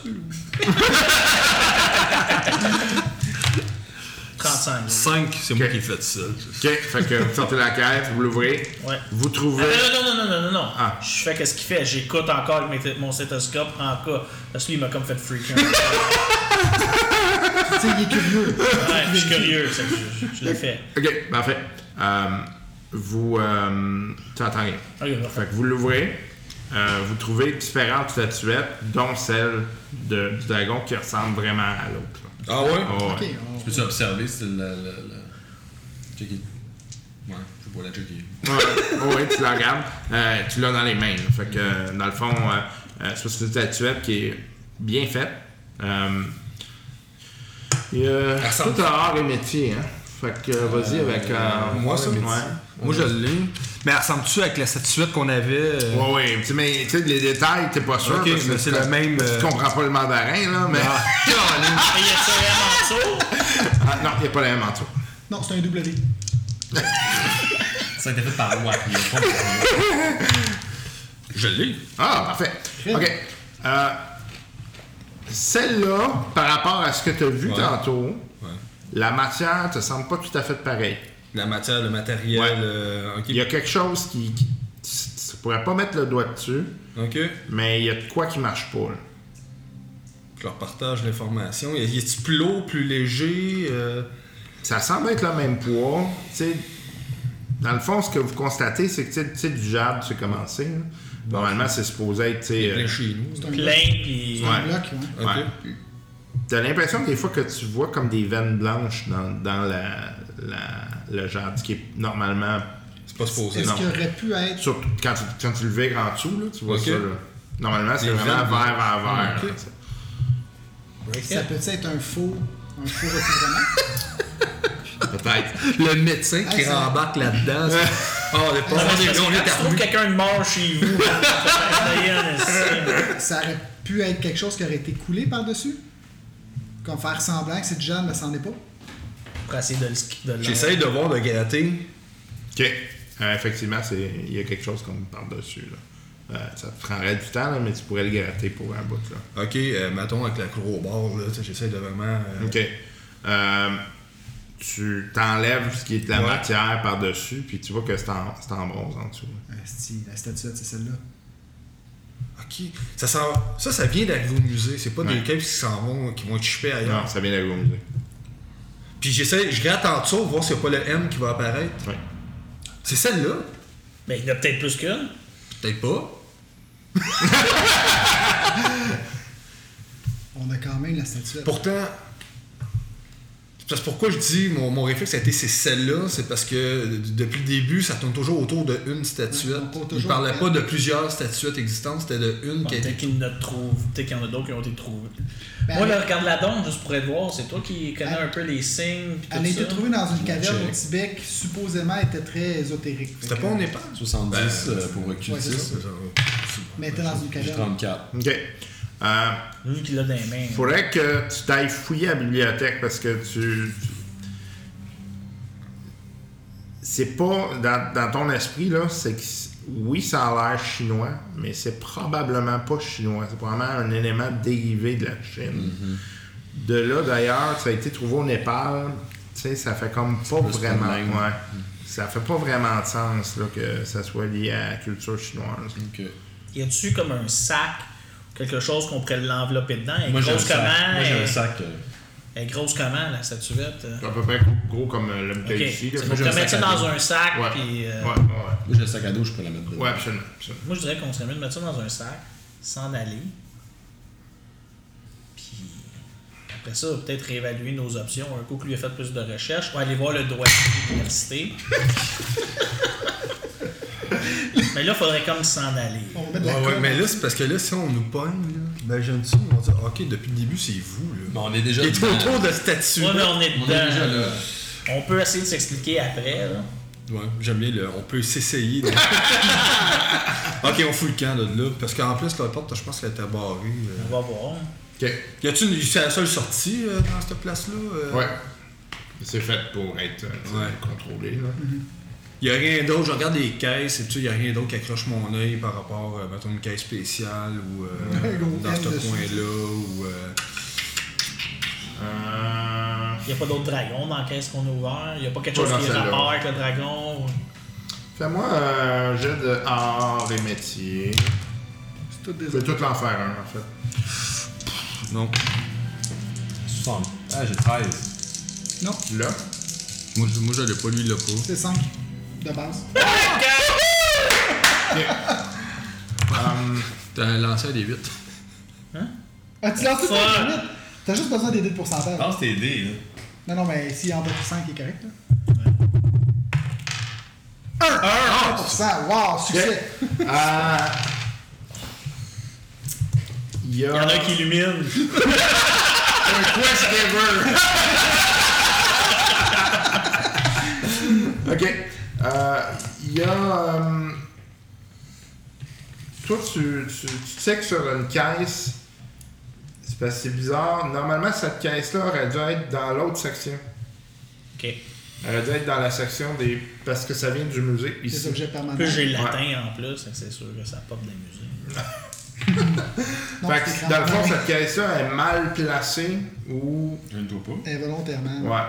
[SPEAKER 3] 35. là.
[SPEAKER 2] 5, c'est moi qui ai fait ça.
[SPEAKER 6] Ok, fait que vous sortez la caisse, vous l'ouvrez,
[SPEAKER 3] Ouais.
[SPEAKER 6] vous trouvez.
[SPEAKER 3] Ah, non, non, non, non, non, non.
[SPEAKER 6] Ah.
[SPEAKER 3] Je fais qu'est-ce qu'il fait. J'écoute encore avec mes- mon stéthoscope en cas. Parce que lui, il m'a comme fait freaker.
[SPEAKER 4] Tu sais, il est curieux.
[SPEAKER 3] ouais, je suis curieux. c'est que je, je- je le fais.
[SPEAKER 6] Ok, parfait. Euh, vous. Euh, tu entends rien.
[SPEAKER 3] Ok, on va faire.
[SPEAKER 6] Fait que vous l'ouvrez, euh, vous trouvez différentes statuettes, dont celle de, du dragon qui ressemble vraiment à l'autre. là.
[SPEAKER 2] Ah ouais?
[SPEAKER 6] Ah ouais.
[SPEAKER 4] Ok,
[SPEAKER 5] Je peux-tu observer si la. la, la... Checker. Ouais, je vais la checker.
[SPEAKER 6] Ouais, ouais, tu la regardes, euh, tu l'as dans les mains. là. Fait que euh, dans le fond, euh, euh, ça, c'est une statuette qui est bien faite. Euh, et, euh,
[SPEAKER 2] Elle ressemble-
[SPEAKER 6] tout en art et métier, hein. Fait que euh, vas-y avec. euh,
[SPEAKER 2] Moi, ça?
[SPEAKER 6] ouais.
[SPEAKER 7] Moi, je l'ai. Mais elle ressemble-tu avec la statuette qu'on avait? euh,
[SPEAKER 6] Ouais, ouais, tu sais, mais tu sais, les détails, t'es pas sûr.
[SPEAKER 7] Ok,
[SPEAKER 6] parce que
[SPEAKER 7] mais c'est
[SPEAKER 6] tu-
[SPEAKER 7] le même, euh,
[SPEAKER 6] Tu comprends pas le mandarin, là, mais.
[SPEAKER 7] Ah.
[SPEAKER 3] Ah, il y a ça M en dessous?
[SPEAKER 6] Ah, non, il n'y a pas la même en dessous.
[SPEAKER 4] Non, c'est un W.
[SPEAKER 5] Ça a été fait par WAP. il y a pas-
[SPEAKER 2] Je l'ai.
[SPEAKER 6] Ah, parfait. OK. Euh, Celle-là, par rapport à ce que tu as vu tantôt, la matière te semble pas tout à fait pareille.
[SPEAKER 2] La matière, le matériel.
[SPEAKER 6] Ouais.
[SPEAKER 2] euh, ok.
[SPEAKER 6] Il y a quelque chose qui. qui- tu pourrais pas mettre le doigt dessus,
[SPEAKER 2] Ok.
[SPEAKER 6] mais il y a de quoi qui marche pas. là.
[SPEAKER 2] Je leur partage l'information. Y est il plus lourd, plus léger? euh,
[SPEAKER 6] Ça semble être le même poids. Tu sais, dans le fond, ce que vous constatez, c'est que tu sais- tu sais, du jab, c'est commencé. là. Normalement, c'est supposé être. tu sais, euh,
[SPEAKER 2] plein chez nous.
[SPEAKER 4] C'est un bloc.
[SPEAKER 3] Plein, puis.
[SPEAKER 4] C'est un
[SPEAKER 6] Ouais.
[SPEAKER 4] bloc, ouais.
[SPEAKER 2] Ok.
[SPEAKER 6] Ouais. T'as l'impression des fois que tu vois comme des veines blanches dans, dans la, la- le jade, ce qui est normalement.
[SPEAKER 2] C'est pas supposé.
[SPEAKER 4] Est-ce
[SPEAKER 6] non.
[SPEAKER 4] qu'il aurait pu être.
[SPEAKER 6] Surtout quand tu, quand tu le vires en dessous, là, tu vois
[SPEAKER 2] Ok.
[SPEAKER 6] ça. Là. Normalement, c'est
[SPEAKER 2] Des
[SPEAKER 6] vraiment vert
[SPEAKER 2] veines Ah,
[SPEAKER 6] vers vert.
[SPEAKER 2] Ok.
[SPEAKER 6] là, t'sais.
[SPEAKER 4] Ça peut être un faux. Un faux recouvrement.
[SPEAKER 6] Peut-être.
[SPEAKER 7] Le médecin
[SPEAKER 4] Ah,
[SPEAKER 7] qui
[SPEAKER 4] ça-
[SPEAKER 7] rembarque là-dedans. c'est- Ah, on est pas.
[SPEAKER 3] Non,
[SPEAKER 7] on
[SPEAKER 3] mais
[SPEAKER 7] est-
[SPEAKER 3] c'est
[SPEAKER 7] on
[SPEAKER 3] parce que
[SPEAKER 7] est
[SPEAKER 3] quand tu trouves
[SPEAKER 7] armés.
[SPEAKER 3] quelqu'un de mort chez vous, ça fait hein, essayer en esti.
[SPEAKER 4] ça aurait pu être quelque chose qui aurait été coulé par-dessus. Comme faire semblant que c'est du jade, mais ça n'en est pas.
[SPEAKER 3] pour essayer de le ski- de le-
[SPEAKER 2] J'essaye de voir de gâter.
[SPEAKER 6] Ok. Euh, effectivement, c'est- il y a quelque chose comme par-dessus. là. Euh, ça te prendrait du temps, là, mais tu pourrais le gratter pour un bout. Là.
[SPEAKER 2] Ok, euh, mettons avec la cour au bord, là, tu sais, j'essaie de vraiment. euh,
[SPEAKER 6] OK. Euh, tu t'enlèves ce qui est de la
[SPEAKER 2] Ouais.
[SPEAKER 6] matière par-dessus, puis tu vois que c'est en, c'est en bronze en dessous. là.
[SPEAKER 4] Asti, la statuette, c'est celle-là.
[SPEAKER 2] Ok. Ça, sent- ça, ça vient d'arriver au musée. C'est pas
[SPEAKER 6] Ouais.
[SPEAKER 2] des caves qui s'en vont, qui vont être chippés ailleurs.
[SPEAKER 6] Non, ça vient d'aller au musée.
[SPEAKER 2] Puis j'essaie, je gratte en dessous, voir s'il n'y a pas le M qui va apparaître.
[SPEAKER 6] Ouais.
[SPEAKER 2] C'est celle-là?
[SPEAKER 3] Ben, il y en a peut-être plus qu'une.
[SPEAKER 2] Peut-être pas.
[SPEAKER 4] On a quand même la statuette.
[SPEAKER 2] Pourtant, parce que pourquoi je dis mon, mon réflexe a été c'est celle-là, c'est parce que d- depuis le début, ça tourne toujours autour de une
[SPEAKER 4] Ouais,
[SPEAKER 2] statuette.
[SPEAKER 4] on compte
[SPEAKER 2] Il
[SPEAKER 4] toujours
[SPEAKER 2] parlait
[SPEAKER 4] une.
[SPEAKER 2] pas de plusieurs statuettes existantes, c'était de une
[SPEAKER 3] Bon,
[SPEAKER 2] qui a
[SPEAKER 3] peut-être
[SPEAKER 2] été.
[SPEAKER 3] qu'il y en a de trop- peut-être qu'il y en a d'autres qui ont été trouvés.
[SPEAKER 4] Ben,
[SPEAKER 3] Moi,
[SPEAKER 4] allez-
[SPEAKER 3] là, regarde la donne, juste pour être voir. C'est toi qui connais un peu les signes. Pis tout
[SPEAKER 4] Elle a été
[SPEAKER 3] ça.
[SPEAKER 4] trouvée dans une caverne
[SPEAKER 5] check.
[SPEAKER 4] au Tibet qui supposément était très ésotérique.
[SPEAKER 2] C'était
[SPEAKER 4] Fait
[SPEAKER 2] pas
[SPEAKER 4] que-
[SPEAKER 2] on n'est pas.
[SPEAKER 5] 70
[SPEAKER 2] Ben,
[SPEAKER 5] euh, pour
[SPEAKER 4] ouais, c'est
[SPEAKER 5] occultiste.
[SPEAKER 4] ça. Mais elle était dans une
[SPEAKER 5] J'ai
[SPEAKER 4] caverne.
[SPEAKER 5] 34.
[SPEAKER 6] OK. Euh,
[SPEAKER 3] Lui qui l'a dans les mains.
[SPEAKER 6] Il faudrait que tu t'ailles fouiller à la bibliothèque parce que tu. tu- C'est pas. Dans, dans ton esprit, là, c'est que. c- Oui, ça a l'air chinois, mais c'est probablement pas chinois. C'est probablement un élément dérivé de la Chine. De là, d'ailleurs, ça a été trouvé au Népal. Tu sais, ça fait comme pas
[SPEAKER 5] plus
[SPEAKER 6] vraiment.
[SPEAKER 5] comme même.
[SPEAKER 6] ouais. Ça fait pas vraiment de sens là, que ça soit lié à la culture chinoise.
[SPEAKER 5] Ok.
[SPEAKER 3] Y a dessus comme un sac, quelque chose qu'on pourrait l'envelopper dedans? Elle est
[SPEAKER 5] Moi j'ai un
[SPEAKER 3] grosse comment?
[SPEAKER 5] sac. Moi j'ai un
[SPEAKER 3] elle-
[SPEAKER 5] sac. euh,
[SPEAKER 3] Elle est grosse comment, la statuette? euh?
[SPEAKER 6] C'est à peu près gros comme euh, le
[SPEAKER 3] Ok.
[SPEAKER 6] bouteille ici. là.
[SPEAKER 3] C'est
[SPEAKER 5] moi,
[SPEAKER 3] pour
[SPEAKER 5] j'ai
[SPEAKER 3] te
[SPEAKER 5] un
[SPEAKER 3] mettre ça
[SPEAKER 5] sac à
[SPEAKER 3] dans un sac,
[SPEAKER 6] Ouais.
[SPEAKER 3] puis. euh,
[SPEAKER 6] Ouais, ouais, ouais.
[SPEAKER 5] Moi j'ai un sac à dos, je peux la mettre dedans.
[SPEAKER 6] Ouais, absolument, absolument.
[SPEAKER 3] Moi, je dirais qu'on serait mieux de mettre ça dans un sac, s'en aller. Puis. Après ça, peut-être réévaluer nos options. Un coup que lui a fait plus de recherches, ou aller voir le droit de l'université. Mais là, faudrait comme s'en aller.
[SPEAKER 4] On va mettre de la
[SPEAKER 2] Ouais, ouais,
[SPEAKER 4] colle.
[SPEAKER 2] mais là, c'est parce que là, si on nous pogne, là, imagine Ben, ça, on va dire, OK, depuis le début, c'est vous, là. ben,
[SPEAKER 5] Mais on est déjà
[SPEAKER 2] Il est
[SPEAKER 5] dedans. Euh,
[SPEAKER 2] autour de statues.
[SPEAKER 3] Ouais, mais on est
[SPEAKER 5] On est
[SPEAKER 3] dedans.
[SPEAKER 5] déjà là.
[SPEAKER 3] On peut essayer de s'expliquer après. là.
[SPEAKER 2] Ouais, j'aime bien le. On peut s'essayer. donc. ok, on fout le camp là, de là. Parce qu'en plus, la porte, je pense qu'elle était barrée. euh.
[SPEAKER 3] On va voir.
[SPEAKER 6] OK.
[SPEAKER 2] Y a-tu une- c'est la seule sortie euh, dans cette place-là euh?
[SPEAKER 6] Ouais. C'est fait pour être euh,
[SPEAKER 2] Ouais.
[SPEAKER 6] contrôlé. Là.
[SPEAKER 2] Y a rien d'autre, je regarde les caisses et tout, y a rien d'autre qui accroche mon œil par rapport, euh, mettons, une caisse spéciale ou euh,
[SPEAKER 4] Un gros
[SPEAKER 2] dans ce
[SPEAKER 4] M dessus.
[SPEAKER 2] coin-là ou. euh,
[SPEAKER 6] Euh,
[SPEAKER 3] Il n'y a pas d'autres dragons dans la caisse qu'on a ouvert. Il n'y a pas quelque
[SPEAKER 6] Pas
[SPEAKER 3] chose
[SPEAKER 6] dans
[SPEAKER 3] qui est
[SPEAKER 6] celle-là.
[SPEAKER 3] rapport avec le dragon.
[SPEAKER 6] Fais-moi un jet de art et métier.
[SPEAKER 4] C'est tout des
[SPEAKER 6] Tu peux tout l'en faire un, en fait.
[SPEAKER 2] Non.
[SPEAKER 5] 60. Ah, j'ai 13.
[SPEAKER 4] Non,
[SPEAKER 6] Là.
[SPEAKER 2] Moi, je- moi j'allais pas, lui, il l'a pas.
[SPEAKER 4] c'est 5 de base.
[SPEAKER 6] Hum,
[SPEAKER 2] T'as lancé à des 8.
[SPEAKER 4] Ah, tu lances tout
[SPEAKER 3] Fuck.
[SPEAKER 4] la limite. T'as juste besoin des dés de pourcentage.
[SPEAKER 5] Pense tes dés, là.
[SPEAKER 4] Non, non, mais si en bas de 5 il est correct, là. 1! 1%! Wow, succès!
[SPEAKER 6] ah, Il y
[SPEAKER 3] Il y en a
[SPEAKER 6] a
[SPEAKER 3] un qui illumine.
[SPEAKER 6] un quest giver. ok. Euh, Il y a. hum, toi, tu, tu, tu sais que sur une caisse, c'est parce que c'est bizarre. Normalement, cette caisse-là aurait dû être dans l'autre section.
[SPEAKER 3] Ok.
[SPEAKER 6] Elle aurait dû être dans la section des. Parce que ça vient du musée
[SPEAKER 4] Des
[SPEAKER 6] ici.
[SPEAKER 4] objets permanents.
[SPEAKER 3] En plus, j'ai le
[SPEAKER 6] Ouais.
[SPEAKER 3] latin en plus, fait que c'est sûr que ça pop de la musique.
[SPEAKER 4] Non,
[SPEAKER 6] Fait
[SPEAKER 4] c'est
[SPEAKER 6] que, dans le fond,
[SPEAKER 4] grave.
[SPEAKER 6] cette caisse-là est mal placée ou.
[SPEAKER 5] Je ne dois pas.
[SPEAKER 4] Involontairement.
[SPEAKER 6] Ouais.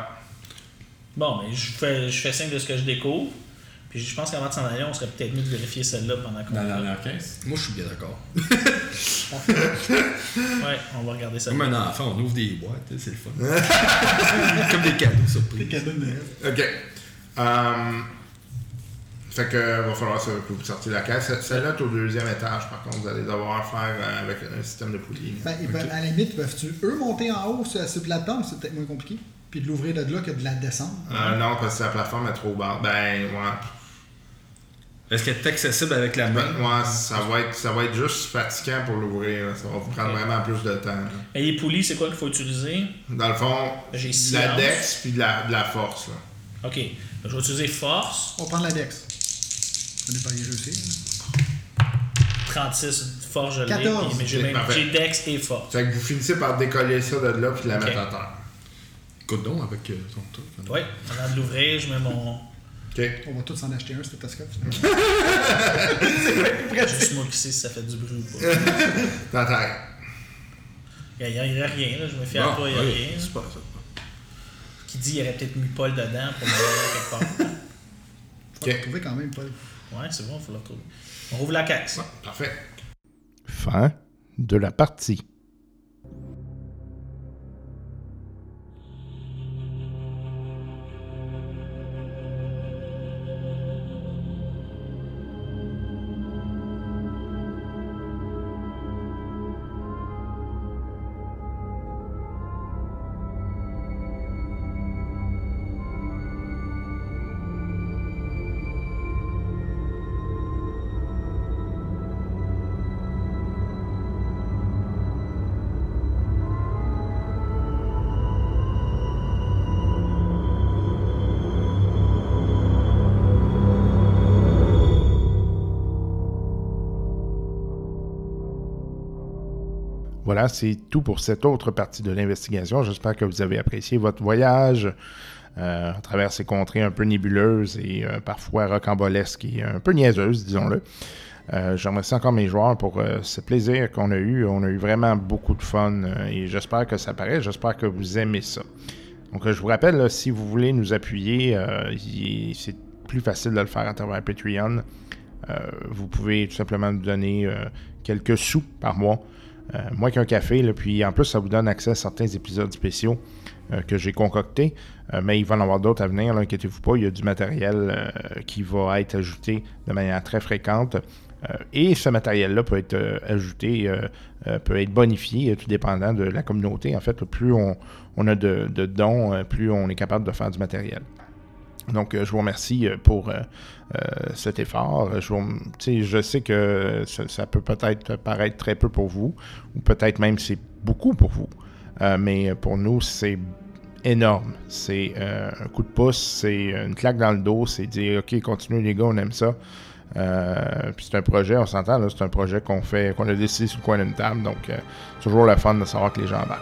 [SPEAKER 3] Bon, mais je fais, je fais signe de ce que je découvre. Puis je pense qu'avant de s'en aller, on serait peut-être mieux de vérifier celle-là pendant qu'on.
[SPEAKER 5] Dans la dernière caisse.
[SPEAKER 2] Moi, je suis bien d'accord.
[SPEAKER 3] Ouais, on va regarder
[SPEAKER 2] Comme
[SPEAKER 3] celle-là.
[SPEAKER 2] un enfant, on ouvre des boîtes, hein, c'est le fun. Comme des cadeaux surprises.
[SPEAKER 6] OK. Hum, fait que va falloir ça, que vous sortiez la caisse. Ce- Celle-là est au deuxième étage, par contre, vous allez devoir faire euh, avec un système de poulie.
[SPEAKER 4] Ben, ils peuvent- à la limite, peuvent-tu eux monter en haut sur la sur la plateforme, c'est peut-être moins compliqué. Puis de l'ouvrir de là que de la descendre.
[SPEAKER 6] Euh, non, parce que la plateforme est trop basse. Ben, ouais.
[SPEAKER 2] Est-ce qu'elle est accessible avec la main?
[SPEAKER 6] Ben, ouais, ça, va être, ça va être juste fatigant pour l'ouvrir. là. Ça va vous prendre vraiment plus de temps. là.
[SPEAKER 3] Et les poulies, c'est quoi qu'il faut utiliser
[SPEAKER 6] Dans le fond,
[SPEAKER 3] J'ai
[SPEAKER 6] de la
[SPEAKER 3] silence.
[SPEAKER 6] dex puis de la, de la force. là.
[SPEAKER 3] Ok. Je vais utiliser force.
[SPEAKER 4] On prend la Dex. Ça dépend, il réussit.
[SPEAKER 3] 36 force, je l'ai.
[SPEAKER 4] 14.
[SPEAKER 3] puis- Mais j'ai
[SPEAKER 6] Ok,
[SPEAKER 3] même
[SPEAKER 6] parfait.
[SPEAKER 3] j'ai dex et force.
[SPEAKER 6] Fait que vous finissez par décoller ça de là puis de la
[SPEAKER 3] Ok.
[SPEAKER 6] mettre à terre.
[SPEAKER 2] Codon avec euh, ton truc.
[SPEAKER 3] Ouais, avant de l'ouvrir, je mets mon.
[SPEAKER 6] Ok.
[SPEAKER 4] On va tous en acheter un, stéthoscope.
[SPEAKER 3] Juste moi qui sais si ça fait du bruit ou pas.
[SPEAKER 6] Dans ta
[SPEAKER 3] Il n'y a, il y a rien, là, je me fie à
[SPEAKER 2] Bon,
[SPEAKER 3] toi, il n'y a
[SPEAKER 2] ouais,
[SPEAKER 3] rien.
[SPEAKER 2] c'est pas ça.
[SPEAKER 3] Qui dit qu'il aurait peut-être mis Paul dedans pour me voir quelque
[SPEAKER 4] Faut le retrouver quand même, Paul.
[SPEAKER 3] part. Ouais, c'est bon, il faut le retrouver. On rouvre la caisse.
[SPEAKER 6] Parfait.
[SPEAKER 1] Fin de la partie. Voilà, c'est tout pour cette autre partie de l'investigation. J'espère que vous avez apprécié votre voyage euh, à travers ces contrées un peu nébuleuses et euh, parfois rocambolesques et un peu niaiseuses, disons-le. Euh, je remercie encore mes joueurs pour euh, ce plaisir qu'on a eu. On a eu vraiment beaucoup de fun euh, et j'espère que ça paraît. J'espère que vous aimez ça. Donc, euh, je vous rappelle, là, si vous voulez nous appuyer, euh, il- c'est plus facile de le faire à travers Patreon. Euh, vous pouvez tout simplement nous donner euh, quelques sous par mois, euh, moins qu'un café. là. puis en plus, ça vous donne accès à certains épisodes spéciaux euh, que j'ai concoctés. Euh, mais il va en avoir d'autres à venir, là, inquiétez-vous pas. Il y a du matériel euh, qui va être ajouté de manière très fréquente. Euh, et ce matériel-là peut être euh, ajouté, euh, euh, peut être bonifié, euh, tout dépendant de la communauté. En fait, plus on, on a de, de dons, euh, plus on est capable de faire du matériel. Donc, euh, je vous remercie euh, pour euh, euh, cet effort. Je, vous rem- tu sais, je sais que ça, ça peut peut-être paraître très peu pour vous, ou peut-être même c'est beaucoup pour vous. Euh, mais pour nous, c'est énorme. C'est euh, un coup de pouce, c'est une claque dans le dos, c'est dire OK, continue les gars, on aime ça. Euh, puis c'est un projet, on s'entend, là, c'est un projet qu'on fait, qu'on a décidé sur le coin d'une table, donc euh, c'est toujours le fun de savoir que les gens embarquent.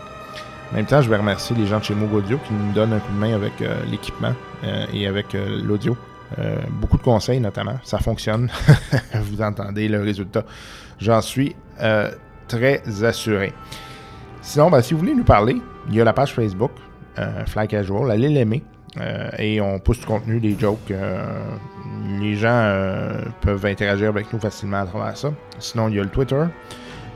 [SPEAKER 1] En même temps, je vais remercier les gens de chez Moog Audio qui nous donnent un coup de main avec euh, l'équipement euh, et avec euh, l'audio. Euh, beaucoup de conseils notamment, ça fonctionne. Vous entendez le résultat. J'en suis euh, très assuré. Sinon, ben, si vous voulez nous parler, il y a la page Facebook, euh, Fly Casual, allez l'aimer. euh, et on pousse du contenu, des jokes. euh, les gens euh, peuvent interagir avec nous facilement à travers ça. Sinon, il y a le Twitter,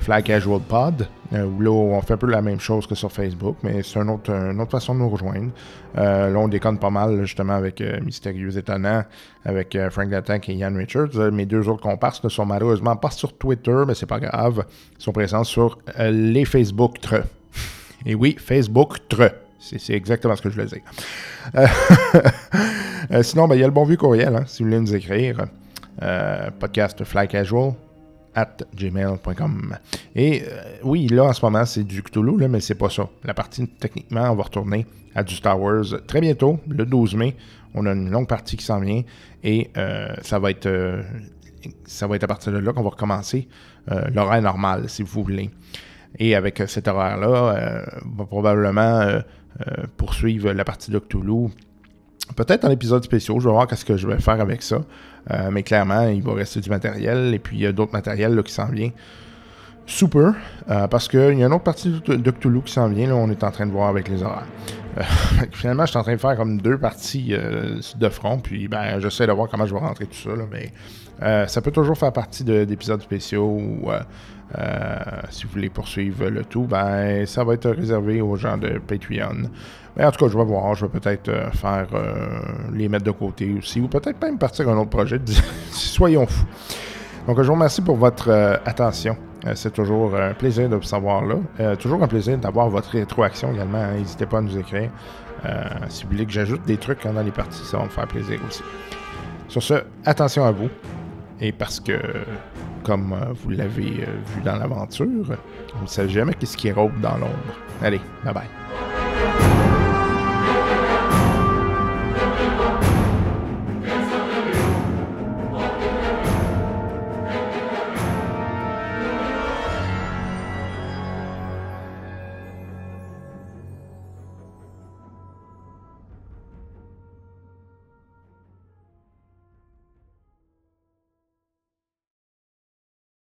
[SPEAKER 1] Fly Casual Pod, euh, où là, on fait un peu la même chose que sur Facebook, mais c'est un autre, une autre façon de nous rejoindre. Euh, là, on déconne pas mal, là, justement, avec euh, Mystérieux Étonnant, avec euh, Frank Latank et Ian Richards. Euh, mes deux autres comparses ne sont malheureusement pas sur Twitter, mais c'est pas grave. Ils sont présents sur euh, les Facebook Tre. Et oui, Facebook Tre. C'est c'est exactement ce que je voulais dire. Euh, euh, sinon, ben, il y a le bon vieux courriel, hein, si vous voulez nous écrire. Euh, podcast Fly Casual at gmail.com. Et euh, oui, là en ce moment, c'est du Cthulhu, là, mais c'est pas ça. La partie, techniquement, on va retourner à du Star Wars très bientôt, le 12 mai. On a une longue partie qui s'en vient et euh, ça va être euh, ça va être à partir de là qu'on va recommencer euh, l'horaire normal, si vous voulez. Et avec euh, cet horaire-là, euh, on va probablement euh, euh, poursuivre la partie de Cthulhu. Peut-être un épisode spécial, je vais voir qu'est-ce que je vais faire avec ça. Euh, mais clairement, il va rester du matériel et puis il y a d'autres matériels là, qui s'en vient. Sous peu, euh, parce qu'il y a une autre partie de, de Cthulhu qui s'en vient, là, on est en train de voir avec les horaires. Euh, finalement, je suis en train de faire comme deux parties euh, de front, puis ben, j'essaie de voir comment je vais rentrer tout ça, là, mais euh, ça peut toujours faire partie de- d'épisodes spéciaux ou euh, euh, si vous voulez poursuivre le tout, ben ça va être réservé aux gens de Patreon. Mais en tout cas, je vais voir, je vais peut-être euh, faire euh, les mettre de côté aussi, ou peut-être même partir à un autre projet. Soyons fous. Donc, je vous remercie pour votre euh, attention. Euh, c'est toujours un plaisir de vous savoir là. Euh, toujours un plaisir d'avoir votre rétroaction également. hein. N'hésitez pas à nous écrire. Euh, si vous voulez que j'ajoute des trucs hein, dans les parties, ça va me faire plaisir aussi. Sur ce, attention à vous. Et parce que, comme euh, vous l'avez euh, vu dans l'aventure, vous ne savez jamais qu'est-ce qui rôde dans l'ombre. Allez, bye bye.